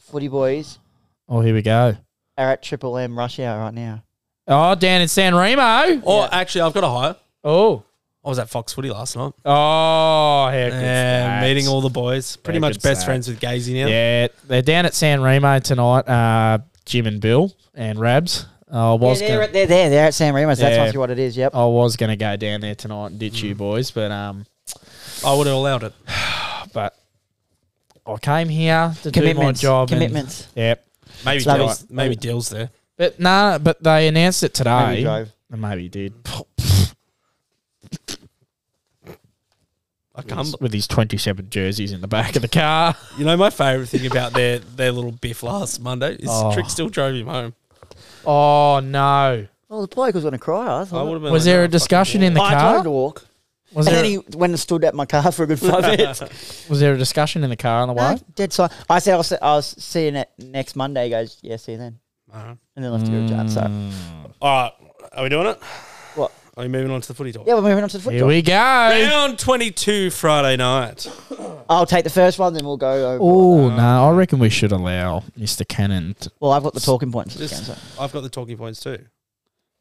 Speaker 1: footy boys
Speaker 4: Oh, here we go.
Speaker 1: are at Triple M rush hour right now.
Speaker 4: Oh, down in San Remo.
Speaker 2: Or actually, I've got a hire.
Speaker 4: Oh,
Speaker 2: I was at Fox Footy last night.
Speaker 4: oh, yeah,
Speaker 2: Yeah, meeting all the boys. Pretty
Speaker 4: Yeah,
Speaker 2: much
Speaker 4: good
Speaker 2: best
Speaker 4: stats.
Speaker 2: friends with Gazy now.
Speaker 4: Yeah, they're down at San Remo tonight. Uh, Jim and Bill and Rabs. I
Speaker 1: Yeah,
Speaker 4: was
Speaker 1: they're,
Speaker 4: gonna,
Speaker 1: at- they're there. They're at San Ramos. That's
Speaker 4: Yeah.
Speaker 1: must be what it is. Yep.
Speaker 4: I was going to go down there tonight and ditch you
Speaker 1: Mm.
Speaker 4: boys, but um,
Speaker 2: I would have allowed it.
Speaker 4: but I came here to do my
Speaker 1: Commitments.
Speaker 4: job. and-
Speaker 1: Commitments.
Speaker 4: yep.
Speaker 2: Maybe
Speaker 1: Love
Speaker 2: Dill's,
Speaker 1: it.
Speaker 2: maybe Dill's there.
Speaker 4: But nah, but they announced it today.
Speaker 1: Maybe drove.
Speaker 4: And maybe he did.
Speaker 2: I can't.
Speaker 4: with his 27 jerseys in the back of
Speaker 1: (laughs)
Speaker 4: the car.
Speaker 2: You know my favourite thing about their their little biff last Monday is
Speaker 4: Oh.
Speaker 2: Trick still drove him home.
Speaker 4: Oh, no.
Speaker 1: Oh, the bloke was going to cry. I
Speaker 2: I
Speaker 1: thought.
Speaker 2: would have been.
Speaker 4: Was
Speaker 2: like, "Oh,
Speaker 4: there
Speaker 2: "No,
Speaker 4: a discussion in the
Speaker 1: I told him
Speaker 4: car?
Speaker 1: to walk.
Speaker 4: Was
Speaker 1: and
Speaker 4: there,
Speaker 1: then he went and stood at my car for a good
Speaker 4: (laughs)
Speaker 1: five minutes.
Speaker 4: was there a discussion in the car on the way?
Speaker 1: No, dead silent. I said I'll see, I'll see you ne- next Monday. He goes, yeah, see you then.
Speaker 2: fucking walk."
Speaker 1: And then left to go to job. So
Speaker 2: All right, are we doing it?
Speaker 1: What?
Speaker 2: Are we moving on to the footy talk?
Speaker 1: yeah, we're moving on to the foot
Speaker 4: Here
Speaker 1: job.
Speaker 4: we go.
Speaker 2: Round twenty-two Friday night.
Speaker 1: I'll take the first one, then we'll go over.
Speaker 4: Oh, no. I reckon we should allow Mr. Cannon. To,
Speaker 1: Well, I've got the talking points for this
Speaker 2: Just-
Speaker 1: game. So.
Speaker 2: I've got the talking points too.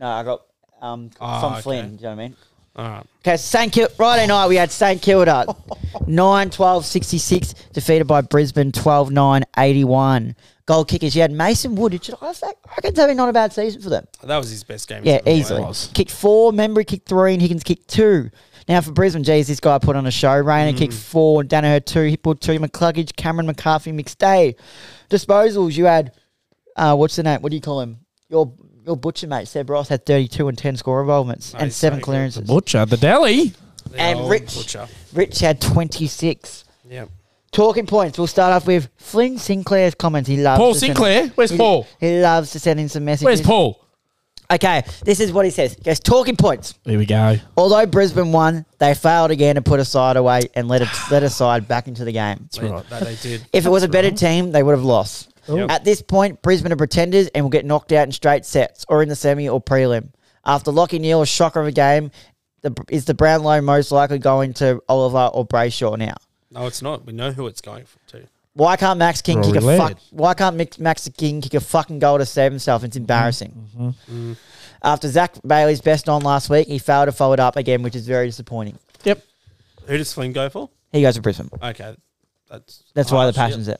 Speaker 1: No, I got um,
Speaker 2: Ah,
Speaker 1: from
Speaker 2: okay.
Speaker 1: Flynn. Do you know what I mean?
Speaker 2: All right.
Speaker 1: Okay, St Kilda. Friday night we had St Kilda
Speaker 2: (laughs)
Speaker 1: 9 12 66, defeated by Brisbane 12 9 81. Goal kickers, you had Mason Woodage. I was like, I can tell you not a bad season for them.
Speaker 2: That was his best game. he's
Speaker 1: Yeah,
Speaker 2: ever played.
Speaker 1: easily.
Speaker 4: was.
Speaker 1: Kicked four, Membry kicked three, and Higgins kicked two. Now for Brisbane, geez, this guy put on a show. Rayner
Speaker 4: Hmm.
Speaker 1: kicked four, Danaher two, Hippold two, McCluggage, Cameron McCarthy, McStay. Disposals, you had, uh, what's the name? What do you call him? Your your butcher mate, Seb Ross, had 32 and 10 score involvements and
Speaker 2: he's
Speaker 1: seven
Speaker 2: so good.
Speaker 1: clearances.
Speaker 4: Butcher, the deli.
Speaker 2: The
Speaker 1: And
Speaker 2: old
Speaker 1: Rich.
Speaker 2: Butcher.
Speaker 1: Rich had 26.
Speaker 2: Yep.
Speaker 1: Talking points. We'll start off with Flynn Sinclair's comments. He loves
Speaker 4: Paul
Speaker 1: to send-
Speaker 4: Sinclair? Where's
Speaker 1: he-
Speaker 4: Paul?
Speaker 1: He loves to send in some messages.
Speaker 4: Where's Paul?
Speaker 1: Okay, this is what he says. He goes, talking points.
Speaker 4: Here we go.
Speaker 1: Although Brisbane won, they failed again to put a side away and let a, let a side back into the game.
Speaker 2: They- That they did.
Speaker 1: If (laughs) it was a better team, they would have lost.
Speaker 2: Yep.
Speaker 1: At this point, Brisbane are pretenders and will get knocked out in straight sets or in the semi or prelim. After Lockie Neal's shocker of a game, the, is the Brownlow most likely going to Oliver or Brayshaw now?
Speaker 2: No, it's not. We know who it's going for, to.
Speaker 1: Why can't Max King
Speaker 3: We're all
Speaker 1: kick a fuck?
Speaker 3: related.
Speaker 1: Why can't Mix- Max King kick a fucking goal to save himself? It's embarrassing. After Zach Bailey's best on last week, he failed to follow it up again, which is very disappointing.
Speaker 2: Who does Flynn go for?
Speaker 1: He goes to Brisbane.
Speaker 2: Okay, that's
Speaker 1: That's why the passion's there.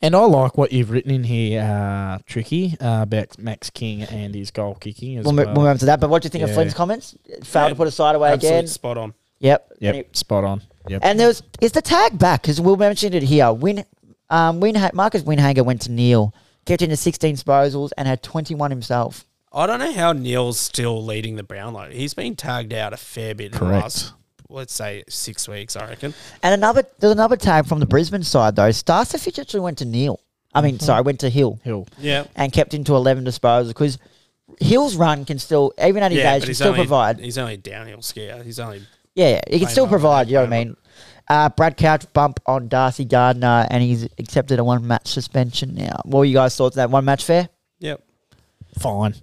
Speaker 4: And I like what you've written in here, uh, Tricky, uh, about Max King and his goal kicking as
Speaker 1: We'll,
Speaker 4: well.
Speaker 1: mo- we'll move on to that. But what do you think of
Speaker 4: Yeah.
Speaker 1: Flynn's comments? Failed
Speaker 2: Yeah,
Speaker 1: to put a side away
Speaker 2: Absolute
Speaker 1: again.
Speaker 2: spot on.
Speaker 1: Yep. And
Speaker 4: Yep,
Speaker 1: it-
Speaker 4: spot on. Yep.
Speaker 1: And there was is the tag back because we mentioned it here. Win, um, Win Marcus Winhager went to Neil, kept into sixteen disposals and had twenty one himself.
Speaker 2: I don't know how Neil's still leading the Brownlow. He's been tagged out a fair bit in the
Speaker 4: Correct.
Speaker 2: last, let's say, six weeks, I reckon.
Speaker 1: And another there's another tag from the Brisbane side though. Starcevich actually went to Neil. I mean, sorry, went to Hill
Speaker 4: Hill.
Speaker 2: Yeah.
Speaker 1: and kept into eleven disposals because Hill's run can still even at his
Speaker 2: Yeah,
Speaker 1: age
Speaker 2: but
Speaker 1: can
Speaker 2: he's
Speaker 1: still
Speaker 2: only,
Speaker 1: provide.
Speaker 2: he's only downhill skier. He's only
Speaker 1: Yeah, yeah, he can
Speaker 2: Play
Speaker 1: still
Speaker 2: him up,
Speaker 1: provide. You know what I
Speaker 2: play him
Speaker 1: mean? Uh, Brad Couch bump on Darcy Gardner, and he's accepted a one match suspension now. What were you guys thoughts of that one match fair?
Speaker 2: yep.
Speaker 4: Fine.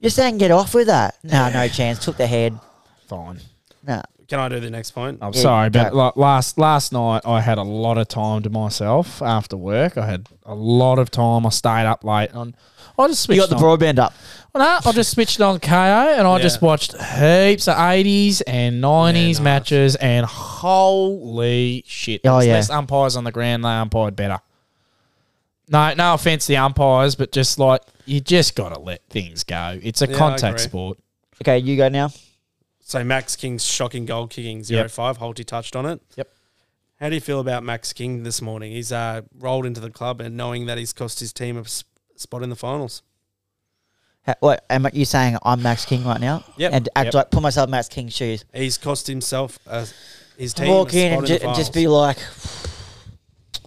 Speaker 1: You're saying get off with that? No, no chance. Took the head.
Speaker 4: Fine.
Speaker 1: No.
Speaker 2: Can I do the next point?
Speaker 4: I'm
Speaker 1: Yeah,
Speaker 4: sorry, but
Speaker 1: go.
Speaker 4: like last last night I had a lot of time to myself after work. I had a lot of time. I stayed up late on. I just switched.
Speaker 1: You got the
Speaker 4: on.
Speaker 1: broadband up.
Speaker 4: Well, no, I just switched on KO and I
Speaker 2: Yeah.
Speaker 4: just watched heaps of 80s and 90s
Speaker 2: nice.
Speaker 4: matches and holy shit.
Speaker 1: Oh,
Speaker 4: there's
Speaker 1: yeah.
Speaker 4: less umpires on the ground, they umpired better. No, no offense to the umpires, but just like you just gotta let things go. It's a
Speaker 2: Yeah, I
Speaker 4: contact
Speaker 2: agree.
Speaker 4: sport.
Speaker 1: Okay, you go now.
Speaker 2: So Max King's shocking goal kicking 0 5. Holty touched on it.
Speaker 4: Yep.
Speaker 2: How do you feel about Max King this morning? He's uh, rolled into the club and knowing that he's cost his team a s- spot in the finals.
Speaker 1: Ha- What am I- you saying? I'm Max King right now.
Speaker 2: Yep.
Speaker 1: And act
Speaker 4: Yep.
Speaker 1: like put myself in Max King's shoes.
Speaker 2: He's cost himself a, his team
Speaker 1: Walk
Speaker 2: a spot
Speaker 1: in and,
Speaker 2: in
Speaker 1: ju-
Speaker 2: the
Speaker 1: and just be
Speaker 2: finals.
Speaker 1: like,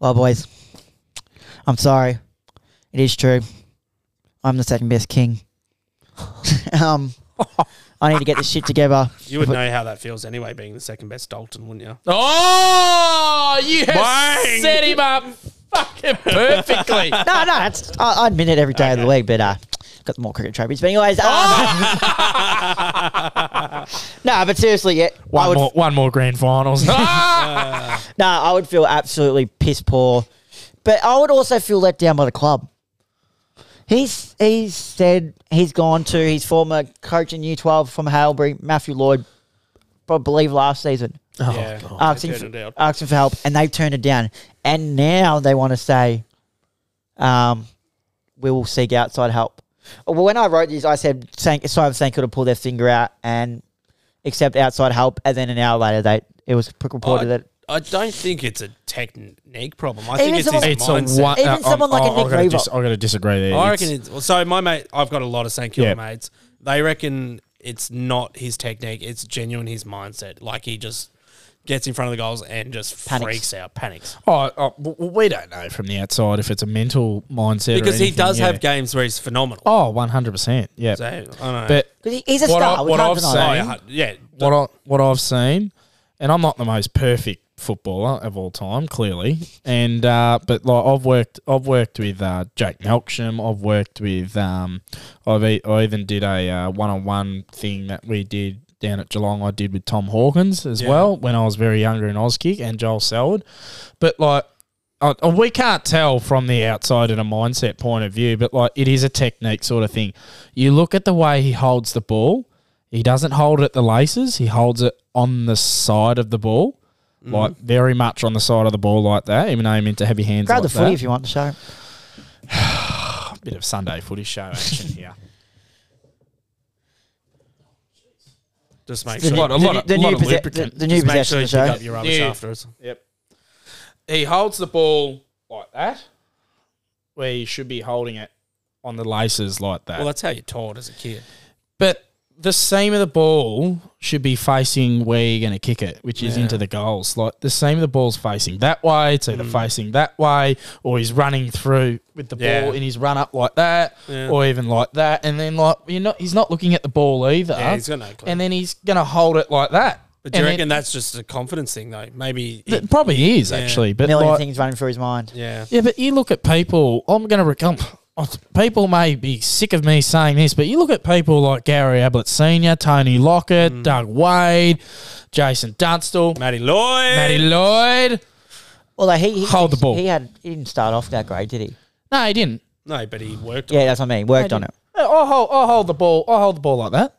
Speaker 1: "Well, boys, I'm sorry. It is true. I'm the second best king. (laughs) um, I need to get this shit together.
Speaker 2: You would know how that feels anyway, being the second best Dalton, wouldn't you?
Speaker 4: Oh you have
Speaker 2: Bang!
Speaker 4: set him up
Speaker 2: (laughs)
Speaker 4: fucking perfectly.
Speaker 1: No, no, it's, I, I admit it every day of the week, but uh, got some more cricket trophies. But anyways, um, (laughs)
Speaker 4: (laughs)
Speaker 1: no, but seriously, yeah, I
Speaker 4: one
Speaker 1: would
Speaker 4: more one more grand (laughs) finals. Ah!
Speaker 1: No, I would feel absolutely piss poor. But I would also feel let down by the club. He's he's said he's gone to his former coach in Year Twelve from Halebury, Matthew Lloyd, I believe last season,
Speaker 2: yeah.
Speaker 1: asking
Speaker 2: They turned it
Speaker 1: for,
Speaker 2: down.
Speaker 1: asking for help, and they've turned it down. And now they want to say, um, we will seek outside help. Well, when I wrote this, I said St. Simon St. Kilda pulled their finger out and accept outside help, and then an hour later, they it was reported that
Speaker 2: I, I don't think it's a technique problem. I
Speaker 1: Even
Speaker 2: think it's his
Speaker 1: someone-
Speaker 4: it's a
Speaker 2: mindset.
Speaker 4: one uh,
Speaker 1: Even
Speaker 4: I'm-
Speaker 1: someone like a
Speaker 4: I'm- I'm
Speaker 1: Nick
Speaker 4: gonna
Speaker 1: Reeve.
Speaker 4: dis- I'm gonna disagree there.
Speaker 2: I
Speaker 4: It's-
Speaker 2: reckon it's so. My mate, I've got a lot of St Kilda
Speaker 4: Yeah.
Speaker 2: mates. They reckon it's not his technique; it's genuine his mindset. Like he just gets in front of the goals and just
Speaker 1: Panics.
Speaker 2: freaks out, panics.
Speaker 4: Oh, oh w- w- we don't know from the outside if it's a mental mindset or
Speaker 2: Because he
Speaker 4: anything,
Speaker 2: does
Speaker 4: yeah.
Speaker 2: have games where he's phenomenal.
Speaker 4: Oh, one hundred percent. Yeah,
Speaker 2: So, I don't know.
Speaker 4: but
Speaker 1: because he's a
Speaker 4: What
Speaker 1: star.
Speaker 4: I-
Speaker 1: we
Speaker 4: what
Speaker 1: can't
Speaker 4: I've
Speaker 1: deny
Speaker 4: seen-
Speaker 1: that.
Speaker 2: oh, yeah, yeah,
Speaker 4: what I, what I've seen, and I'm not the most perfect footballer of all time, clearly. And uh, but like I've worked, I've worked with uh, Jake Melksham. I've worked with, um, I've e- I even did a one on one thing that we did down at Geelong. I did with Tom Hawkins as well when I was very younger in Auskick and Joel Selwood. But like. I- I- Oh, We can't tell from the outside in a mindset point of view, but like it is a technique sort of thing. You look at the way he holds the ball, he doesn't hold it at the laces. He holds it on the side of the ball,
Speaker 1: Mm.
Speaker 4: like very much on the side of the ball, like that. Even though he meant to have your hands.
Speaker 1: Grab
Speaker 4: like
Speaker 1: the footy
Speaker 4: that.
Speaker 1: if you want to show.
Speaker 4: A bit of Sunday footy show action
Speaker 1: (laughs)
Speaker 4: here.
Speaker 2: just make
Speaker 1: The
Speaker 2: sure.
Speaker 1: new-
Speaker 4: lot- a
Speaker 1: the
Speaker 4: lot
Speaker 1: new-
Speaker 4: of-
Speaker 1: the
Speaker 4: lot
Speaker 1: new
Speaker 4: of
Speaker 1: possess-
Speaker 4: lubricant.
Speaker 1: the- the new
Speaker 2: just make
Speaker 1: possession
Speaker 2: sure you
Speaker 1: of
Speaker 2: pick
Speaker 1: the
Speaker 2: up
Speaker 1: show.
Speaker 2: your rubbish
Speaker 4: Yeah.
Speaker 2: afterwards.
Speaker 4: Yep. He holds the ball like that, where he should be holding it on the laces like that.
Speaker 2: Well, that's how you're taught as a kid.
Speaker 4: but the seam of the ball should be facing where you're going to kick it, which is into the goals. Like the seam of the ball's facing that way, it's
Speaker 2: Mm.
Speaker 4: either facing that way, or he's running through with the
Speaker 2: Yeah.
Speaker 4: ball in his run up like that, or even like that. And then like you're not, he's not looking at the ball either.
Speaker 2: Yeah, he's got no clue.
Speaker 4: And then he's going to hold it like that.
Speaker 2: But do you
Speaker 4: And
Speaker 2: reckon
Speaker 4: then-
Speaker 2: that's just a confidence thing, though? Maybe. he-
Speaker 4: it probably is actually, but
Speaker 1: million
Speaker 4: like,
Speaker 1: things running through his mind.
Speaker 2: yeah.
Speaker 4: yeah, but you look at people. I'm going to recount. People may be sick of me saying this, but you look at people like Gary Ablett Senior, Tony Lockett,
Speaker 2: Mm.
Speaker 4: Doug Wade, Jason Dunstall,
Speaker 2: Matty Lloyd.
Speaker 4: Matty Lloyd.
Speaker 1: Although he, he
Speaker 4: Hold the ball.
Speaker 1: He had he didn't start off that great, did he?
Speaker 4: No, he didn't.
Speaker 2: No, but he worked.
Speaker 1: Yeah, that's what I mean. Worked on it.
Speaker 4: I'll hold, I'll hold the ball. I'll hold the ball like that.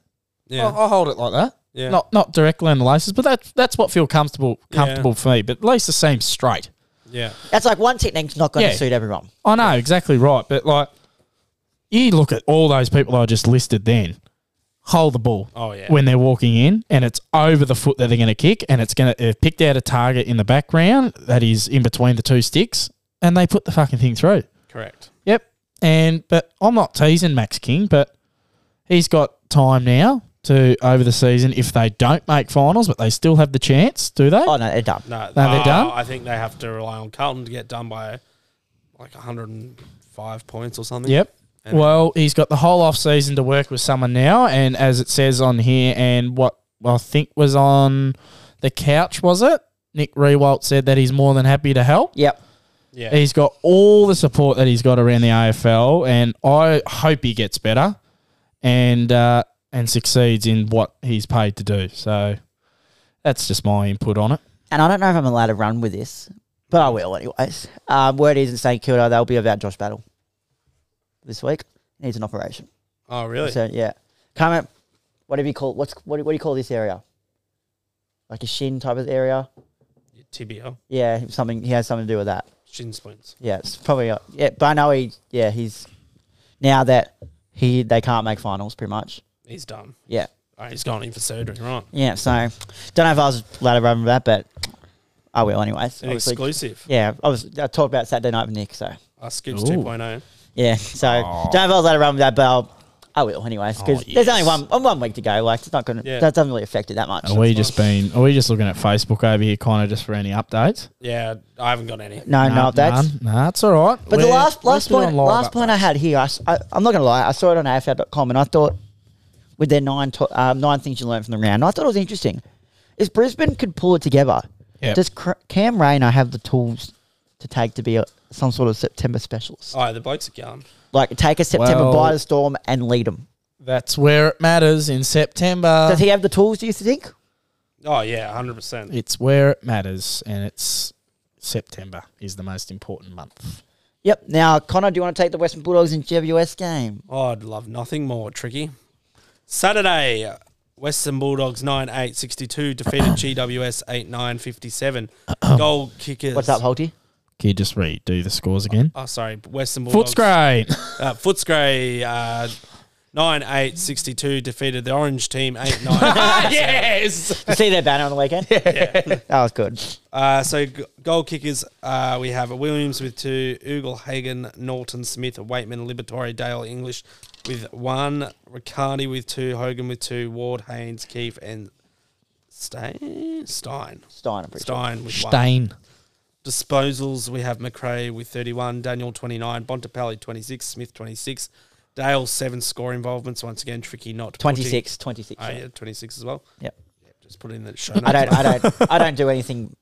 Speaker 2: Yeah.
Speaker 4: I'll, I'll hold it like that.
Speaker 2: Yeah.
Speaker 4: Not not directly on the laces, but that's that's what feel comfortable comfortable for me. But at least the seam's straight.
Speaker 2: Yeah.
Speaker 1: That's like one technique's not going to
Speaker 4: Yeah.
Speaker 1: suit everyone.
Speaker 4: I know exactly right, but like you look at all those people I just listed. Then hold the ball.
Speaker 2: Oh, yeah.
Speaker 4: When they're walking in, and it's over the foot that they're going to kick, and it's going to they've picked out a target in the background that is in between the two sticks, and they put the fucking thing through.
Speaker 2: Correct.
Speaker 4: Yep. And but I'm not teasing Max King, but he's got time now to over the season if they don't make finals, but they still have the chance, do they?
Speaker 1: Oh no, they're dumb.
Speaker 2: No,
Speaker 4: they're
Speaker 2: oh,
Speaker 4: done?
Speaker 2: I think they have to rely on Carlton to get done by like 105 points or something.
Speaker 4: Yep.
Speaker 2: And-
Speaker 4: well, he's got the whole off season to work with someone now, and as it says on here, and what I think was on the couch was it? Nick Rewalt said that he's more than happy to help.
Speaker 1: Yep.
Speaker 2: Yeah.
Speaker 4: He's got all the support that he's got around the AFL, and I hope he gets better and uh, and succeeds in what he's paid to do. So that's just my input on it.
Speaker 1: And I don't know if I'm allowed to run with this, but I will anyways. Um, word is in St Kilda they'll be about Josh Battle this week. Needs an operation.
Speaker 2: oh, really?
Speaker 1: So yeah, comment. Whatever you call what's what, do- what do you call this area? Like a shin type of area.
Speaker 2: Tibia.
Speaker 1: Yeah, something he has something to do with that.
Speaker 2: Shin splints.
Speaker 1: Yeah, it's probably uh, yeah. But I know he yeah he's now that he they can't make finals pretty much.
Speaker 2: He's done.
Speaker 1: Yeah,
Speaker 2: Oh, he's going in for surgery,
Speaker 4: Oh,
Speaker 2: right?
Speaker 1: yeah. So don't know if I was allowed to run with that, but I will anyways.
Speaker 2: An
Speaker 1: obviously.
Speaker 2: exclusive.
Speaker 1: Yeah, I was I talked about Saturday night with Nick, so
Speaker 2: Uh, Scoops
Speaker 4: Ooh.
Speaker 2: 2.0.
Speaker 1: yeah. So don't know if I was allowed to run with that, but I'll, I will anyways because
Speaker 4: Oh,
Speaker 1: there's only
Speaker 4: yes.
Speaker 1: one uh, one week to go. Like it's not gonna
Speaker 2: Yeah.
Speaker 1: that doesn't really affect it that much.
Speaker 4: Are we just been? Are we just looking at Facebook over here, kind of just for any updates?
Speaker 2: Yeah, I haven't got any.
Speaker 1: No, no, that's
Speaker 4: none. Nah, that's all right.
Speaker 1: But the
Speaker 4: We're-
Speaker 1: last
Speaker 4: we're
Speaker 1: last
Speaker 4: still
Speaker 1: point
Speaker 4: on live
Speaker 1: last
Speaker 4: update.
Speaker 1: point I had here, I, am not going to lie, I saw it on AFL.com and I thought with their nine to, um, nine things you learned from the round, I thought it was interesting. Is Brisbane could pull it together?
Speaker 4: Yep.
Speaker 1: Does Cr- Cam Rayner have the tools to take to be a, some sort of September specialist?
Speaker 2: Oh, the blokes are gone.
Speaker 1: Like take a September
Speaker 4: Well-
Speaker 1: by the storm and lead them.
Speaker 4: That's where it matters in
Speaker 2: uh,
Speaker 4: September.
Speaker 1: Does he have the tools? Do you think?
Speaker 2: Oh, yeah, 100%.
Speaker 4: It's where it matters, and it's September is the most important month.
Speaker 1: Yep. Now, Connor, do you want to take the Western Bulldogs in GWS game?
Speaker 2: Oh, I'd love nothing more, Tricky. Saturday, Western Bulldogs 9 8
Speaker 4: (coughs)
Speaker 2: 62 defeated GWS 8 9 57. Goal kickers.
Speaker 1: What's up, Holty?
Speaker 4: Can you just redo the scores again?
Speaker 2: Oh, sorry, Western Bulldogs.
Speaker 4: Footscray.
Speaker 2: Uh, Footscray uh, 9 8 62 defeated the Orange team 8 9.
Speaker 4: yes.
Speaker 1: Did you see their banner on the
Speaker 2: (laughs)
Speaker 1: weekend? that was good.
Speaker 2: Uh, so g- goal kickers, uh, we have Williams with two, Ugle Hagen, Norton Smith, Waitman, Liberatore, Dale English with one, Riccardi with two, Hogan with two, Ward, Haynes, Keefe, and Stein. Stein.
Speaker 1: Stein, I'm pretty sure.
Speaker 2: Stein with one.
Speaker 4: Stain.
Speaker 2: Disposals, we have McRae with 31, Daniel 29, Bontepelli 26, Smith 26, Dale 7 score involvements. Once again, tricky not to put in-
Speaker 1: 26, 26.
Speaker 2: Oh,
Speaker 1: sorry.
Speaker 2: yeah, 26 as well.
Speaker 1: Yep.
Speaker 2: Just put in the show
Speaker 1: I don't,
Speaker 2: notes.
Speaker 1: I don't, I don't do anything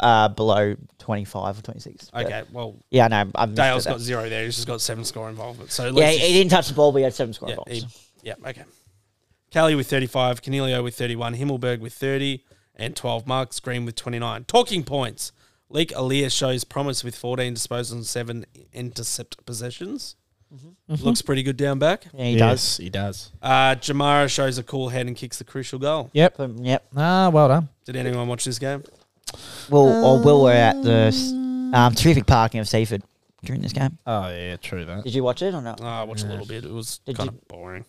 Speaker 1: uh, below twenty five or twenty six.
Speaker 2: (laughs) Okay, well,
Speaker 1: Yeah, no, I'm.
Speaker 2: Dale's got zero there. He's just got seven score involvement. So
Speaker 1: Yeah,
Speaker 2: let's
Speaker 1: he,
Speaker 2: just-
Speaker 1: he didn't touch the ball. but he had seven score
Speaker 2: yeah,
Speaker 1: balls.
Speaker 2: he- yeah, okay. Kelly with 35, Canelio with 31, Himmelberg with 30, and 12 marks, Green with 29. Talking points. Leak Aaliyah shows promise with 14 disposals and 7 intercept possessions. Looks pretty good down back.
Speaker 1: yeah, he does.
Speaker 4: He does.
Speaker 2: Uh, Jamara shows a cool head and kicks the crucial goal.
Speaker 4: Yep.
Speaker 1: Boom, yep.
Speaker 4: Ah, well done.
Speaker 2: Did anyone watch this game?
Speaker 1: Well, or Will were at the s- um, terrific parking of Seaford during this game.
Speaker 4: Oh yeah, true that.
Speaker 1: Did you watch it or not?
Speaker 2: Uh, I watched a little bit. It was
Speaker 1: Did
Speaker 2: kind
Speaker 1: you-
Speaker 2: of boring.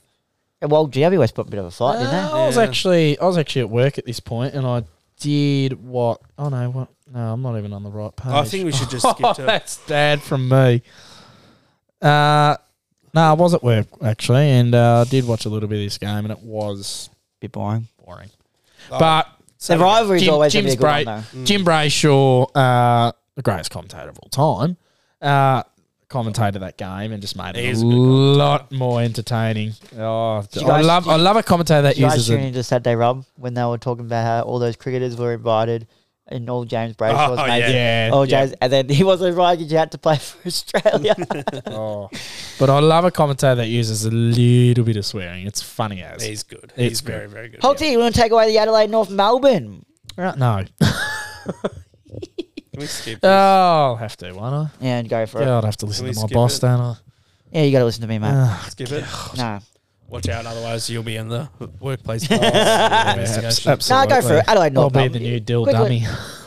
Speaker 1: Yeah, Uh, well, GWS put a bit of a fight, didn't
Speaker 4: Uh,
Speaker 1: they?
Speaker 4: I was
Speaker 2: Yeah.
Speaker 4: actually I was actually at work at this point, and I did what? Oh no, what? No, I'm not even on the right page.
Speaker 2: I think we
Speaker 4: (laughs)
Speaker 2: should just skip to it.
Speaker 4: That's dad from me. Uh no, I was at work actually, and uh, I did watch a little bit of this game, and it was
Speaker 1: Bit boring.
Speaker 4: boring.
Speaker 2: Oh,
Speaker 4: But
Speaker 1: The rivalry's
Speaker 4: Jim,
Speaker 1: always going to be
Speaker 4: Jim's
Speaker 1: a good one,
Speaker 4: great.
Speaker 1: though.
Speaker 2: hmm.
Speaker 4: Jim Brayshaw, uh, the greatest commentator of all time, uh, commentated that game and just made
Speaker 2: He
Speaker 4: it
Speaker 2: is
Speaker 4: a
Speaker 2: a good
Speaker 4: lot more entertaining. Oh,
Speaker 1: you
Speaker 4: I
Speaker 1: guys-
Speaker 4: love I love a commentator that
Speaker 1: Did you guys
Speaker 4: uses
Speaker 1: tune
Speaker 4: it.
Speaker 1: into Saturday Rob when they were talking about how all those cricketers were invited and all James Brayshaw was
Speaker 2: Oh,
Speaker 1: amazing.
Speaker 4: yeah.
Speaker 1: All
Speaker 4: Yeah.
Speaker 1: James, and then he wasn't right because you had to play (laughs) for Australia.
Speaker 4: Oh. But I love a commentator that uses a little bit of swearing. It's funny as.
Speaker 2: He's good.
Speaker 4: It's
Speaker 2: He's very, very good.
Speaker 1: Hoxie, you want to take away the Adelaide North Melbourne?
Speaker 4: Right, no.
Speaker 2: Can we skip?
Speaker 4: Oh, I'll have to, won't I?
Speaker 1: Yeah, go for
Speaker 4: Yeah,
Speaker 1: it.
Speaker 4: I'd have to listen
Speaker 2: we
Speaker 4: to my
Speaker 2: skip
Speaker 4: boss,
Speaker 2: it?
Speaker 4: don't I?
Speaker 1: Yeah, you got to listen to me, mate.
Speaker 4: Ah,
Speaker 2: skip it.
Speaker 1: no,
Speaker 2: Watch out, otherwise you'll be in the workplace.
Speaker 4: abs-
Speaker 2: investigation.
Speaker 1: no, go for it. Adelaide
Speaker 4: I'll
Speaker 1: North.
Speaker 4: be the new dill dummy.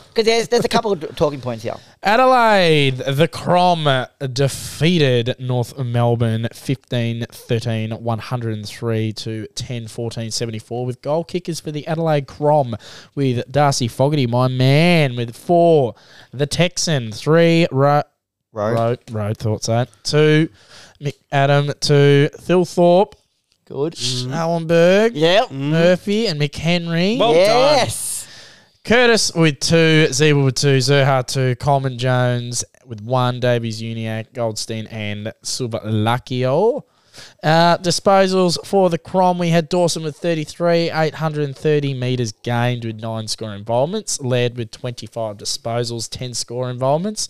Speaker 1: Because there's there's a couple of (laughs) d- talking points here.
Speaker 4: Adelaide, the Crom uh, defeated North Melbourne 15 13 103 to 10 14 74 with goal kickers for the Adelaide Crom with Darcy Fogarty, my man, with four. The Texan, three. Ro-
Speaker 1: Road.
Speaker 4: Road, road thoughts that. Two, McAdam, two, Thilthorpe,
Speaker 1: Good.
Speaker 2: Mm.
Speaker 4: Allenberg,
Speaker 1: Yep.
Speaker 4: Murphy, and McHenry.
Speaker 2: Well done.
Speaker 1: yes.
Speaker 4: Curtis with two, Zebel with two, Zerha two, Coleman Jones with one, Davies Uniac, Goldstein, and Silva Luckio. Uh, disposals for the Crom, we had Dawson with 33, 830 metres gained with nine score involvements, Laird with 25 disposals, 10 score involvements,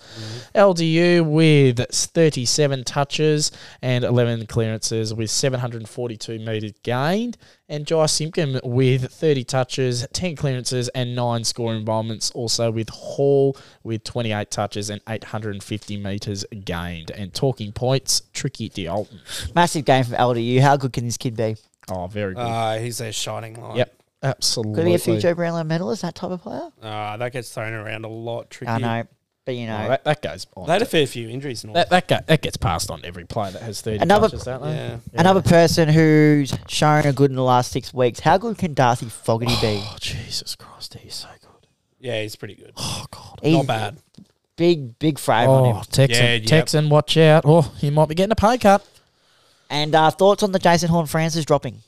Speaker 4: LDU with 37 touches and 11 clearances with 742 metres gained, and Jai Simpkin with 30 touches, 10 clearances, and 9 score involvements, also with Hall with 28 touches and 850 metres gained. And talking points, Tricky D'Alton.
Speaker 1: Massive game from LDU. How good can this kid be?
Speaker 4: Oh, very good.
Speaker 2: Ah, he's their shining light.
Speaker 4: yep, absolutely.
Speaker 1: Could he be a future Brownlow medalist? That type of player.
Speaker 2: Ah, that gets thrown around a lot. Tricky.
Speaker 1: I know, but you know,
Speaker 4: Oh, that, that goes on.
Speaker 2: They had a
Speaker 4: That,
Speaker 2: fair few injuries. North.
Speaker 4: that, that, go- that gets passed on to every player that has 30
Speaker 1: Another-
Speaker 4: touches, don't they?
Speaker 2: yeah.
Speaker 1: another person who's shown a good in the last six weeks. How good can Darcy Fogarty
Speaker 2: (sighs)
Speaker 1: be?
Speaker 4: Oh, Jesus Christ, he's so good.
Speaker 2: Yeah, he's pretty good.
Speaker 4: Oh, God.
Speaker 1: He's
Speaker 2: Not bad.
Speaker 1: Big, big frame on
Speaker 4: Oh,
Speaker 1: him.
Speaker 4: Texan,
Speaker 2: Yeah, yep.
Speaker 4: Texan, watch out. Oh, he might be getting a pay cut.
Speaker 1: And uh, thoughts on the Jason Horn Francis dropping?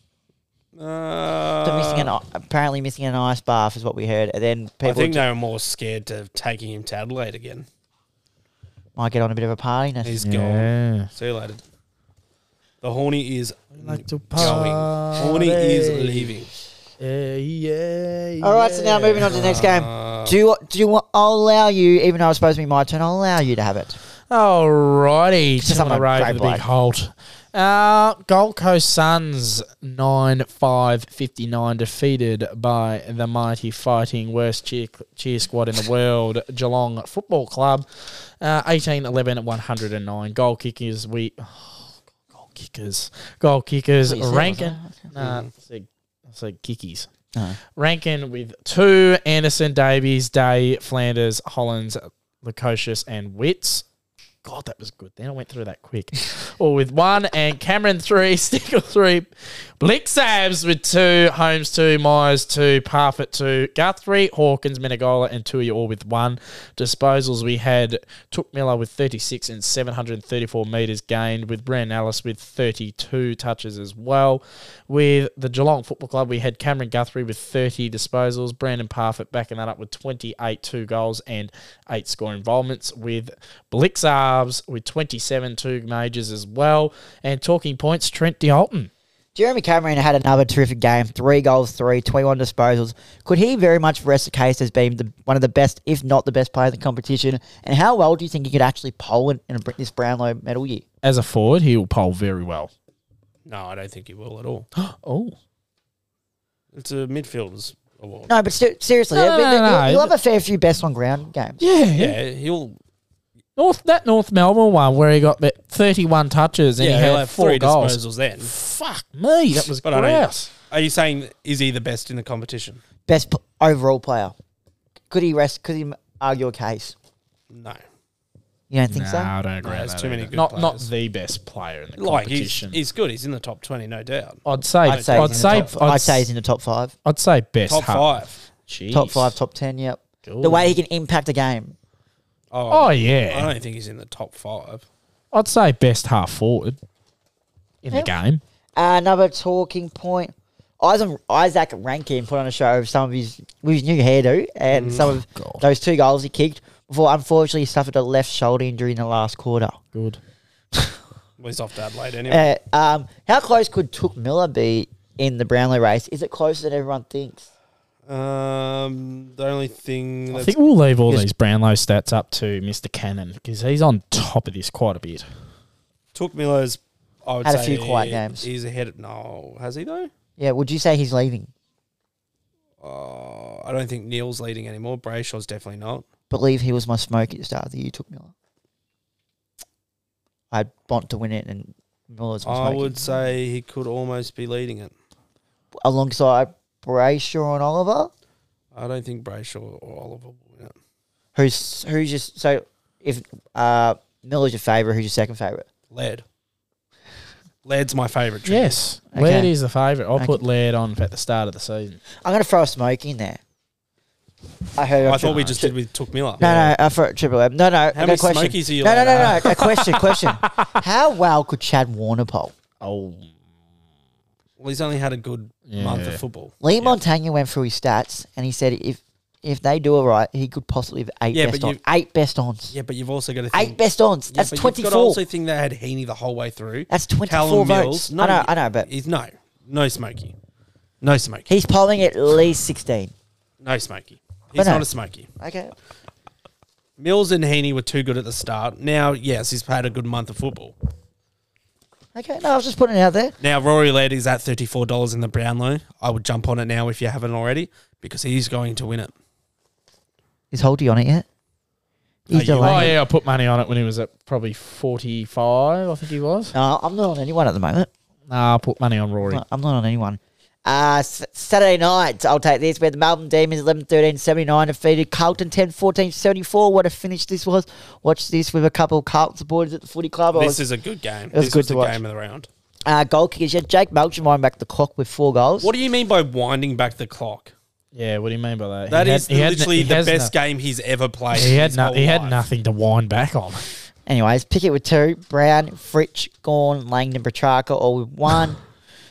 Speaker 2: Uh,
Speaker 1: So missing an, apparently missing an ice bath is what we heard. And then people
Speaker 2: I Uh, think
Speaker 1: ju-
Speaker 2: they were more scared of taking him to Adelaide again.
Speaker 1: might get on a bit of a partiness.
Speaker 2: He's gone.
Speaker 4: Yeah.
Speaker 2: See you later. The horny is
Speaker 4: Like to
Speaker 2: going. Horny is
Speaker 4: party.
Speaker 2: leaving.
Speaker 4: Yeah, yeah.
Speaker 1: All right, so now moving on to the next game.
Speaker 2: Uh,
Speaker 1: Do you, do you want, I'll allow you, even though it's supposed to be my turn, I'll allow you to have it.
Speaker 4: Alrighty,
Speaker 1: Just
Speaker 4: just on the
Speaker 1: on my
Speaker 4: road
Speaker 1: great
Speaker 4: for the big
Speaker 1: bloke.
Speaker 4: halt. Uh, Gold Coast Suns 9 5 59, defeated by the mighty fighting worst cheer, cheer squad in the world, (laughs) Geelong Football Club. Uh, 18 11 109. Goal kickers, we. (sighs) goal kickers. Goal kickers.
Speaker 1: That's what you said,
Speaker 4: Rankin.
Speaker 1: wasn't
Speaker 4: Nah, I said, I said kickies.
Speaker 1: Oh.
Speaker 4: Rankin with two, Anderson, Davies, Day, Flanders, Hollins, Lukosius, and Wits. God, that was good. Then I went through that quick. All with one, and Cameron three, (laughs) Stickle three, Blick Sabs with two, Holmes two, Myers two, Parfit two, Guthrie, Hawkins, Menegola, and Tui all with one. Disposals we had Took Miller with 36 and 734 metres gained, with Brennan Ellis with 32 touches as well. With the Geelong Football Club, we had Cameron Guthrie with 30 disposals, Brandon Parfit backing that up with 28, two goals and eight score involvements, with Blixarves with 27, two majors as well. And talking points, Trent D'Alton.
Speaker 1: Jeremy Cameron had another terrific game. Three goals, three, 21 disposals. Could he very much rest the case as being the, one of the best, if not the best player in the competition? And how well do you think he could actually poll in, in this Brownlow medal year?
Speaker 4: As a forward, he will poll very well.
Speaker 2: No, I don't think he will at all.
Speaker 4: Oh,
Speaker 2: It's a midfielders award.
Speaker 1: No, but ser- seriously,
Speaker 4: No,
Speaker 1: yeah,
Speaker 4: no,
Speaker 1: but
Speaker 4: no,
Speaker 1: you'll-
Speaker 4: no.
Speaker 1: you'll have a fair few best on ground games.
Speaker 4: yeah, yeah.
Speaker 2: Yeah, he'll.
Speaker 4: North that North Melbourne one where he got the 31 touches and
Speaker 2: Yeah,
Speaker 4: he
Speaker 2: he'll
Speaker 4: had
Speaker 2: have
Speaker 4: four
Speaker 2: three
Speaker 4: goals.
Speaker 2: disposals then.
Speaker 4: Fuck me, that was
Speaker 2: But I don't-
Speaker 4: gross.
Speaker 2: Are you saying is he the best in the competition?
Speaker 1: Best p- overall player. Could he rest? Could he m- argue a case?
Speaker 2: No,
Speaker 1: You don't think so?
Speaker 4: Nah, I don't agree.
Speaker 2: No,
Speaker 4: with
Speaker 2: it's
Speaker 4: that
Speaker 2: too many
Speaker 4: either.
Speaker 2: good
Speaker 4: Not not
Speaker 2: players.
Speaker 4: the best player in the
Speaker 2: like he's,
Speaker 4: competition.
Speaker 2: he's good. He's in the top twenty, no doubt.
Speaker 4: I'd say
Speaker 1: I'd say,
Speaker 4: I'd
Speaker 1: he's,
Speaker 4: say
Speaker 1: in the top, I'd say he's in the top five,
Speaker 4: I'd say best
Speaker 2: Top
Speaker 4: half.
Speaker 2: five.
Speaker 4: Jeez.
Speaker 1: top five, top ten. Yep. The
Speaker 4: Good.
Speaker 1: way he can impact a game.
Speaker 4: Oh
Speaker 2: I
Speaker 4: yeah,
Speaker 2: don't think he's in the top five.
Speaker 4: I'd say best half forward in the game.
Speaker 1: another talking point. Isaac, Isaac Rankin put on a show of some of his with his new hairdo and some of those two goals he kicked before unfortunately he suffered a left shoulder injury in the last quarter.
Speaker 4: Good.
Speaker 2: Well, he's off to Adelaide anyway.
Speaker 1: Uh, um, how close could Took Miller be in the Brownlow race? Is it closer than everyone thinks? Eh.
Speaker 2: Um, the only thing
Speaker 4: I
Speaker 2: that's
Speaker 4: think we'll leave all
Speaker 1: Yes.
Speaker 4: these Brownlow stats up to Mr. Cannon because he's on top of this quite a bit.
Speaker 2: took Miller's, I would
Speaker 1: Had a
Speaker 2: say
Speaker 1: few quiet games.
Speaker 2: He's ahead. Of, no, has he though?
Speaker 1: Yeah, would you say he's leaving?
Speaker 2: Uh, I don't think Neil's leading anymore. Brayshaw's definitely not.
Speaker 1: believe he was my smoky star of the year. Took Miller. I had Bont to win it, and Miller's my
Speaker 2: I
Speaker 1: smoky.
Speaker 2: would say he could almost be leading it.
Speaker 1: alongside Brayshaw and Oliver,
Speaker 2: I don't think Brayshaw or Oliver will win it.
Speaker 1: who's who's just so if uh, Miller's your favorite, who's your second favorite?
Speaker 2: Laird. Laird's my favourite. trip.
Speaker 4: Yes.
Speaker 1: Okay.
Speaker 4: Laird is the favourite. I'll
Speaker 1: Okay.
Speaker 4: put Laird on at the start of the season.
Speaker 1: I'm gonna throw a smoke in there. I heard.
Speaker 2: I thought we just did with Took Miller.
Speaker 1: No, no, uh, for Triple M. No, no. How
Speaker 2: many
Speaker 1: question.
Speaker 2: smokies are you
Speaker 1: No, no,
Speaker 2: allowed
Speaker 1: no,
Speaker 2: to
Speaker 1: no. A question,
Speaker 2: (laughs)
Speaker 1: question. How well could Chad Warner poll?
Speaker 4: Oh,
Speaker 2: Well, he's only had a good month
Speaker 4: Yeah.
Speaker 2: of football.
Speaker 1: Lee Montagna went through his stats and he said if if they do it right, he could possibly have eight
Speaker 2: Yeah,
Speaker 1: best
Speaker 2: but
Speaker 1: ons.
Speaker 2: you-
Speaker 1: Eight best ons.
Speaker 2: Yeah, but you've also got to think.
Speaker 1: Eight best ons.
Speaker 2: Yeah,
Speaker 1: That's
Speaker 2: but
Speaker 1: twenty
Speaker 2: You've got to
Speaker 1: four.
Speaker 2: also think they had Heaney the whole way through.
Speaker 1: That's 24
Speaker 2: Callum
Speaker 1: votes.
Speaker 2: Mills.
Speaker 1: I know- I know, but-
Speaker 2: he's no, no Smoky, no Smoky,
Speaker 1: He's polling at least sixteen.
Speaker 2: no Smoky.
Speaker 1: But
Speaker 2: He's
Speaker 1: no.
Speaker 2: not a Smoky.
Speaker 1: Okay.
Speaker 2: Mills and Heaney were too good at the start. Now, yes, he's had a good month of football.
Speaker 1: Okay. No, I was just putting it out there.
Speaker 2: Now, Rory Laird is at thirty-four dollars in the Brownlow. I would jump on it now if you haven't already, because he's going to win it.
Speaker 1: Is Holty on it yet? He's
Speaker 2: you-
Speaker 1: delaying.
Speaker 4: yeah, I put money on it when he was at probably 45, I think he was.
Speaker 1: No, I'm not on anyone at the moment.
Speaker 4: Nah, I put money on Rory.
Speaker 1: No, I'm not on anyone. Uh, S- Saturday night, I'll take this, where the Melbourne Demons 11 13 79 defeated Carlton 10 14 74. What a finish this was. Watch this with a couple of Carlton supporters at the footy club. I was-
Speaker 2: This is a good game.
Speaker 1: was
Speaker 2: this
Speaker 1: good
Speaker 2: was
Speaker 1: to
Speaker 2: the
Speaker 1: watch.
Speaker 2: game of the round.
Speaker 1: uh, goal kickers, yeah, Jake Melchin won back the clock with four goals.
Speaker 2: What do you mean by winding back the clock?
Speaker 4: Yeah, what do you mean by that?
Speaker 2: That is literally the best
Speaker 4: game.
Speaker 2: game he's ever played.
Speaker 4: He
Speaker 2: in
Speaker 4: had
Speaker 2: his
Speaker 4: no,
Speaker 2: whole
Speaker 4: he had
Speaker 2: life.
Speaker 4: nothing to wind
Speaker 1: (laughs)
Speaker 4: back on.
Speaker 1: Anyways, Pickett with two, Brown, Fritch, Gorn, Langdon, Petrarca all with
Speaker 2: (laughs)
Speaker 1: one.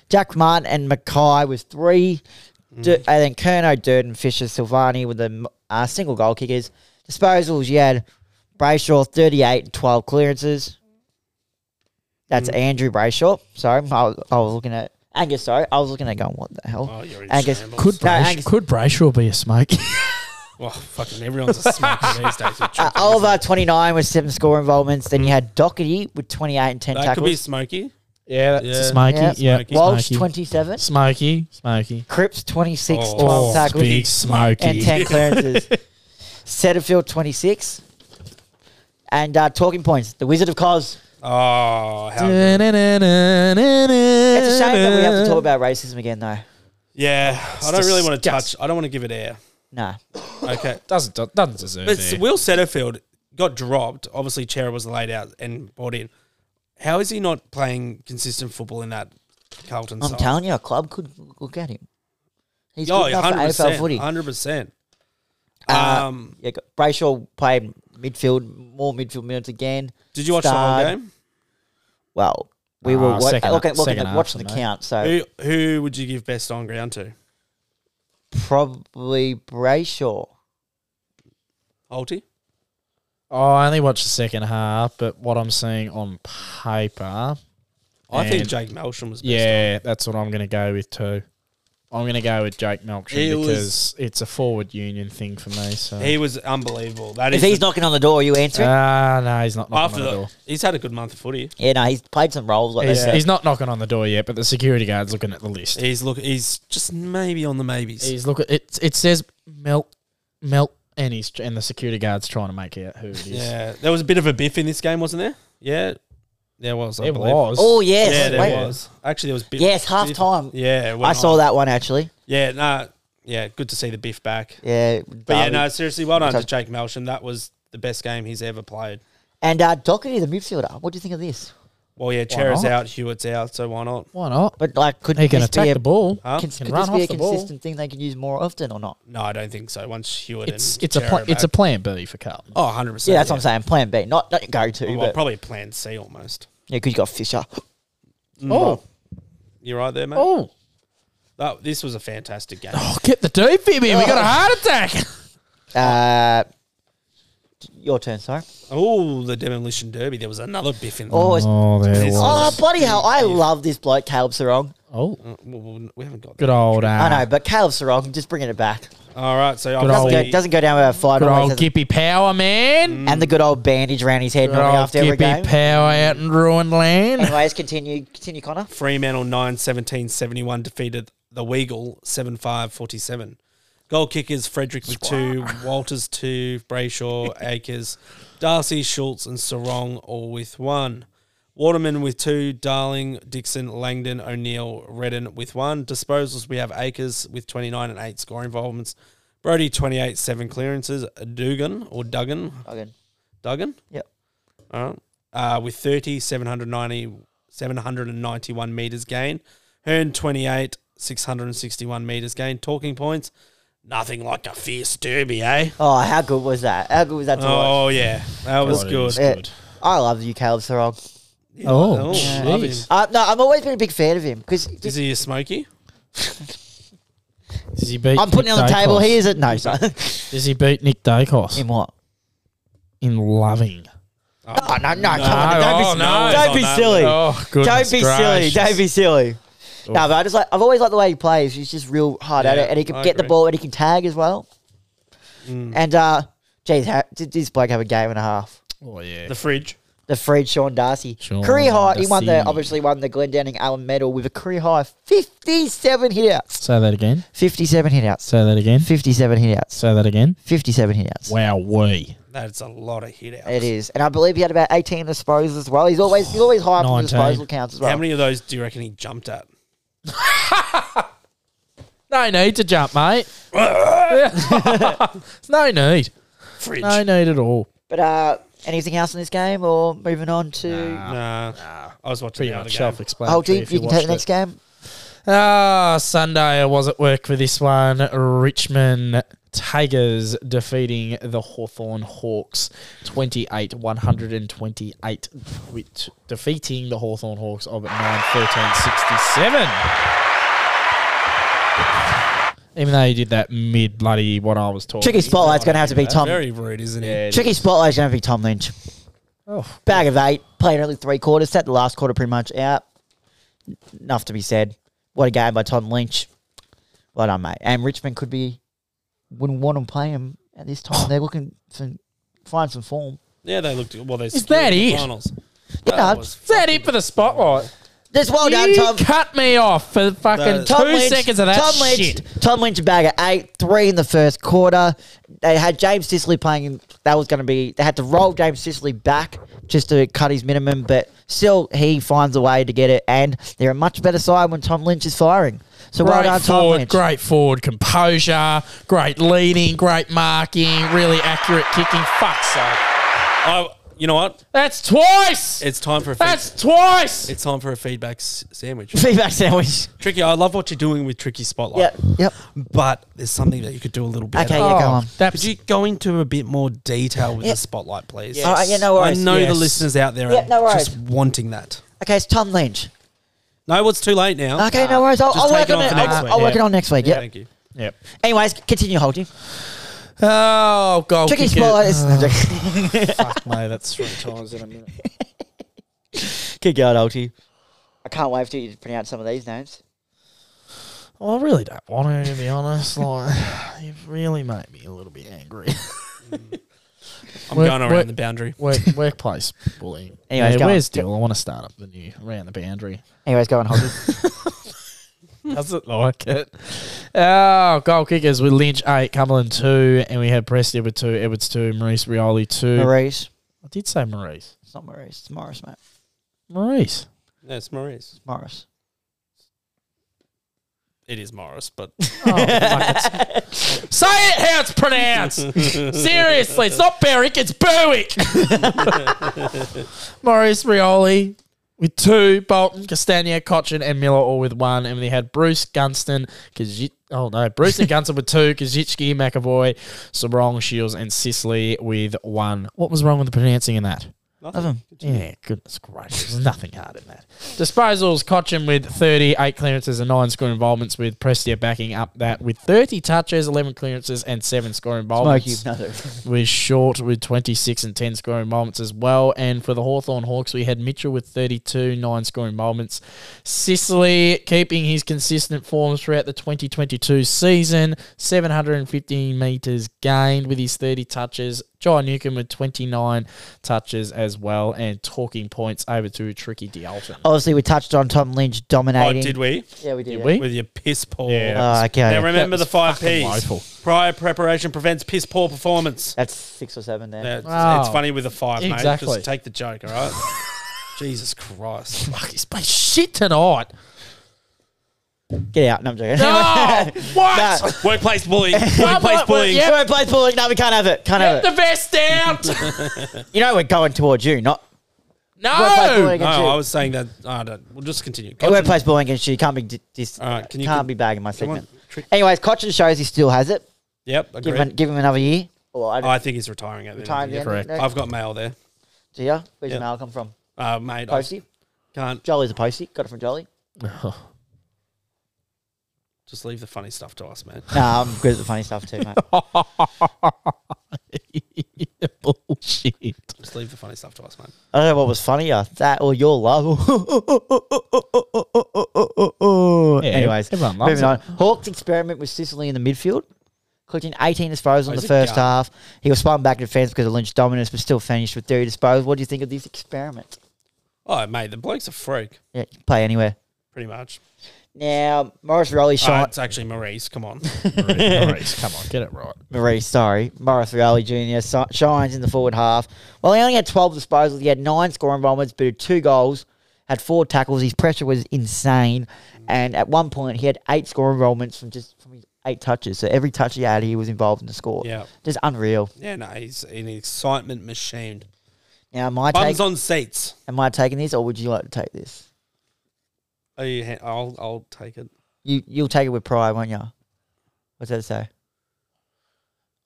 Speaker 1: Jack Martin and Mackay with three.
Speaker 2: Mm.
Speaker 1: Du- and then Kerno, Durden, Fisher, Silvani with the uh, single goal kickers. Disposals, you had Brayshaw, 38 and 12 clearances. That's
Speaker 2: Mm.
Speaker 1: Andrew Brayshaw. Sorry, I was, I was looking at Angus, sorry. I was looking at going, what the hell?
Speaker 2: Oh, you're in
Speaker 1: Angus.
Speaker 2: shambles.
Speaker 4: Could
Speaker 1: No,
Speaker 4: Brayshaw,
Speaker 1: Angus-
Speaker 4: could Brayshaw be a smoke?
Speaker 2: Well, Oh, fucking everyone's a smoker these days. with
Speaker 1: Uh,
Speaker 2: children.
Speaker 1: Oliver, 29 with seven score involvements. Then you had Doherty with 28 and 10
Speaker 2: that could
Speaker 1: tackles.
Speaker 2: be smoky.
Speaker 4: yeah, that's
Speaker 2: (laughs) Yeah.
Speaker 4: a smoky.
Speaker 1: Yeah.
Speaker 4: Yeah,
Speaker 2: Smoky.
Speaker 1: Walsh,
Speaker 4: smoky.
Speaker 1: 27.
Speaker 4: Smoky, smoky.
Speaker 1: Cripps 26,
Speaker 2: Oh.
Speaker 1: 12
Speaker 4: Oh,
Speaker 1: tackles,
Speaker 4: big smoky.
Speaker 1: and
Speaker 4: (laughs)
Speaker 1: 10 clearances. Setterfield 26. And uh, talking points, The Wizard of Cos.
Speaker 2: Oh, how good.
Speaker 1: It's a
Speaker 4: It's
Speaker 1: shame that we have to talk about racism again, though.
Speaker 2: yeah. I don't really want to touch.
Speaker 4: disgusting.
Speaker 2: I don't want to give it air.
Speaker 1: No.
Speaker 2: Okay,
Speaker 4: Doesn't doesn't deserve
Speaker 2: but
Speaker 4: it.
Speaker 2: Will Setterfield got dropped. Obviously, Chera was laid out and brought in. How is he not playing consistent football in that Carlton
Speaker 1: I'm
Speaker 2: side?
Speaker 1: telling you, a club could look at him. He's
Speaker 2: Oh,
Speaker 1: good enough for AFL
Speaker 2: 100%.
Speaker 1: footy.
Speaker 2: 100%.
Speaker 1: Uh,
Speaker 2: Um,
Speaker 1: yeah, Brayshaw played midfield, more midfield minutes again.
Speaker 2: did you watch the whole
Speaker 1: Starred.
Speaker 2: game?
Speaker 1: Well, we
Speaker 4: Ah,
Speaker 1: were wa-
Speaker 4: second-
Speaker 1: looking, looking
Speaker 4: second
Speaker 1: at
Speaker 4: half,
Speaker 1: watching the
Speaker 4: mate.
Speaker 1: count, so
Speaker 2: Who, who would you give best on ground to?
Speaker 1: probably Brayshaw.
Speaker 2: Holty?
Speaker 4: Oh, I only watched the second half, but what I'm seeing on paper,
Speaker 2: I think
Speaker 4: And-
Speaker 2: Jake Melsham was best.
Speaker 4: yeah, that's what I'm going to go with too. I'm going to go with Jake Melksham
Speaker 2: He was-
Speaker 4: because it's a forward union thing for me. So
Speaker 2: He was unbelievable. That
Speaker 1: If
Speaker 2: is
Speaker 1: he's
Speaker 2: the-
Speaker 1: knocking on the door, you answer it.
Speaker 4: ah, no, he's not knocking
Speaker 2: after
Speaker 4: on the,
Speaker 2: the,
Speaker 4: door.
Speaker 2: he's had a good month of footy.
Speaker 1: Yeah, no, he's played some roles like
Speaker 4: He's,
Speaker 1: that.
Speaker 4: he's not knocking on the door yet, but the security guard's looking at the list.
Speaker 2: He's look. He's just maybe on the maybes.
Speaker 4: He's looking. It it says melt, melt, and he's and the security guard's trying to make out who it is.
Speaker 2: yeah, there was a bit of a biff in this game, wasn't there? Yeah, there was. I
Speaker 4: it
Speaker 2: believe.
Speaker 4: was.
Speaker 1: Oh yes,
Speaker 2: Yeah, there
Speaker 1: Wait.
Speaker 2: was. Actually, there was. Biff,
Speaker 1: Yes, half
Speaker 2: biff-
Speaker 1: time.
Speaker 2: Yeah, it went
Speaker 1: I saw
Speaker 2: on.
Speaker 1: that one actually.
Speaker 2: Yeah, nah, yeah, good to see the biff back.
Speaker 1: Yeah,
Speaker 2: But yeah,
Speaker 1: Darwin.
Speaker 2: no, seriously, well done to
Speaker 1: Fantastic.
Speaker 2: Jake Melsham. That was the best game he's ever played.
Speaker 1: and uh, Doherty, the midfielder. What do you think of this?
Speaker 2: Well, yeah, Chera's
Speaker 4: not?
Speaker 2: out, Hewitt's out, so why not?
Speaker 4: Why not?
Speaker 1: But like, could
Speaker 4: He can
Speaker 1: this
Speaker 4: attack
Speaker 1: be a,
Speaker 4: the ball.
Speaker 2: Huh?
Speaker 1: Can,
Speaker 4: Can
Speaker 1: could this
Speaker 4: run
Speaker 1: be a
Speaker 4: off the ball.
Speaker 1: consistent thing they could use more often or not?
Speaker 2: No, I don't think so. Once Hewitt
Speaker 4: It's
Speaker 2: and
Speaker 4: it's a
Speaker 2: Chera
Speaker 4: pla-
Speaker 2: are
Speaker 4: it's a
Speaker 2: back.
Speaker 4: plan B for Carlton.
Speaker 2: oh, 100 percent.
Speaker 1: Yeah, that's what I'm saying. Plan B, not not your go-to,
Speaker 2: Well,
Speaker 1: but
Speaker 2: probably plan C almost.
Speaker 1: yeah, because you got Fisher. Mm.
Speaker 4: Oh
Speaker 2: You're right there, mate.
Speaker 4: oh
Speaker 2: That, this was a fantastic game.
Speaker 4: oh! Get the deep in me. We got a heart attack.
Speaker 1: Uh, your turn, sorry.
Speaker 2: Oh, the demolition derby. There was another biff in there.
Speaker 1: (laughs) Oh, it's,
Speaker 4: Oh, there
Speaker 2: This-
Speaker 1: oh, bloody hell! I love this bloke, Caleb Sarong.
Speaker 4: Oh,
Speaker 2: Uh, well, well, we haven't got that.
Speaker 4: good old. Uh,
Speaker 1: I know, but Caleb Sarong, just bringing it back.
Speaker 2: All right, so
Speaker 4: Good
Speaker 1: Doesn't
Speaker 4: old-
Speaker 1: go,
Speaker 2: obviously,
Speaker 1: doesn't go down without a fight.
Speaker 4: Good
Speaker 1: always
Speaker 4: old
Speaker 1: has-
Speaker 4: Gippy Power, man.
Speaker 1: and the good old bandage around his head
Speaker 4: Good
Speaker 1: normally
Speaker 4: old
Speaker 1: after every
Speaker 4: Gippy
Speaker 1: game.
Speaker 4: Power out in
Speaker 1: (laughs)
Speaker 4: ruined land.
Speaker 1: Anyways, continue, continue, Connor.
Speaker 2: Fremantle 9 17 71 defeated the Weagle 7 5 47. Goal kickers, Frederick with two, Walters two, Brayshaw, Akers, Darcy, Schultz, and Sarong all with one. Waterman with two, Darling, Dixon, Langdon, O'Neill, Redden with one. Disposals, we have Akers with 29 and 8 score involvements. Brody, 28, 7 clearances. Dugan, or Duggan,
Speaker 1: Again.
Speaker 2: Duggan?
Speaker 1: Yep.
Speaker 2: All right. Uh, with 30, 790, 791 metres gain. Hearn, 28, 661 metres gain. Talking points, nothing like a fierce derby, eh?
Speaker 1: Oh, how good was that? How good was that to watch?
Speaker 2: Oh, yeah. That was
Speaker 4: God, it
Speaker 2: good.
Speaker 4: was
Speaker 1: Yeah.
Speaker 4: good.
Speaker 1: I love the Caleb Sorong.
Speaker 4: Oh,
Speaker 2: love him.
Speaker 4: jeez.
Speaker 1: Uh, no, I've always been a big fan of him because
Speaker 2: Is he a smoky?
Speaker 4: Does he beat
Speaker 1: I'm putting it
Speaker 4: Nick
Speaker 1: on the table.
Speaker 4: Dacos?
Speaker 1: He is it? No, son. (laughs)
Speaker 4: Does he beat Nick Dacos
Speaker 1: In what?
Speaker 4: in loving?
Speaker 1: Oh, no, no, come on. Don't be,
Speaker 4: oh, no.
Speaker 1: don't be silly.
Speaker 4: Oh,
Speaker 1: don't
Speaker 4: goodness
Speaker 1: be silly.
Speaker 4: gracious.
Speaker 1: Don't be silly. No, but I just like I've always liked the way he plays. He's just real hard at
Speaker 2: Oh. Yeah,
Speaker 1: it, and he can
Speaker 2: I
Speaker 1: get the
Speaker 2: agree. Mm.
Speaker 1: ball, and he can tag as well. And uh, geez, how, did this bloke have a game and a half?
Speaker 4: Oh, yeah.
Speaker 2: The fridge.
Speaker 1: The Fred Sean Darcy
Speaker 4: Sean
Speaker 1: career high. He won the
Speaker 4: Darcy.
Speaker 1: obviously won the Glendenning Allen Medal with a career high fifty-seven hitouts.
Speaker 4: Say that again.
Speaker 1: Fifty-seven hitouts.
Speaker 4: Say that again.
Speaker 1: Fifty-seven hitouts.
Speaker 4: Say that again.
Speaker 1: Fifty-seven hitouts.
Speaker 4: Wow, we.
Speaker 2: That's a lot of hit outs.
Speaker 1: It is, and I believe he had about eighteen disposals as well. He's always he's always high up on
Speaker 4: 19.
Speaker 1: disposal counts as well.
Speaker 2: How many of those do you reckon he jumped at?
Speaker 4: No need to jump, (laughs) mate. (laughs) no need.
Speaker 2: Fridge.
Speaker 4: No need at all.
Speaker 1: But uh, anything else in this game, or moving on to?
Speaker 2: Nah. I was
Speaker 4: Pretty
Speaker 2: watching the other
Speaker 4: much
Speaker 2: game.
Speaker 4: self-explanatory.
Speaker 1: Oh, do you,
Speaker 4: if
Speaker 1: you can take
Speaker 4: watched
Speaker 1: the
Speaker 4: it.
Speaker 1: next game.
Speaker 4: Ah, Sunday I was at work for this one. Richmond Tigers defeating the Hawthorn Hawks 28 128, which- defeating the Hawthorn Hawks of 9 13 67. Even though he did that mid bloody what I was talking
Speaker 1: Tricky spotlight's going to have to be Tom.
Speaker 2: Very rude, isn't it?
Speaker 4: Yeah,
Speaker 1: Tricky spotlight's going to be Tom Lynch.
Speaker 4: Oh.
Speaker 1: Bag of eight, played only three quarters, set the last quarter pretty much out. Enough to be said. What a game by Tom Lynch. Well done, mate. And Richmond could be wouldn't want to play him at this time. They're looking for find some form.
Speaker 2: Yeah, they looked well. They
Speaker 4: Is
Speaker 2: secured
Speaker 4: that
Speaker 2: the
Speaker 4: it?
Speaker 2: Finals.
Speaker 1: Yeah,
Speaker 2: That
Speaker 1: no,
Speaker 2: was
Speaker 4: Is that it for the spotlight?
Speaker 1: Just well done,
Speaker 4: you
Speaker 1: Tom.
Speaker 4: cut me off for fucking
Speaker 2: The-
Speaker 4: Uh, two seconds of that
Speaker 1: Tom Lynch,
Speaker 4: shit.
Speaker 1: Tom Lynch, a bag at eight, three in the first quarter. They had James Sicily playing. in- That was going to be. They had to roll James Sicily back just to cut his minimum, but still he finds a way to get it. And they're a much better side when Tom Lynch is firing. So well
Speaker 4: Great
Speaker 1: done, Tom
Speaker 4: forward,
Speaker 1: Lynch.
Speaker 4: great forward composure, great leading, great marking, really accurate kicking. Fuck's sake.
Speaker 2: I, you know what?
Speaker 4: That's twice.
Speaker 2: It's time for a feed,
Speaker 4: That's twice.
Speaker 2: it's time for a feedback s- sandwich.
Speaker 1: (laughs) Feedback sandwich.
Speaker 2: Tricky, I love what you're doing with Tricky Spotlight.
Speaker 1: Yep. Yep.
Speaker 2: But there's something that you could do a little bit.
Speaker 1: Okay.
Speaker 2: better.
Speaker 1: Yeah. Go on.
Speaker 4: That's
Speaker 2: Could you go into a bit more detail with
Speaker 1: Yeah.
Speaker 2: the spotlight, please?
Speaker 1: All right, yeah, no
Speaker 2: I
Speaker 1: worries.
Speaker 2: know the
Speaker 4: Yes.
Speaker 2: listeners out there
Speaker 1: Yeah,
Speaker 2: are
Speaker 1: no worries.
Speaker 2: just wanting that.
Speaker 1: Okay, it's Tom Lynch.
Speaker 2: No, it's too late now.
Speaker 1: Okay, no worries. I'll,
Speaker 2: just
Speaker 1: I'll work
Speaker 2: take it
Speaker 1: on
Speaker 2: on
Speaker 1: it.
Speaker 2: for next
Speaker 1: I'll,
Speaker 2: week.
Speaker 1: I'll work
Speaker 4: Yeah.
Speaker 1: it on next week. Yep.
Speaker 2: Thank you.
Speaker 4: yep.
Speaker 1: Anyways, continue holding.
Speaker 4: Oh, goal
Speaker 1: Tricky
Speaker 4: kicker. (laughs)
Speaker 1: spotlight. is-
Speaker 4: Fuck, mate, that's three times in a minute.
Speaker 1: Keep going, Holty. I can't wait for you to pronounce some of these names.
Speaker 4: Well, Oh, I really don't want to, to be honest. Like, you really made me a little bit angry.
Speaker 2: I'm
Speaker 4: Work-
Speaker 2: going around
Speaker 4: work-
Speaker 2: the boundary.
Speaker 4: Work, workplace bullying.
Speaker 1: Anyways, go
Speaker 4: yeah,
Speaker 1: on.
Speaker 4: where's Dill? I want to start up the new around the boundary.
Speaker 1: Anyways, go on, Holty.
Speaker 4: Doesn't like it. Oh, goal kickers with Lynch eight, Cumberland two, and we had Preston with two, Edwards two, Maurice Rioli two.
Speaker 1: Maurice.
Speaker 4: I did say Maurice.
Speaker 1: It's not Maurice. It's Morris, mate.
Speaker 4: Maurice.
Speaker 2: No, it's Morris.
Speaker 1: Morris.
Speaker 2: It is Morris,
Speaker 1: (laughs)
Speaker 2: but
Speaker 4: (laughs) Say it how it's pronounced. Seriously, it's not Berwick, it's Berwick. Maurice Rioli with two, Bolton, Castagna, Cochin, and Miller all with one. And they had Bruce Gunston, Kazi- oh no, Bruce and Gunston with two, Kazichki, McAvoy, Sobrong, Shields, and Sicily with one. What was wrong with the pronouncing in that?
Speaker 1: Nothing.
Speaker 4: Yeah, goodness gracious. There's nothing hard in that. Disposals, Cochin with 30, 8 clearances and 9 score involvements with Prestia backing up that with 30 touches, 11 clearances and 7 score involvements. We're short with 26 and 10 scoring moments as well. And for the Hawthorn Hawks, we had Mitchell with 32, 9 scoring moments. Sicily keeping his consistent form throughout the 2022 season, 715 metres gained with his 30 touches,
Speaker 7: John Newcomb with 29 touches as well, and talking points over to Tricky D'Alton.
Speaker 1: (laughs)
Speaker 4: Oh,
Speaker 1: Obviously, we touched on Tom Lynch
Speaker 2: Oh,
Speaker 1: dominating.
Speaker 2: did we?
Speaker 1: Yeah, we did.
Speaker 7: Did we?
Speaker 2: With your piss poor.
Speaker 4: Yeah.
Speaker 1: Oh, okay.
Speaker 2: Now remember the five P's.
Speaker 4: woeful.
Speaker 2: Prior preparation prevents piss poor performance.
Speaker 1: That's six or seven there.
Speaker 2: Now, it's,
Speaker 7: Wow.
Speaker 2: it's funny with the five, mate.
Speaker 7: Exactly.
Speaker 2: Just take the joke, all right? Jesus Christ.
Speaker 4: Fuck, he's played shit tonight.
Speaker 2: (laughs)
Speaker 1: Get out. No, I'm joking. (laughs)
Speaker 2: Oh,
Speaker 4: No, what?
Speaker 1: Nah.
Speaker 2: Workplace bullying. Workplace
Speaker 4: but-
Speaker 2: bullying.
Speaker 4: yeah.
Speaker 1: Workplace bullying. No, we can't have it. Can't
Speaker 4: Get
Speaker 1: have
Speaker 4: the
Speaker 1: it.
Speaker 4: vest (laughs) out.
Speaker 1: You know we're going towards you, not workplace bullying
Speaker 4: no.
Speaker 1: against
Speaker 2: No,
Speaker 1: you.
Speaker 2: I was saying that. I don't. We'll just continue.
Speaker 1: Hey, workplace bullying against you. You can't be di- dis-
Speaker 2: All right, can you-
Speaker 1: can't be bagging my
Speaker 2: Come on.
Speaker 1: segment. Anyways, Cochin shows he still has it.
Speaker 2: Yep,
Speaker 1: Give
Speaker 2: agreed. Oh,
Speaker 1: him, give him another year. Well, I don't
Speaker 2: I think he's retiring at the
Speaker 1: time
Speaker 2: end. of
Speaker 1: correct.
Speaker 2: the year. I've got mail there.
Speaker 1: Do you? Where's
Speaker 2: Yeah.
Speaker 1: your mail come from?
Speaker 2: Uh, mate, I
Speaker 1: Postie.
Speaker 2: can't
Speaker 1: Jolly's a postie. Got it from Jolly.
Speaker 2: just leave the funny stuff to us, man.
Speaker 1: Nah, I'm good at the funny stuff too, mate.
Speaker 4: Bullshit.
Speaker 2: Just leave the funny stuff to us, man.
Speaker 1: I don't know what was funnier, that or your
Speaker 4: (laughs)
Speaker 1: love. Anyways,
Speaker 4: everyone loves
Speaker 1: moving
Speaker 4: it.
Speaker 1: on. Hawks' experiment with Sicily in the midfield. Clicked in 18 disposals
Speaker 4: Oh,
Speaker 1: in the
Speaker 2: he's a
Speaker 1: first
Speaker 2: gun.
Speaker 1: half. He was spun back to defence because of Lynch dominance, but still finished with 30 disposals. What do you think of this experiment?
Speaker 2: Oh, mate, the bloke's a freak,
Speaker 1: Yeah, you can play anywhere.
Speaker 2: pretty much.
Speaker 1: Now, Morris Rowley
Speaker 2: Uh,
Speaker 1: shot.
Speaker 2: it's actually Maurice. Come on.
Speaker 4: Maurice, come on, get it right.
Speaker 1: Marie, sorry, Morris Rioli Jr. si- shines in the forward half. Well, he only had 12 disposals. He had nine scoring bombers, but had two goals, had four tackles. His pressure was insane, and at one point he had eight scoring enrollments from just from his eight touches. So every touch he had, he was involved in the score.
Speaker 2: Yeah.
Speaker 1: just unreal.
Speaker 2: Yeah, no, he's an excitement machine.
Speaker 1: Now, am I
Speaker 2: Bums
Speaker 1: taking
Speaker 2: on seats.
Speaker 1: am I taking this, or would you like to take this?
Speaker 2: Are Oh, you ha- I'll, I'll take it.
Speaker 1: You you'll take it with pride, won't you? What's that say?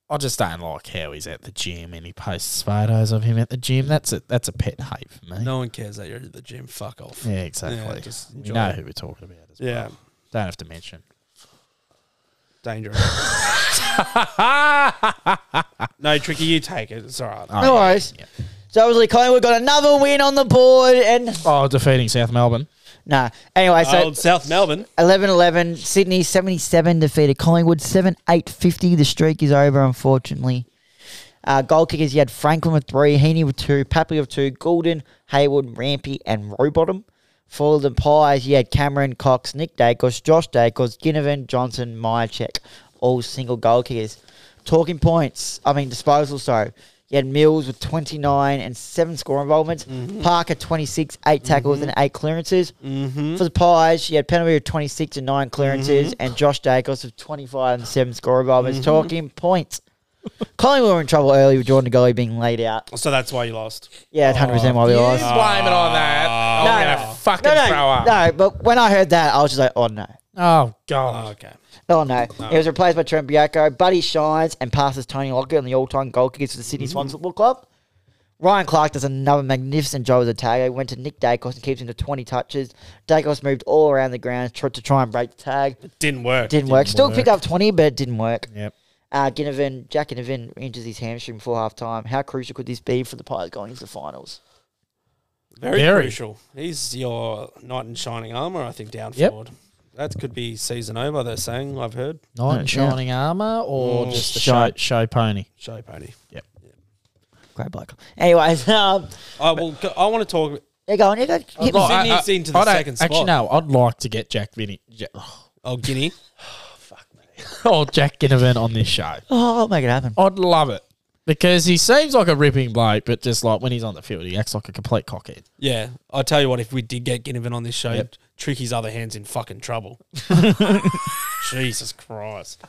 Speaker 4: I just don't like how he's at the gym and he posts photos of him at the gym. That's a that's a pet hate for me.
Speaker 2: No one cares that you're at the gym. Fuck off.
Speaker 4: Yeah, exactly.
Speaker 2: Yeah, just
Speaker 4: we
Speaker 2: enjoy
Speaker 4: know
Speaker 2: it.
Speaker 4: who we're talking about. As well.
Speaker 2: Yeah,
Speaker 4: Don't have to mention.
Speaker 2: (laughs) dangerous. no, Tricky, you take it. It's all right.
Speaker 1: No worries. So obviously Collingwood got another win on the board, and
Speaker 4: Oh, defeating South Melbourne.
Speaker 1: nah. Anyway, so
Speaker 2: Old South Melbourne.
Speaker 1: 11 11, Sydney 77 defeated Collingwood 7 8 50. The streak is over, unfortunately. Uh, goal kickers, you had Franklin with three, Heaney with two, Papley with two, Goulden, Haywood, Rampy, and Rowbottom. For the Pies, you had Cameron, Cox, Nick Dacos, Josh Dacos, Ginnivan, Johnson, Myercheck, all single goal kickers. Talking points, I mean disposal, sorry. You had Mills with 29 and 7 score involvements, Parker 26, 8 tackles and 8 clearances. For the Pies, you had Penalty with 26 and 9 clearances, and Josh Dacos with 25 and 7 score involvements. Talking points. Collingwood were in trouble early with Jordan Goey being laid out.
Speaker 2: So that's why you lost.
Speaker 1: Oh,
Speaker 2: Oh,
Speaker 1: Yeah, hundred percent why we lost.
Speaker 4: blame it on that. I'm
Speaker 1: No, gonna no.
Speaker 4: fucking
Speaker 1: No, no, no. But when I heard that, I was just like, oh no,
Speaker 4: Oh god.
Speaker 2: Oh, okay.
Speaker 1: oh no. It was replaced by Trent Biacco. Buddy shines and passes Tony Lockett on the all-time goal kickers for the Sydney Swans Football Club. Ryan Clark does another magnificent job as a tag. He went to Nick Dacos and keeps him to 20 touches. Dacos moved all around the ground tried to try and break the tag.
Speaker 2: Didn't work.
Speaker 1: Didn't work. Still picked up 20, but it didn't work.
Speaker 4: Yep.
Speaker 1: Uh, Ginnivan, Jack Ginnivan injures his hamstring before half time. How crucial could this be for the Pies going into the finals?
Speaker 2: Very,
Speaker 4: Very.
Speaker 2: crucial. He's your knight in shining armor, I think, down
Speaker 4: Yep.
Speaker 2: forward. That could be season over, they're saying, I've heard.
Speaker 4: Knight in shining armor or
Speaker 2: Mm.
Speaker 4: just the show show pony.
Speaker 2: Show pony.
Speaker 1: Great bloke. Anyways, (laughs) um,
Speaker 2: I will go, I want to talk
Speaker 1: they're going. They're going.
Speaker 2: Well, I- Sydney's into the
Speaker 4: don't-
Speaker 2: second
Speaker 4: Actually,
Speaker 2: spot.
Speaker 4: no. I'd like to get Jack Vinny. Ja- (laughs)
Speaker 2: Oh Guinea.
Speaker 4: oh, Jack Ginnivan on this show.
Speaker 1: Oh, I'll make it happen.
Speaker 4: I'd love it because he seems like a ripping bloke, but just like when he's on the field, he acts like a complete cockhead.
Speaker 2: Yeah. I tell you what, if we did get Ginnivan on this show, Tricky's other hand's in fucking trouble. Jesus Christ.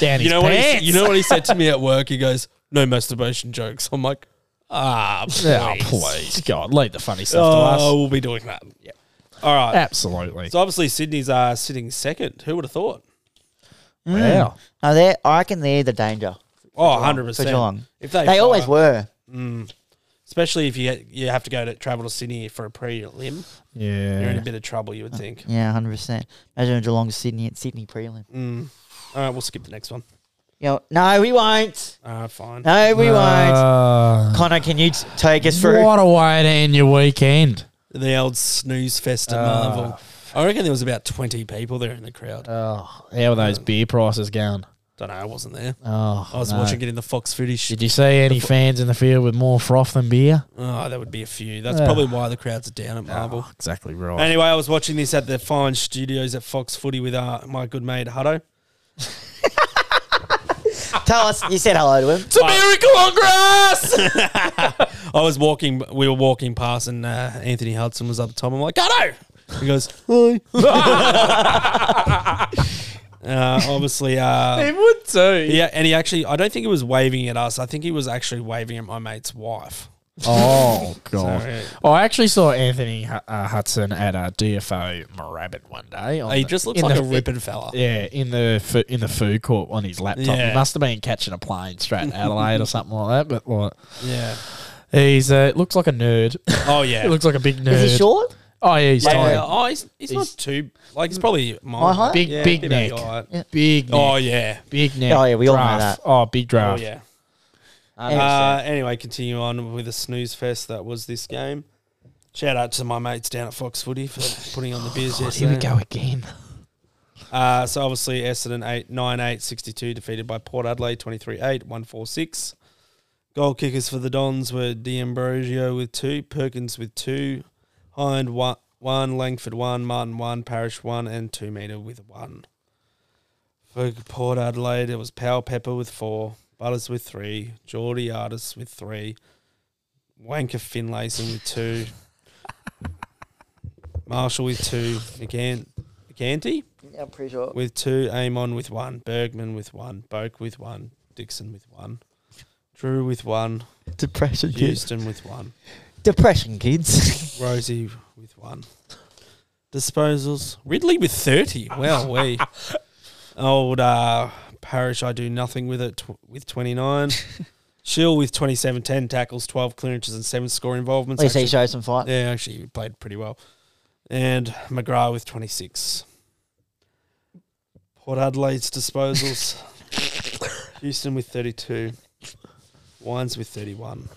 Speaker 4: Down
Speaker 2: You know,
Speaker 4: his
Speaker 2: what he, s-
Speaker 4: pants.
Speaker 2: you know what he said to me at work? He goes, No masturbation jokes. I'm like, Ah, please.
Speaker 4: Oh, please, God, leave the funny stuff
Speaker 2: Oh,
Speaker 4: to us.
Speaker 2: we'll be doing that. Yeah. All right.
Speaker 4: Absolutely.
Speaker 2: So obviously Sydney's uh, sitting second. Who would have thought?
Speaker 4: Wow.
Speaker 1: No, they're, I reckon they're the danger.
Speaker 2: Oh, 100%.
Speaker 1: For Geelong.
Speaker 2: If they,
Speaker 1: They always
Speaker 2: fire-
Speaker 1: were.
Speaker 2: Especially if you you have to go to travel to Sydney for a prelim, you're in a
Speaker 4: Yeah. Uh,
Speaker 2: bit of trouble, you would think.
Speaker 1: Yeah, 100%. Imagine Geelong to Sydney at Sydney prelim.
Speaker 2: All right, we'll skip the next one.
Speaker 1: You know, no, we won't.
Speaker 2: Uh, fine.
Speaker 1: No, we won't.
Speaker 4: Uh, (laughs)
Speaker 1: Connor, can you t- take us through?
Speaker 4: what a way to end your weekend.
Speaker 2: The old snooze fest at
Speaker 4: Ah.
Speaker 2: Marvel. I reckon there was about 20 people there in the crowd.
Speaker 4: Oh, how are those beer prices going?
Speaker 2: Don't know. I wasn't there.
Speaker 4: Oh,
Speaker 2: I was
Speaker 4: no.
Speaker 2: watching it in the Fox footage.
Speaker 4: Did you see any fans in the field with more froth than beer?
Speaker 2: Oh, that would be a few. That's
Speaker 4: Yeah.
Speaker 2: probably why the crowds are down at Marvel.
Speaker 4: exactly right.
Speaker 2: Anyway, I was watching this at the fine studios at Fox Footy with uh, my good mate Hutto.
Speaker 1: Tell us, you said hello to him.
Speaker 4: it's a miracle on grass.
Speaker 2: (laughs) I was walking, we were walking past, and uh, Anthony Hudson was up the top. I'm like, Hutto! He goes, hi. (laughs) uh, obviously, uh,
Speaker 4: would too.
Speaker 2: yeah, and he actually, I don't think he was waving at us. I think he was actually waving at my mate's wife.
Speaker 4: (laughs) Oh god.
Speaker 2: Sorry.
Speaker 4: Oh, I actually saw Anthony Hu- uh, Hudson at a DFO Moorabbin one day. on
Speaker 2: He
Speaker 4: the-
Speaker 2: just looks
Speaker 4: in
Speaker 2: like
Speaker 4: the-
Speaker 2: a ripping fella.
Speaker 4: Yeah, in the fu- in the food court on his laptop.
Speaker 2: Yeah.
Speaker 4: He must have been catching a plane straight to
Speaker 2: (laughs)
Speaker 4: Adelaide or something like that. But like,
Speaker 2: Yeah.
Speaker 4: he's uh, looks like a nerd. (laughs)
Speaker 2: Oh, yeah.
Speaker 4: he looks like a big nerd.
Speaker 1: Is he short?
Speaker 4: Oh yeah, he's
Speaker 2: Yeah,
Speaker 4: tiny.
Speaker 2: Oh, he's, he's, not too, like, he's probably
Speaker 1: My height?
Speaker 4: Big
Speaker 2: Yeah,
Speaker 4: big
Speaker 2: bit about
Speaker 4: neck.
Speaker 2: your height.
Speaker 4: Big neck.
Speaker 2: Oh, yeah.
Speaker 4: Big neck.
Speaker 1: Oh, yeah, we all know that.
Speaker 4: draft. Oh, big
Speaker 2: Oh,
Speaker 4: draft.
Speaker 2: yeah.
Speaker 1: Anyway,
Speaker 2: Uh, anyway, continue on with the snooze fest that was this game. Shout out to my mates down at Fox Footy for putting on the beers yesterday.
Speaker 4: Oh, Here we go again.
Speaker 2: Uh, so obviously Essendon 8, 9 8, 62, defeated by Port Adelaide 23 8, 146. Goal kickers for the Dons were D'Ambrosio with two, Perkins with two, Hind one, one, Langford one, Martin one, Parish one, and two meter with one. For Port Adelaide, it was Powell Pepper with four, Butters with three, Geordie Artis with three, Wanker Finlayson with two, Marshall with two, McGant- McGanty
Speaker 1: yeah, I'm pretty sure.
Speaker 2: with two, Amon with one, Bergman with one, Boak with one, Dixon with one, Drew with (laughs) one,
Speaker 1: Depression, kids.
Speaker 2: Houston with one,
Speaker 1: Depression,
Speaker 2: (laughs)
Speaker 1: kids.
Speaker 2: Rosie with one. Disposals. Ridley with 30. Well, we. (laughs) Old uh, Parish, I do nothing with it, tw- with (laughs) 29. Shill with 27, 10 tackles, 12 clearances, and 7 score involvements.
Speaker 1: At least he
Speaker 2: Actually-
Speaker 1: shows some fight.
Speaker 2: yeah, actually, he played pretty well. And McGrath with 26. Port Adelaide's
Speaker 4: (laughs)
Speaker 2: disposals. Houston with 32. Wines with 31.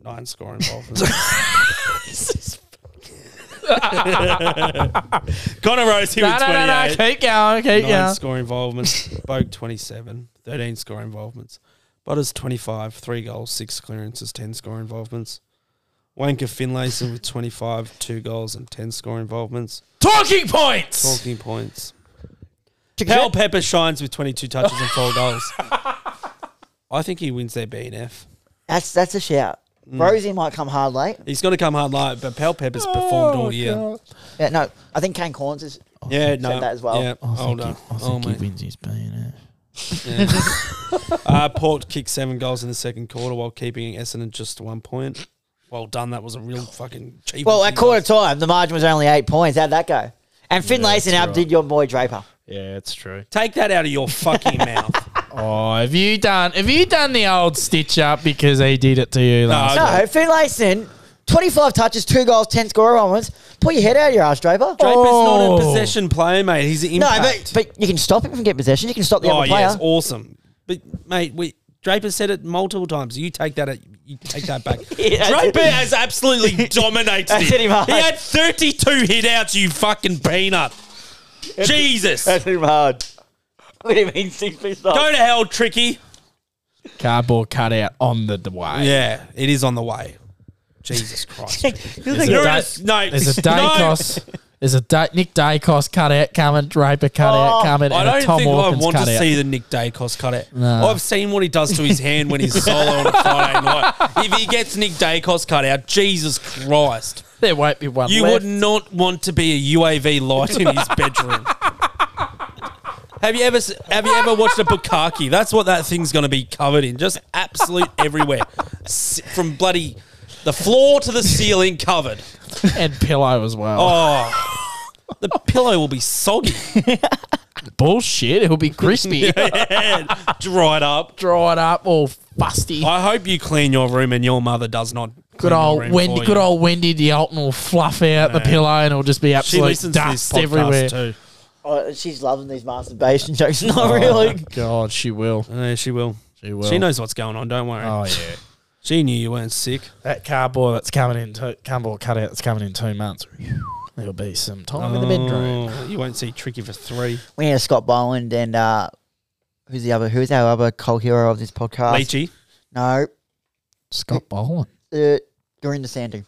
Speaker 2: Nine
Speaker 4: (laughs)
Speaker 2: score involvement. (laughs) Connor Rosie
Speaker 4: No,
Speaker 2: with
Speaker 4: no, no, no.
Speaker 2: 28.
Speaker 4: Keep going. Keep
Speaker 2: Nine
Speaker 4: going.
Speaker 2: score involvements. Bogue 27. 13 score involvements. Butters 25. Three goals, six clearances, 10 score involvements. Wanker Finlayson with 25, two goals and 10 score involvements.
Speaker 4: Talking points.
Speaker 2: Talking points. Cal Pepper shines with 22 touches and four goals. I think he wins their BNF.
Speaker 1: That's that's a shout.
Speaker 2: Mm.
Speaker 1: Rosie might come hard late.
Speaker 2: He's got to come hard light, but Pal Pepper's
Speaker 4: Oh
Speaker 2: performed all year.
Speaker 1: Yeah, no, I think Kane Corns is.
Speaker 2: Yeah, no.
Speaker 1: that as well.
Speaker 2: Yeah. Oh, no. Oh, mate.
Speaker 4: wins his bayonet.
Speaker 2: Uh, Port kicked seven goals in the second quarter while keeping Essendon just to one point. Well done. That was a real fucking achievement.
Speaker 1: Well,
Speaker 2: for
Speaker 1: at
Speaker 2: you
Speaker 1: quarter
Speaker 2: guys.
Speaker 1: time, the margin was only eight points. How'd that go? And Finlayson
Speaker 4: that's
Speaker 1: outdid your boy Draper.
Speaker 4: Yeah, it's true.
Speaker 2: Take that out of
Speaker 1: (laughs)
Speaker 2: your fucking mouth.
Speaker 4: Oh, have you done? Have you done the old stitch up because he did it to you? Last
Speaker 2: No.
Speaker 1: No,
Speaker 2: Okay.
Speaker 1: Finlayson, 25 touches, two goals, 10 score moments. Pull your head out of your ass, Draper.
Speaker 2: Draper's not
Speaker 4: Oh.
Speaker 2: a possession player, mate. He's an
Speaker 1: no,
Speaker 2: impact.
Speaker 1: but, but you can stop him from getting possession. You can stop the
Speaker 2: oh
Speaker 1: other
Speaker 2: yeah,
Speaker 1: player.
Speaker 2: it's awesome. But mate, we Draper said it multiple times. You take that. at- You take that back.
Speaker 1: Yeah, that's
Speaker 2: Draper has absolutely dominated.
Speaker 1: That's
Speaker 2: it.
Speaker 1: hit him hard.
Speaker 2: He had thirty-two hit outs. You fucking peanut. Jesus. Go
Speaker 1: him hard. (laughs) What do you mean, six pissed off?
Speaker 2: to hell, Tricky.
Speaker 4: cardboard cutout on the d- way.
Speaker 2: Yeah, it is on the way. (laughs) Jesus Christ.
Speaker 4: There's,
Speaker 2: You're
Speaker 4: a
Speaker 2: in a
Speaker 4: da-
Speaker 2: s- no.
Speaker 4: there's a
Speaker 2: No.
Speaker 4: Dacos. There's a da- Nick Dacos cutout coming. Draper cutout
Speaker 1: Oh,
Speaker 4: coming.
Speaker 2: I
Speaker 4: and a
Speaker 2: don't
Speaker 4: Tom
Speaker 2: think
Speaker 4: Hawkins
Speaker 2: I want to
Speaker 4: cutout.
Speaker 2: see the Nick Dacos cut it.
Speaker 4: No.
Speaker 2: I've seen what he does to his hand when he's solo on a Friday night. If he gets Nick Dacos cut out, Jesus Christ.
Speaker 4: There won't be one.
Speaker 2: You
Speaker 4: left.
Speaker 2: would not want to be a UAV light in his bedroom. have you ever s- have you ever watched a bukkake? That's what that thing's going to be covered in. Just absolute everywhere, S- from bloody the floor to the ceiling covered.
Speaker 4: (laughs) and pillow as well.
Speaker 2: Oh, the pillow will be soggy,
Speaker 4: bullshit! It'll be crispy,
Speaker 2: and (laughs) dried up.
Speaker 4: dried up, all fusty.
Speaker 2: I hope you clean your room and your mother does not. clean
Speaker 4: Good
Speaker 2: your
Speaker 4: old
Speaker 2: room
Speaker 4: Wendy,
Speaker 2: for
Speaker 4: good
Speaker 2: you.
Speaker 4: old Wendy Dialton will fluff out the pillow and it'll just be
Speaker 2: She
Speaker 4: absolute
Speaker 2: listens to this
Speaker 4: dust
Speaker 2: podcast
Speaker 4: everywhere.
Speaker 2: too.
Speaker 1: Oh, she's loving these masturbation jokes. (laughs) Not
Speaker 2: Oh.
Speaker 1: really.
Speaker 4: Oh, God, she will.
Speaker 2: Yeah, she will.
Speaker 4: She will.
Speaker 2: She knows what's going on. Don't worry.
Speaker 4: Oh yeah.
Speaker 2: She knew you weren't sick.
Speaker 4: That cardboard that's coming in, two, cardboard cutout that's coming in two months. There'll be Uh, some time in the bedroom.
Speaker 2: Oh, you won't see Tricky for three.
Speaker 1: We had Scott Boland and uh, who's the other? Who's our other cold hero of this podcast?
Speaker 2: Leachy.
Speaker 1: No,
Speaker 3: Scott Boland.
Speaker 1: uh, Dorinda Sandu,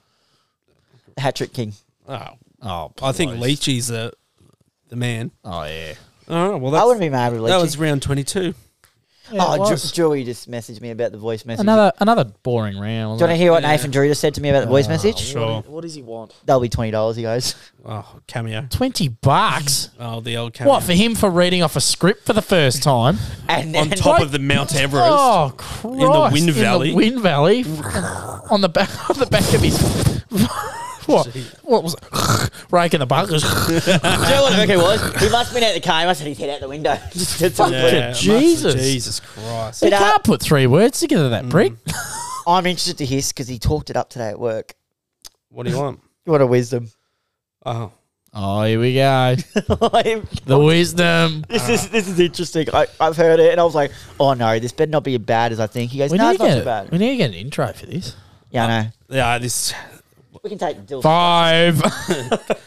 Speaker 1: hat trick king.
Speaker 2: Oh, oh I think Leachy's the the man.
Speaker 4: Oh yeah.
Speaker 2: Oh, well,
Speaker 1: I
Speaker 2: that's,
Speaker 1: wouldn't be mad with Leachy.
Speaker 2: that was round 22.
Speaker 1: oh,
Speaker 4: it
Speaker 1: Ju-
Speaker 4: was.
Speaker 1: Drewy just messaged me about the voice message.
Speaker 4: Another Uh, another boring round.
Speaker 1: Do you want
Speaker 4: Wasn't
Speaker 1: to
Speaker 4: it?
Speaker 1: hear what Nathan Drew just said to me about the voice message?
Speaker 2: Sure.
Speaker 7: What does he want?
Speaker 1: That'll be twenty dollars. He goes.
Speaker 2: Oh, cameo.
Speaker 4: Twenty bucks.
Speaker 2: Oh, the old cameo.
Speaker 4: What for him for reading off a script for the first time?
Speaker 1: And
Speaker 2: (laughs) On
Speaker 1: then- (laughs)
Speaker 2: top of the Mount Everest.
Speaker 4: Oh Christ!
Speaker 2: Wind Valley.
Speaker 4: Wind
Speaker 2: (laughs)
Speaker 4: Valley. on the back (laughs) on the back of his. what? What was (laughs) it? raking the buggers?
Speaker 1: Do you know what I reckon it was? He must have been out the car. He must have his head out the window. (laughs) Just at
Speaker 2: (laughs)
Speaker 1: some point.
Speaker 2: Yeah, must-
Speaker 4: Jesus.
Speaker 2: Jesus Christ.
Speaker 4: he
Speaker 1: But, uh,
Speaker 4: can't put three words together. That
Speaker 1: Mm.
Speaker 4: prick. (laughs)
Speaker 1: I'm interested to his because he talked it up today at work.
Speaker 2: What do you want?
Speaker 1: What a wisdom! (laughs)
Speaker 2: Oh,
Speaker 4: Oh, here we go.
Speaker 1: (laughs)
Speaker 4: The wisdom.
Speaker 1: This is this is interesting. I, I've heard it, and I was like, "Oh no, this better not be as bad as I think." He goes,
Speaker 4: We
Speaker 1: "No,
Speaker 4: need,
Speaker 1: it's
Speaker 4: to
Speaker 1: not
Speaker 4: get,
Speaker 1: so
Speaker 4: a-
Speaker 1: bad."
Speaker 4: we need to get an intro for this.
Speaker 1: yeah, I
Speaker 2: (laughs)
Speaker 1: know.
Speaker 2: yeah, this
Speaker 1: We can take the deal. (laughs)
Speaker 4: Five,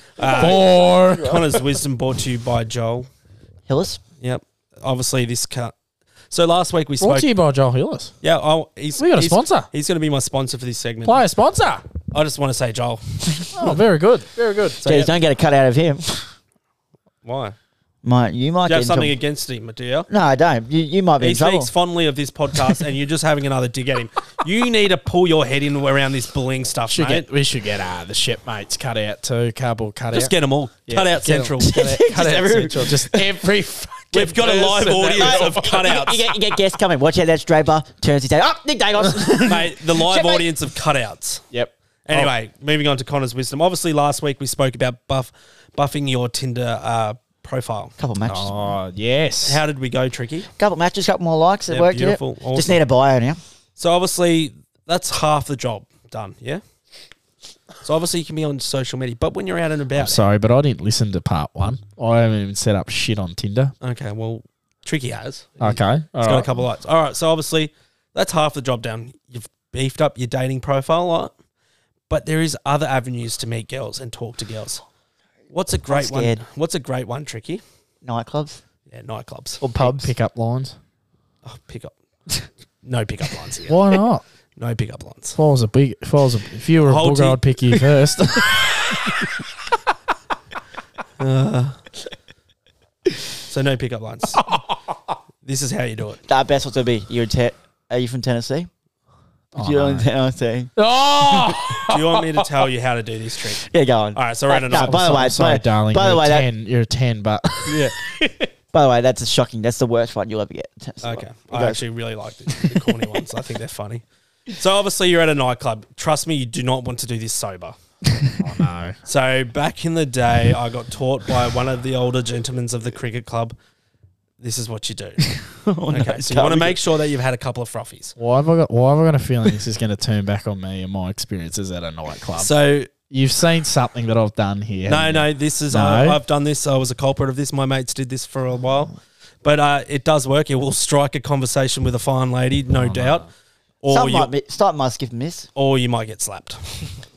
Speaker 4: (laughs) four.
Speaker 2: Connor's wisdom brought to you by Joel.
Speaker 1: Hillis,
Speaker 2: Yep. Obviously, this cut. So last week we spoke.
Speaker 4: Brought to you by Joel Hillis.
Speaker 2: Yeah, I'll, he's
Speaker 4: We got a
Speaker 2: he's-
Speaker 4: sponsor.
Speaker 2: He's going to be my sponsor for this segment.
Speaker 4: Player sponsor.
Speaker 2: I just want to say Joel.
Speaker 4: Oh, very good. Very good.
Speaker 2: So,
Speaker 1: Jeez,
Speaker 2: yeah,
Speaker 1: don't get a cut out of him. (laughs)
Speaker 2: why? Do
Speaker 1: Might you might
Speaker 2: you
Speaker 1: get
Speaker 2: have
Speaker 1: in
Speaker 2: something
Speaker 1: trouble.
Speaker 2: against him, do you?
Speaker 1: No, I don't. You, you might be
Speaker 2: He
Speaker 1: in trouble.
Speaker 2: speaks fondly of this podcast, and you're just having another dig at him. You need to pull your head in around this bullying stuff,
Speaker 4: Should
Speaker 2: mate.
Speaker 4: get, we should get uh, the shipmates cut out too. Cardboard cut
Speaker 2: Just
Speaker 4: out.
Speaker 2: get them all. cut out
Speaker 4: get 'em. (laughs)
Speaker 2: Central.
Speaker 4: Cut out, cut out
Speaker 1: every-
Speaker 4: central. Just (laughs) every. fucking
Speaker 2: (laughs) We've got a live
Speaker 4: person that- (laughs)
Speaker 2: audience of cutouts.
Speaker 1: You get, you get guests coming. Watch out, that's Draper. Turns his head. Oh, Nick
Speaker 4: (laughs)
Speaker 1: Dagos.
Speaker 2: mate, the live
Speaker 1: Shit, mate.
Speaker 2: audience of cutouts.
Speaker 4: Yep.
Speaker 2: (laughs) Anyway, moving on to Connor's wisdom. Obviously, last week we spoke about buff buffing your Tinder uh, profile.
Speaker 1: couple matches.
Speaker 4: Oh yes.
Speaker 2: How did we go, Tricky?
Speaker 1: Couple matches. Couple more likes. It
Speaker 2: Yeah,
Speaker 1: worked.
Speaker 2: beautiful,
Speaker 1: Did it? Just
Speaker 2: awesome.
Speaker 1: need a bio now.
Speaker 2: So obviously, that's half the job done. Yeah. So obviously, you can be on social media, but when you're out and about,
Speaker 4: Sorry, but I didn't listen to part one. I haven't even set up shit on Tinder.
Speaker 2: okay. Well, Tricky has.
Speaker 4: Okay. all
Speaker 2: Oh, It's got
Speaker 4: right.
Speaker 2: a couple lights. All right. So obviously, that's half the job done. You've beefed up your dating profile a lot, but there is other avenues to meet girls and talk to girls. What's a great one?
Speaker 1: scared.
Speaker 2: What's a great one, Tricky?
Speaker 1: Nightclubs
Speaker 2: Yeah, nightclubs.
Speaker 1: or pubs.
Speaker 4: pickup lines.
Speaker 2: Oh, pick up. (laughs) no pickup lines here.
Speaker 4: Why not?
Speaker 2: No pickup lines.
Speaker 4: If I was a big, if I was a, if you were a
Speaker 2: Whole
Speaker 4: booger,
Speaker 2: team.
Speaker 4: I'd pick
Speaker 2: (laughs)
Speaker 4: you first.
Speaker 2: So no pickup lines. (laughs) this is how you do it.
Speaker 1: That best what's gonna be. You're in te- Are you from Tennessee?
Speaker 2: Oh,
Speaker 1: You're in Tennessee.
Speaker 4: oh,
Speaker 2: Do you want me to tell you how to do this trick?
Speaker 1: (laughs) Yeah, go on.
Speaker 2: All right. So we're at an
Speaker 1: No,
Speaker 2: office.
Speaker 1: by the way,
Speaker 4: sorry,
Speaker 1: by,
Speaker 4: darling.
Speaker 1: By the
Speaker 4: you're
Speaker 1: way,
Speaker 4: a
Speaker 1: that,
Speaker 4: ten, you're a ten, but (laughs)
Speaker 2: Yeah.
Speaker 1: by the way, that's a shocking. That's the worst one you'll ever get. That's the
Speaker 2: Okay.
Speaker 1: one.
Speaker 2: I
Speaker 1: Okay. (laughs)
Speaker 2: actually really like the, the corny ones. I think they're funny. So obviously you're at a nightclub. Trust me, you do not want to do this sober.
Speaker 4: no.
Speaker 2: So back in the day, I got taught by one of the older gentlemen of the cricket club. This is what
Speaker 4: (laughs)
Speaker 2: you do. okay, so you want to make sure that you've had a couple of frothies.
Speaker 4: Why have I got? Why have I got a feeling this is going to turn back on me and my experiences at a nightclub?
Speaker 2: So
Speaker 4: You've seen something that I've done here.
Speaker 2: No,
Speaker 4: haven't you?
Speaker 2: no, this is I,
Speaker 4: No.
Speaker 2: I've done this. I was a culprit of this. My mates did this for a while, but uh, it does work. It will strike a conversation with a fine lady, no
Speaker 4: Oh,
Speaker 2: doubt, or
Speaker 1: Some
Speaker 2: you
Speaker 1: might mi- start might skip and miss.
Speaker 2: or you might
Speaker 4: (laughs)
Speaker 2: get slapped.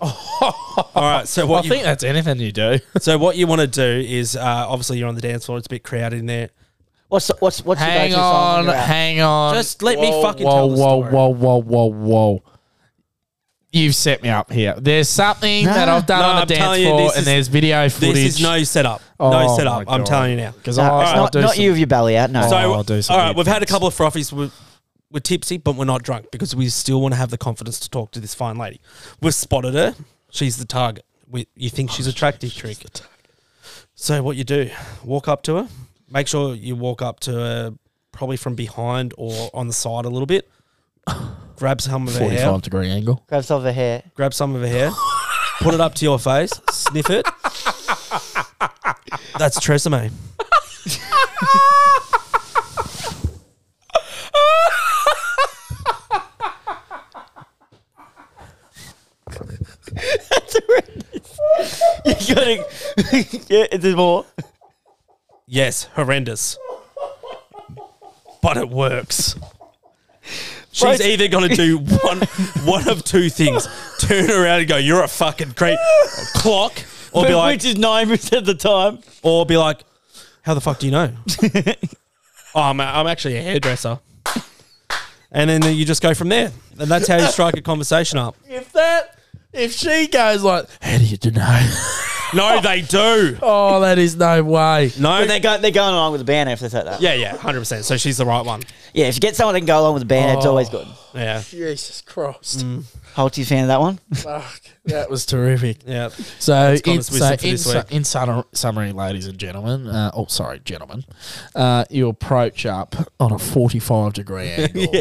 Speaker 2: All right, so
Speaker 4: I
Speaker 2: what
Speaker 4: think
Speaker 2: you,
Speaker 4: that's anything you (laughs) do.
Speaker 2: so what you want to do is uh, obviously you're on the dance floor. It's a bit crowded in there.
Speaker 1: What's what's what's
Speaker 4: hang
Speaker 1: your go-to song when
Speaker 4: on,
Speaker 1: you're out?
Speaker 4: hang on.
Speaker 2: Just let me fucking
Speaker 4: Um, whoa,
Speaker 2: tell the
Speaker 4: whoa,
Speaker 2: story.
Speaker 4: whoa, whoa, whoa, whoa. You've set me up here. There's something that I've done
Speaker 2: No,
Speaker 4: on the
Speaker 2: I'm
Speaker 4: dance
Speaker 2: telling you,
Speaker 4: floor,
Speaker 2: this
Speaker 4: and
Speaker 2: is-
Speaker 4: there's video footage.
Speaker 2: This is no setup.
Speaker 4: Oh,
Speaker 2: no setup.
Speaker 4: my
Speaker 2: I'm
Speaker 4: God.
Speaker 2: telling you now.
Speaker 4: 'Cause
Speaker 1: No,
Speaker 4: I-
Speaker 1: it's
Speaker 4: I'll
Speaker 1: not,
Speaker 4: do
Speaker 1: not
Speaker 4: some-
Speaker 1: you with your belly out. No.
Speaker 2: So,
Speaker 4: I'll do some
Speaker 2: all right,
Speaker 4: weird
Speaker 2: we've had a
Speaker 4: things.
Speaker 2: couple of frothies. We're, we're tipsy, but we're not drunk because we still want to have the confidence to talk to this fine lady. We've spotted her. She's the target. We, you think
Speaker 4: Oh,
Speaker 2: she's attractive, trick. So, what you do, walk up to her. Make sure you walk up to her probably from behind or on the side a little bit. Grab some of her hair.
Speaker 4: Forty-five degree angle.
Speaker 1: Grab some of her hair. (laughs)
Speaker 2: Grab some of her hair. put it up to your face. Sniff
Speaker 4: (laughs)
Speaker 2: it. That's Tresemme.
Speaker 1: you gotta. (laughs) yeah, there's more.
Speaker 2: Yes, horrendous. But it works. She's
Speaker 1: Right.
Speaker 2: either going to do one one of two things. Turn around and go, "You're a fucking creep." Clock or be like
Speaker 1: Which is nine percent of the time.
Speaker 2: or be like, "How the fuck do you know?" oh, I'm, a, I'm actually a hairdresser. and then you just go from there. And that's how you strike a
Speaker 1: (laughs)
Speaker 2: conversation up.
Speaker 4: If that, if she goes like, how do you know?
Speaker 2: No, they do.
Speaker 4: (laughs) oh, that is no way.
Speaker 2: No.
Speaker 1: But they go, they're going along with the banner if they say that.
Speaker 2: yeah, yeah, 100%. So she's the right one.
Speaker 1: Yeah, if you get someone that can go along with the banner,
Speaker 2: Oh.
Speaker 1: it's always good.
Speaker 2: Yeah.
Speaker 4: Jesus Christ.
Speaker 1: Holty's fan of that one.
Speaker 4: Fuck. That was terrific.
Speaker 2: Yeah.
Speaker 4: So,
Speaker 2: common
Speaker 4: in, so
Speaker 2: wisdom for
Speaker 4: in,
Speaker 2: this
Speaker 4: su-
Speaker 2: week.
Speaker 4: in summa- summary, ladies and gentlemen, uh, oh, sorry, gentlemen, uh, you approach up on a 45
Speaker 2: (laughs)
Speaker 4: degree angle.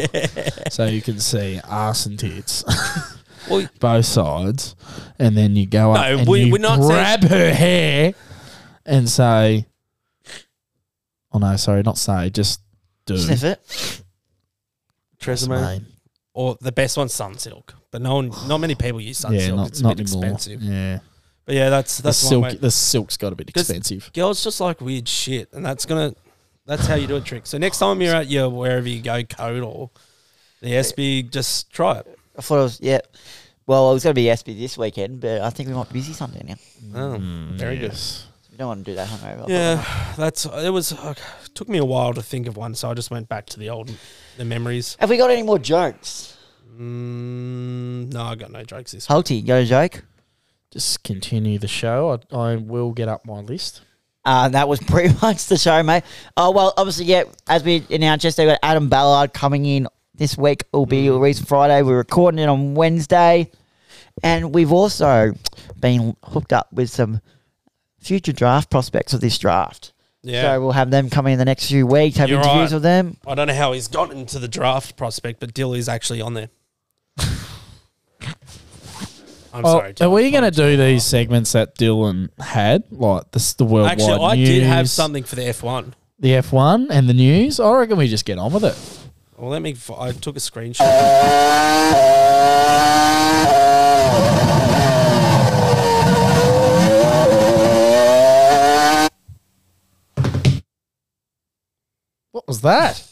Speaker 4: So you can see arse and tits.
Speaker 2: (laughs) Well,
Speaker 4: both sides, and then you go up
Speaker 2: No,
Speaker 4: and
Speaker 2: we-
Speaker 4: you
Speaker 2: we're not
Speaker 4: grab her hair and say, "Oh no, sorry, not say, just do."
Speaker 1: Sniff it.
Speaker 2: Tresemme. Or the best one's Sunsilk. But no one, not many people use Sunsilk.
Speaker 4: Yeah, not,
Speaker 2: it's a
Speaker 4: not
Speaker 2: bit
Speaker 4: anymore.
Speaker 2: expensive.
Speaker 4: Yeah,
Speaker 2: But yeah, that's
Speaker 4: the
Speaker 2: that's one way.
Speaker 4: silk. The silk's got a bit
Speaker 2: 'Cause-
Speaker 4: expensive.
Speaker 2: girls just like weird shit, and that's gonna that's how you do a trick. So next time you're at your wherever you go, code or the SB, just try it.
Speaker 1: I thought it was, yeah. Well, it was going to be SB this weekend, but I think we might be busy Sunday now.
Speaker 2: Oh,
Speaker 4: Mm.
Speaker 2: very
Speaker 1: We don't want to do that hungover.
Speaker 2: good. Yeah, that's it was okay. took me a while to think of one, so I just went back to the old the memories.
Speaker 1: Have we got any more jokes?
Speaker 2: Mm, no, I got no jokes this.
Speaker 1: Holty, you got a joke?
Speaker 4: Just continue the show. I, I will get up my list.
Speaker 1: Uh, that was (laughs) pretty much the show, mate. Oh, well, obviously, yeah, as we announced yesterday, we got Adam Ballard coming in this week. It will be released Friday. We're recording it on Wednesday. And we've also been hooked up with some future draft prospects of this draft.
Speaker 2: Yeah.
Speaker 1: So we'll have them coming in the next few weeks, have
Speaker 2: You're
Speaker 1: interviews
Speaker 2: right.
Speaker 1: with them.
Speaker 2: I don't know how he's gotten into the draft prospect, but Dill is actually on there. I'm
Speaker 4: Oh,
Speaker 2: sorry.
Speaker 4: are
Speaker 2: Dill.
Speaker 4: we going to do these segments that Dylan had, like this, the worldwide
Speaker 2: Actually, I did have
Speaker 4: news,
Speaker 2: something for the F1.
Speaker 4: The F one and the news. I reckon we just get on with it.
Speaker 2: Well, let me. f- I took
Speaker 4: (laughs)
Speaker 2: a screenshot.
Speaker 4: What was that?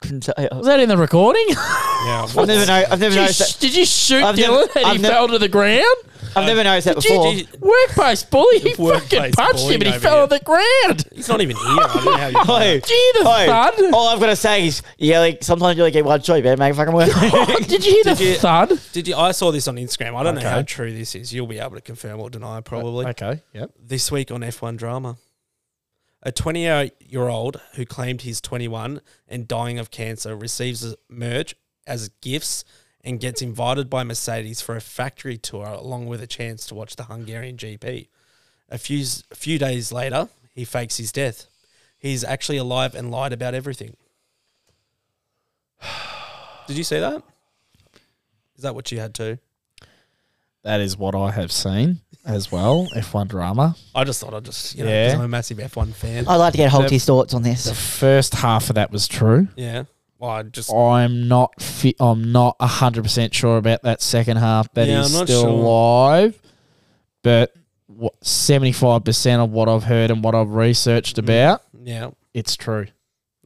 Speaker 1: Couldn't tell you.
Speaker 4: Was that in the recording?
Speaker 2: Yeah,
Speaker 1: I've never, know, I've never
Speaker 4: Did you,
Speaker 1: noticed
Speaker 4: sh-
Speaker 1: that,
Speaker 4: did you shoot
Speaker 1: I've
Speaker 4: Dylan
Speaker 1: never-
Speaker 4: and
Speaker 1: I've
Speaker 4: he
Speaker 1: ne-
Speaker 4: fell to the ground?
Speaker 1: I've never noticed that
Speaker 4: Did
Speaker 1: before.
Speaker 4: you- workplace bully. He fucking
Speaker 2: Workplace
Speaker 4: punched him
Speaker 2: bullying
Speaker 4: and he
Speaker 2: over
Speaker 4: fell
Speaker 2: here.
Speaker 4: on the ground.
Speaker 2: (laughs) He's not even here. I don't know how
Speaker 4: (laughs)
Speaker 2: you found
Speaker 1: Oi,
Speaker 2: out.
Speaker 4: Gee, the
Speaker 1: oi,
Speaker 4: thud.
Speaker 1: All I've got to say is, yeah, like, sometimes you only get one shot, you better make a fucking (laughs) work.
Speaker 4: Did you hear the
Speaker 2: you-
Speaker 4: thud?
Speaker 2: Did you? I saw this on Instagram. I don't know
Speaker 4: Okay.
Speaker 2: how true this is. You'll be able to confirm or deny probably.
Speaker 4: Okay. Yep.
Speaker 2: This week on F1 Drama, a 28-year-old who claimed he's 21 and dying of cancer receives a merch as gifts and gets invited by Mercedes for a factory tour along with a chance to watch the Hungarian GP. A few s- a few days later, he fakes his death. He's actually alive and lied about everything. (sighs) Did you see that? Is that what you had too?
Speaker 4: That is what I have seen as well. F1 drama.
Speaker 2: I just thought I'd just, you know,
Speaker 4: Yeah.
Speaker 2: 'cause I'm a massive F1 fan.
Speaker 1: I'd like to get Holty's thoughts on this.
Speaker 4: The first half of that was true.
Speaker 2: yeah. Well, I just,
Speaker 4: I'm not fi- I'm not hundred percent sure about that second half. That is
Speaker 2: Yeah, I'm not
Speaker 4: still
Speaker 2: sure.
Speaker 4: alive, but seventy five percent of what I've heard and what I've researched about,
Speaker 2: yeah.
Speaker 4: it's true.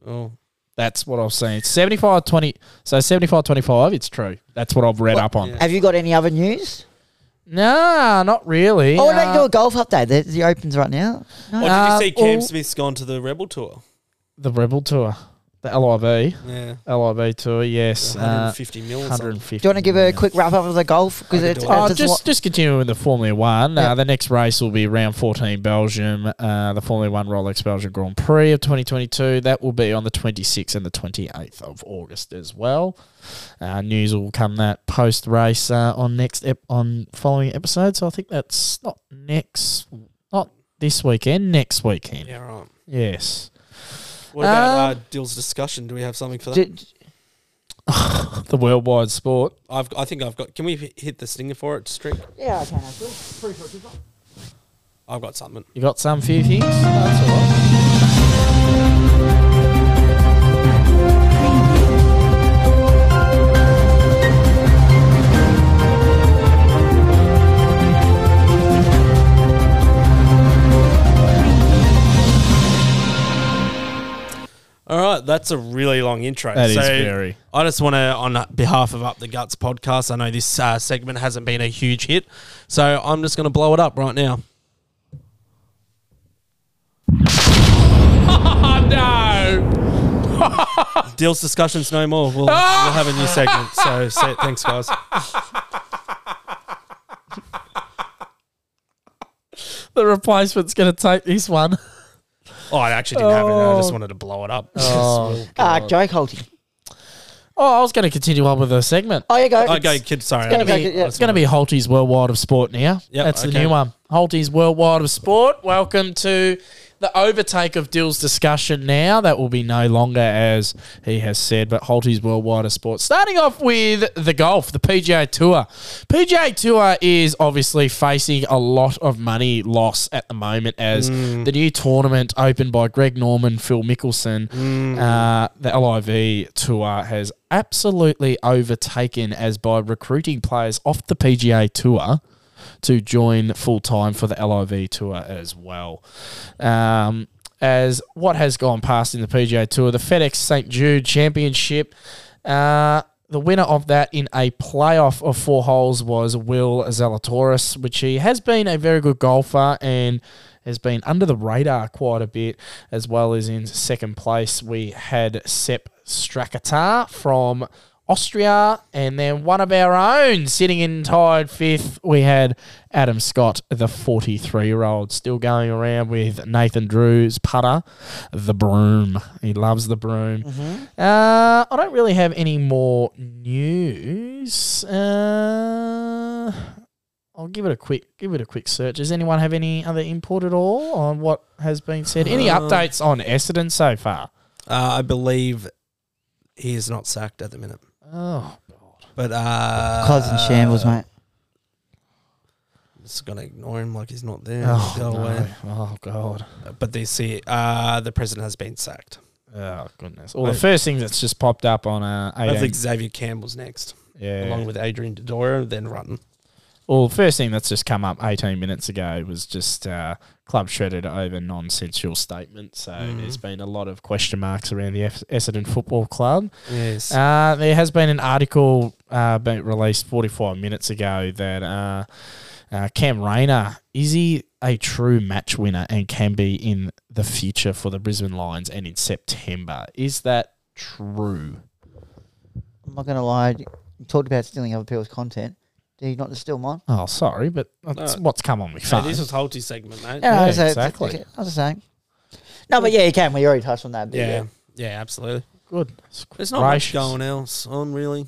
Speaker 2: Oh.
Speaker 4: That's what I've seen. 75 20. So 75 25, it's true. That's what I've read up on.
Speaker 2: yeah.
Speaker 1: Have you got any other news?
Speaker 4: Nah, not really.
Speaker 1: Oh, we don't
Speaker 4: Uh,
Speaker 1: do a golf update. The, the Open's right now.
Speaker 2: Or did
Speaker 4: Uh,
Speaker 2: you see Cam
Speaker 1: oh.
Speaker 4: well-
Speaker 2: Smith's gone to the Rebel Tour?
Speaker 4: the Rebel Tour, the LIV,
Speaker 2: Yeah.
Speaker 4: LIV Tour, yes. Uh,
Speaker 2: 150 mil. or something.
Speaker 4: 150.
Speaker 1: Do you want to give a quick wrap up of the golf? Because it's,
Speaker 2: do it.
Speaker 4: Oh,
Speaker 1: it's
Speaker 4: just, just continuing with the Formula One.
Speaker 1: Yeah.
Speaker 4: Uh, the next race will be round 14 Belgium, uh, the Formula One Rolex Belgium Grand Prix of 2022. That will be on the 26th and the 28th of August as well. Uh, news will come that post race uh, on next ep- on following episode. So I think that's not next, not this weekend, next weekend.
Speaker 2: Yeah, right.
Speaker 4: Yes.
Speaker 2: What
Speaker 4: Um,
Speaker 2: about uh, Dill's discussion? Do we have something for that?
Speaker 1: Did,
Speaker 4: The worldwide sport.
Speaker 2: I've, I think I've got. Can we hi- hit the stinger for it, Strick?
Speaker 1: yeah, I can actually. Pretty sure
Speaker 2: I've got something.
Speaker 4: You got some few things?
Speaker 2: All right, that's a really long intro.
Speaker 4: That is
Speaker 2: so
Speaker 4: very.
Speaker 2: I just want to, on behalf of Up the Guts podcast, I know this uh, segment hasn't been a huge hit, so I'm just going to blow it up
Speaker 1: (laughs)
Speaker 2: right now. (laughs)
Speaker 4: Oh, no.
Speaker 2: Dill's discussions no more. We'll, we'll have a new segment. So, so thanks, guys.
Speaker 4: The replacement's going to take this one.
Speaker 2: Oh, I actually didn't have it. I just wanted to blow it up. (laughs)
Speaker 4: Oh,
Speaker 1: Ah, Joe Colty.
Speaker 4: I was going to continue on with the segment.
Speaker 1: Oh, you go.
Speaker 2: I go,
Speaker 1: It's-
Speaker 2: kid. Sorry.
Speaker 1: gonna
Speaker 2: I didn't-
Speaker 1: be- yeah.
Speaker 4: It's going to be Holty's Worldwide of Sport now.
Speaker 2: Yep,
Speaker 4: That's the
Speaker 2: okay.
Speaker 4: new one. Holty's Worldwide of Sport. Welcome to the overtake of Dill's discussion now. That will be no longer as he has said, but Holty's Worldwide of Sport. Starting off with the golf, the PGA Tour. PGA Tour is obviously facing a lot of money loss at the moment as
Speaker 2: Mm.
Speaker 4: the new tournament opened by Greg Norman, Phil Mickelson,
Speaker 2: Mm.
Speaker 4: uh, the LIV Tour has absolutely overtaken as by recruiting players off the PGA Tour to join full time for the LIV tour as well. Um, as what has gone past in the PGA Tour, the FedEx St. Jude Championship, uh, the winner of that in a playoff of four holes was Will Zalatoris, which he has been a very good golfer and has been under the radar quite a bit, as well as in second place we had Sepp Strakatar from Austria, and then one of our own sitting in tied fifth. We had Adam Scott, the 43 year old, still going around with Nathan Drew's putter, the broom. He loves the broom.
Speaker 2: Mm-hmm.
Speaker 4: Uh, I don't really have any more news. Uh, I'll give it a quick give it a quick search. Does anyone have any other input at all on what has been said? Any updates on Essendon so far?
Speaker 2: Uh, I believe he is not sacked at the minute.
Speaker 4: Oh,
Speaker 2: But uh,
Speaker 1: Cos in shambles, mate.
Speaker 2: Just gonna ignore him like he's not there.
Speaker 4: oh,
Speaker 2: Go away.
Speaker 4: no. oh God.
Speaker 2: But they see uh, the president has been sacked.
Speaker 4: Oh goodness! Well, the first thing that's just popped up on uh,
Speaker 2: I
Speaker 4: 18,
Speaker 2: think Xavier Campbell's next,
Speaker 4: yeah.
Speaker 2: along with Adrian Dodora, then Rutten.
Speaker 4: Well, the first thing that's just come up 18 minutes ago was just uh, club shredded over nonsensical statement. So
Speaker 2: Mm-hmm.
Speaker 4: there's been a lot of question marks around the F- Essendon Football Club.
Speaker 2: Yes.
Speaker 4: Uh, there has been an article uh, been released 45 minutes ago that uh, uh, Cam Rayner is he a true match winner and can be in the future for the Brisbane Lions and in September? Is that true?
Speaker 1: I'm not gonna lie. You talked about stealing other people's content. Do you not just steal mine?
Speaker 4: Oh, sorry, but that's
Speaker 2: No.
Speaker 4: what's come on me.
Speaker 2: Hey,
Speaker 4: phone.
Speaker 2: this was Holty's segment, mate.
Speaker 1: Yeah,
Speaker 4: Yeah,
Speaker 1: so it's-
Speaker 4: exactly.
Speaker 1: it's- I was just saying. No, but yeah, you can. We already touched on that. But yeah.
Speaker 2: yeah. Yeah, absolutely.
Speaker 4: Good.
Speaker 2: There's not
Speaker 4: Gracious.
Speaker 2: much going else on, really.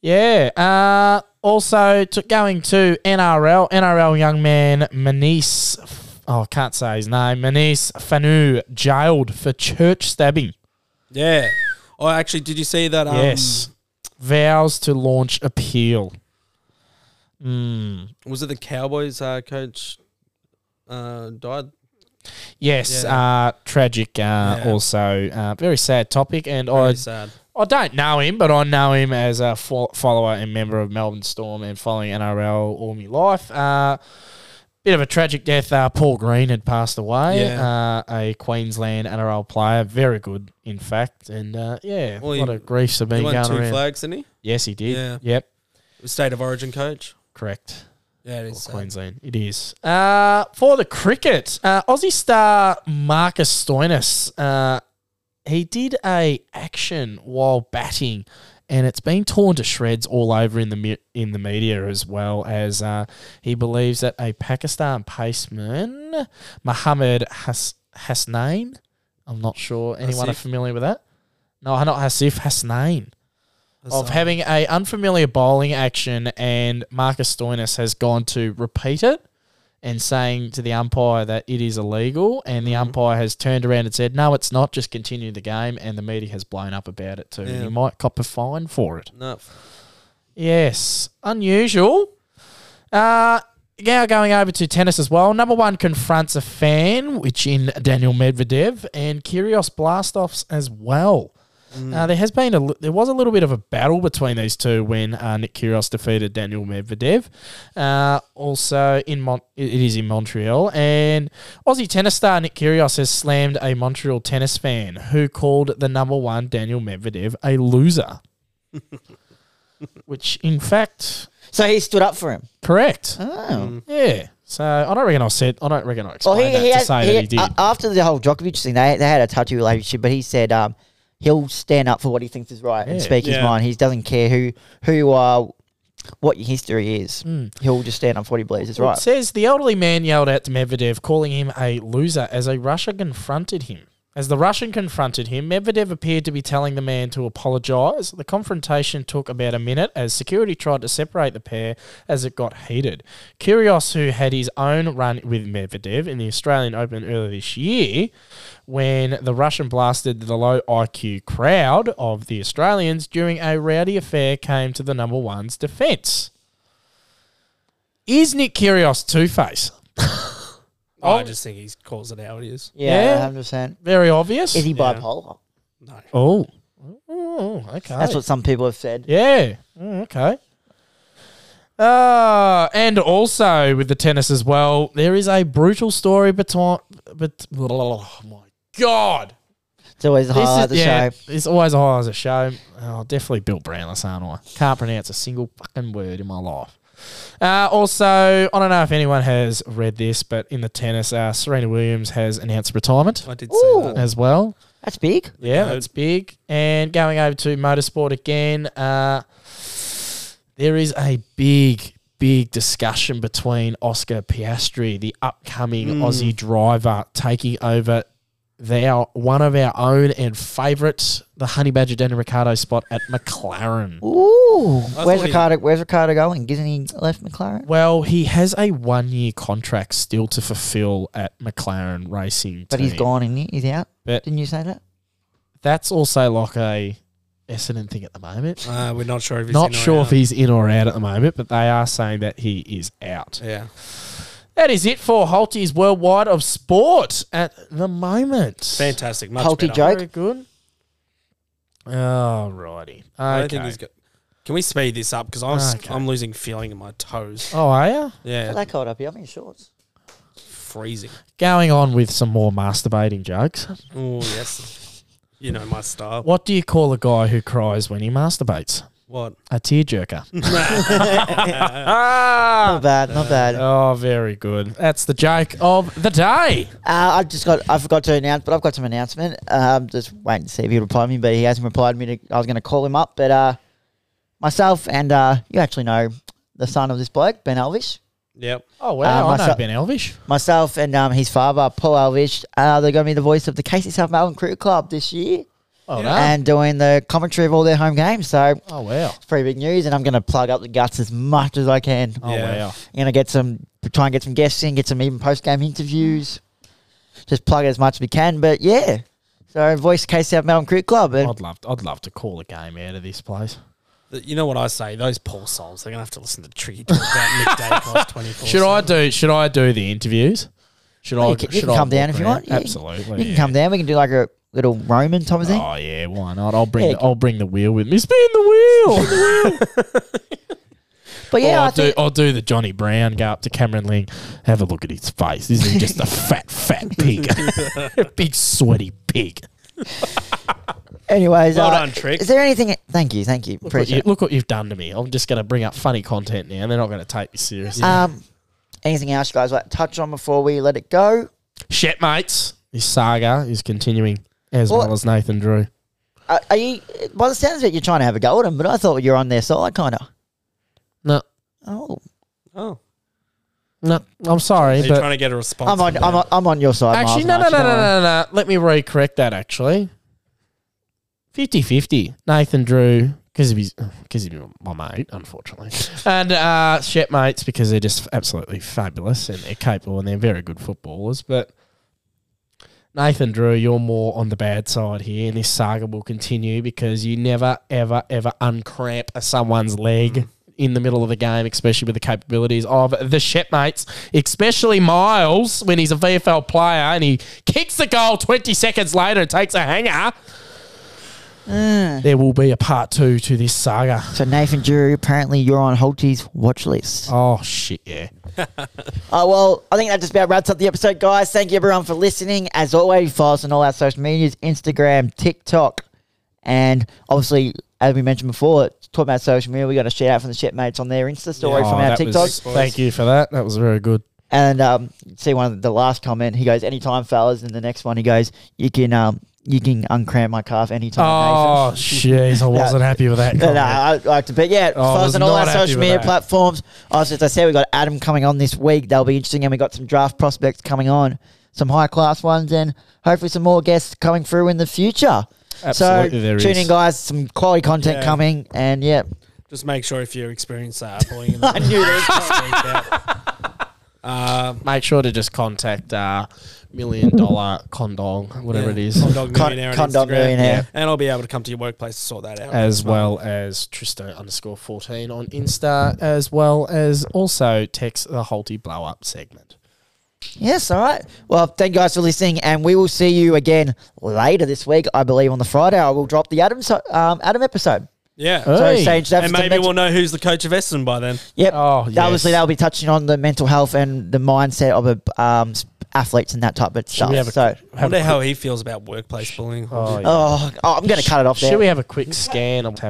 Speaker 4: Yeah. Uh, also, to, going to NRL, NRL young man Manice, oh, I can't say his name, Manice Fanu, jailed for church stabbing.
Speaker 2: Yeah. Oh, actually, did you see that? Um,
Speaker 4: yes. Vows to launch appeal. Mm.
Speaker 2: Was it the Cowboys uh, coach uh, died?
Speaker 4: Yes,
Speaker 2: Yeah.
Speaker 4: uh, tragic. Uh,
Speaker 2: Yeah.
Speaker 4: Also, uh, very sad topic, and
Speaker 2: Very
Speaker 4: I
Speaker 2: sad.
Speaker 4: I don't know him, but I know him as a fo- follower and member of Melbourne Storm and following NRL all my life. Uh, bit of a tragic death. Uh, Paul Green had passed away, uh, a Queensland NRL player, very good, in fact. And uh, yeah,
Speaker 2: Well,
Speaker 4: a
Speaker 2: he-
Speaker 4: lot of griefs have
Speaker 2: He
Speaker 4: been
Speaker 2: won
Speaker 4: going
Speaker 2: two
Speaker 4: around.
Speaker 2: flags, didn't he?
Speaker 4: Yes, he did.
Speaker 2: Yeah.
Speaker 4: Yep,
Speaker 2: State of Origin coach.
Speaker 4: correct.
Speaker 2: Yeah, it is. sad.
Speaker 4: Queensland. It is. Uh, for the cricket, uh, Aussie star Marcus Stoinis, uh, he did a action while batting, and it's been torn to shreds all over in the me- in the media as well as uh, he believes that a Pakistan paceman, Mohammad Has- Hasnain, I'm not sure anyone are
Speaker 2: Hasif?
Speaker 4: familiar with that. No, not Hasif Hasnain
Speaker 2: That's
Speaker 4: of
Speaker 2: sad.
Speaker 4: having a unfamiliar bowling action, and Marcus Stoinis has gone to repeat it and saying to the umpire that it is illegal, and the umpire has turned around and said, "No, it's not. Just continue the game." And the media has blown up about it too.
Speaker 2: Yeah.
Speaker 4: You might cop a fine for it.
Speaker 2: No.
Speaker 4: Yes, unusual. Uh, now going over to tennis as well. Number one confronts a fan, which in Daniel Medvedev and Kyrgios Blastoffs as well. Uh, there has been a li- there was a little bit of a battle between these two when uh, Nick Kyrgios defeated Daniel Medvedev. Uh, also in Mon- it is in Montreal, and Aussie tennis star Nick Kyrgios has slammed a Montreal tennis fan who called the number one Daniel Medvedev a loser, which in fact
Speaker 1: So he stood up for him.
Speaker 4: correct.
Speaker 1: Oh.
Speaker 4: Yeah. So I don't reckon I said. I don't reckon I
Speaker 1: Well,
Speaker 4: explained
Speaker 1: he, uh,
Speaker 4: that
Speaker 1: he,
Speaker 4: to
Speaker 1: had,
Speaker 4: say
Speaker 1: he-
Speaker 4: that he did.
Speaker 1: a- after the whole Djokovic thing, they, they had a touchy relationship, but he said um, he'll stand up for what he thinks is right and
Speaker 4: Yeah.
Speaker 1: speak his
Speaker 2: Yeah.
Speaker 1: mind. He doesn't care who who you are, what your history is. He'll just stand up for what he believes is
Speaker 4: Hmm. Well,
Speaker 1: right.
Speaker 4: It says the elderly man yelled out to Medvedev, calling him a loser as a Russian confronted him. As the Russian confronted him, Medvedev appeared to be telling the man to apologise. The confrontation took about a minute as security tried to separate the pair as it got heated. Kyrgios, who had his own run with Medvedev in the Australian Open earlier this year, when the Russian blasted the low IQ crowd of the Australians during a rowdy affair, came to the number one's defence. Is Nick Kyrgios two face?
Speaker 2: I just think he calls it how it is.
Speaker 1: yeah,
Speaker 4: yeah.
Speaker 1: hundred percent.
Speaker 4: Very obvious.
Speaker 1: Is he bipolar?
Speaker 4: Oh. Oh, okay.
Speaker 1: That's what some people have said.
Speaker 4: Yeah. Mm, okay. Uh, and also with the tennis as well, there is a brutal story between. But oh my god,
Speaker 1: It's always the highlight of the
Speaker 4: yeah,
Speaker 1: show.
Speaker 4: It's always a highlight of the show. Oh, definitely Bill Brownless, aren't I? Can't pronounce a single fucking word in my life. Uh, also, I don't know if anyone has read this, but in the tennis, uh, Serena Williams has announced retirement
Speaker 2: I did
Speaker 1: Ooh.
Speaker 2: say that.
Speaker 4: as well.
Speaker 1: That's big.
Speaker 4: Yeah,
Speaker 2: Code.
Speaker 4: that's big. And going over to motorsport again, uh, there is a big, big discussion between Oscar Piastri, the upcoming
Speaker 1: Mm.
Speaker 4: Aussie driver, taking over their one of our own and favourite, the Honey Badger Daniel Ricciardo spot at McLaren.
Speaker 1: Ooh,
Speaker 2: thought
Speaker 1: where's
Speaker 2: he-
Speaker 1: Ricardo? Where's Ricardo going? Isn't he left McLaren?
Speaker 4: Well, he has a one-year contract still to fulfil at McLaren Racing,
Speaker 1: But he's
Speaker 4: team.
Speaker 1: gone and he- he's out.
Speaker 4: But-
Speaker 1: Didn't you say that?
Speaker 4: That's also like a Essendon thing at the moment.
Speaker 2: Uh, we're not sure if he's
Speaker 4: Not
Speaker 2: in or
Speaker 4: sure
Speaker 2: out.
Speaker 4: if he's in or out at the moment, but they are saying that he is out.
Speaker 2: Yeah.
Speaker 4: That is it for Holty's Worldwide of Sport at the moment.
Speaker 2: Fantastic. Much
Speaker 1: Pulty
Speaker 2: better.
Speaker 1: joke.
Speaker 4: Very good. Alrighty.
Speaker 2: I don't
Speaker 4: Oh, Okay.
Speaker 2: think he's got. Can we speed this up? Because I'm, s
Speaker 4: Okay.
Speaker 2: I'm losing feeling in my toes.
Speaker 4: Oh, are you?
Speaker 1: Got
Speaker 2: Yeah,
Speaker 1: that cold up here. I'm in shorts.
Speaker 2: freezing.
Speaker 4: Going on with some more masturbating jokes.
Speaker 2: Oh, yes. You know my style.
Speaker 4: What do you call a guy who cries when he masturbates?
Speaker 2: What?
Speaker 4: A
Speaker 2: (laughs)
Speaker 4: tearjerker.
Speaker 1: Not bad. Not bad.
Speaker 4: (laughs) oh, very good. That's the joke of the day.
Speaker 1: Uh, I've just got. I forgot to announce, but I've got some announcement. Um, just waiting to see if he replied me, but he hasn't replied me. To, I was going to call him up, but uh, myself and uh, you actually know the son of this bloke, Ben Elvish.
Speaker 2: Yep.
Speaker 4: Oh, wow.
Speaker 1: Uh,
Speaker 4: I know
Speaker 1: myself-
Speaker 4: Ben Elvish.
Speaker 1: Myself and um, his father, Paul Elvish. Uh, they're going to be the voice of the Casey South Melbourne Cricket Club this year,
Speaker 4: Oh, no.
Speaker 1: and doing the commentary of all their home games. So
Speaker 4: oh wow.
Speaker 1: it's pretty big news, and I'm going to plug up the guts as much as I can.
Speaker 4: Oh,
Speaker 2: Yeah.
Speaker 4: wow.
Speaker 1: You know, get some try and get some guests in, get some even post game interviews. Just plug it as much as we can, but yeah. So voice case out Melbourne Cricket Club, and
Speaker 4: I'd love, I'd love to call a game out of this place.
Speaker 2: Th- You know what I say? Those poor souls, they're going to have to listen to Tricky talk
Speaker 4: (laughs)
Speaker 2: about Nick Dacos 24
Speaker 4: Should I do? Should I do the interviews? Should I?
Speaker 1: you can, you
Speaker 4: should
Speaker 1: can
Speaker 4: I
Speaker 1: come down
Speaker 4: walk
Speaker 1: if you
Speaker 4: around?
Speaker 1: want. You-
Speaker 4: Absolutely.
Speaker 1: you can come down. We can do like a little Roman type of thing.
Speaker 4: Oh yeah, why not? I'll bring.
Speaker 1: Yeah.
Speaker 4: The, I'll bring the wheel with me. Spin the wheel.
Speaker 1: but (laughs)
Speaker 4: Or
Speaker 1: yeah, I
Speaker 4: Oh, I'll do.
Speaker 1: think
Speaker 4: I'll do the Johnny Brown. Go up to Cameron Ling. Have a look at his face. Isn't
Speaker 1: (laughs)
Speaker 4: he just a fat, fat pig? (laughs) Big sweaty pig.
Speaker 1: anyways.
Speaker 2: Well
Speaker 1: uh,
Speaker 2: done, Trick.
Speaker 1: Is there anything? Thank you, thank you.
Speaker 4: Look what, you,
Speaker 1: Appreciate. it.
Speaker 4: look what you've done to me. I'm just going to bring up funny content now. They're not going to take me seriously.
Speaker 1: Um, anything else, you guys? Like to touch on before we let it go.
Speaker 4: Shit, mates. This saga is continuing as
Speaker 1: Well-
Speaker 4: well, as Nathan Drew.
Speaker 1: Are, are you? By the sounds of it, you're trying to have a go at them, but I thought you're on their side, kind of.
Speaker 4: No,
Speaker 1: Oh,
Speaker 2: Oh.
Speaker 4: no. I'm sorry,
Speaker 2: Are you
Speaker 4: but
Speaker 2: trying to get a response?
Speaker 1: I'm on.
Speaker 2: from
Speaker 1: I'm
Speaker 2: them?
Speaker 1: on, I'm on your side.
Speaker 4: Actually, no,
Speaker 1: Miles,
Speaker 4: no,
Speaker 1: mate,
Speaker 4: no,
Speaker 1: don't
Speaker 4: no,
Speaker 1: worry.
Speaker 4: no, no. Let me recorrect that, actually. 50 50. Nathan Drew, because of his, because of my mate, unfortunately. and uh, Shet mates, because they're just absolutely fabulous and they're capable and they're very good footballers. But Nathan Drew, you're more on the bad side here, and this saga will continue because you never, ever, ever uncramp someone's leg. In the middle of the game, especially with the capabilities of the Shepmates, especially Miles when he's a VFL player and he kicks the goal 20 seconds later and takes a hanger.
Speaker 1: Mm.
Speaker 4: There will be a part two to this saga.
Speaker 1: So Nathan Drew, apparently you're on Holty's watch list.
Speaker 4: Oh, shit, yeah.
Speaker 1: Oh, well, I think that just about wraps up the episode, guys. Thank you, everyone, for listening. As always, follow us on all our social medias Instagram, TikTok, and obviously, as we mentioned before, talking about social media, we got a shout out from the shipmates on their Insta story
Speaker 4: Oh,
Speaker 1: from our
Speaker 4: that was-
Speaker 1: TikToks.
Speaker 4: thank you for that. That was very good.
Speaker 1: And um, see one of the last comment, he goes, Anytime, fellas. And the next one, he goes, You can um, you can uncramp my calf anytime.
Speaker 4: Oh,
Speaker 1: Nathan.
Speaker 4: jeez. I wasn't happy with that.
Speaker 1: But, (laughs) no,
Speaker 4: comment.
Speaker 1: I like to, but yeah,
Speaker 4: Oh, I
Speaker 1: follow us
Speaker 4: was
Speaker 1: on all our
Speaker 4: not happy
Speaker 1: social
Speaker 4: with
Speaker 1: media
Speaker 4: that.
Speaker 1: platforms. Oh, Also, as I said, we got Adam coming on this week. That'll be interesting, and we got some draft prospects coming on, some high class ones, and hopefully some more guests coming through in the future.
Speaker 4: Absolutely,
Speaker 1: so
Speaker 4: there
Speaker 1: tune
Speaker 4: is.
Speaker 1: in, guys. Some quality content
Speaker 2: Yeah.
Speaker 1: coming, and yeah,
Speaker 2: Just make sure if you
Speaker 1: (laughs)
Speaker 2: experience that, bullying in
Speaker 1: I
Speaker 2: the
Speaker 1: knew this.
Speaker 2: speak out. Uh,
Speaker 4: Make sure to just contact uh, Million Dollar Condong, whatever
Speaker 2: yeah,
Speaker 4: it is,
Speaker 2: Condog
Speaker 1: Con-
Speaker 2: Millionaire on
Speaker 1: Condom
Speaker 2: Instagram.
Speaker 1: millionaire.
Speaker 2: And I'll be able to come to your workplace to sort that
Speaker 4: (laughs)
Speaker 2: out.
Speaker 4: as well as Tristo underscore 14 on Insta, as well as also text the Holty Blow Up segment.
Speaker 1: Yes, all right. Well, thank you guys for listening, and we will see you again later this week. I believe on the Friday, I will drop the Adam so- um, Adam episode.
Speaker 2: Yeah.
Speaker 4: Uh,
Speaker 1: So
Speaker 4: Hey.
Speaker 1: stage that
Speaker 2: and maybe we'll know who's the coach of Essendon by then.
Speaker 1: Yep.
Speaker 4: Oh, yes.
Speaker 1: Obviously, they'll be touching on the mental health and the mindset of a, um, s- athletes and that type of stuff.
Speaker 4: we have a-
Speaker 1: so,
Speaker 2: I wonder how he feels about workplace bullying.
Speaker 4: Oh, yeah.
Speaker 1: oh, oh, I'm going to cut it off there.
Speaker 4: Should we have a quick scan? of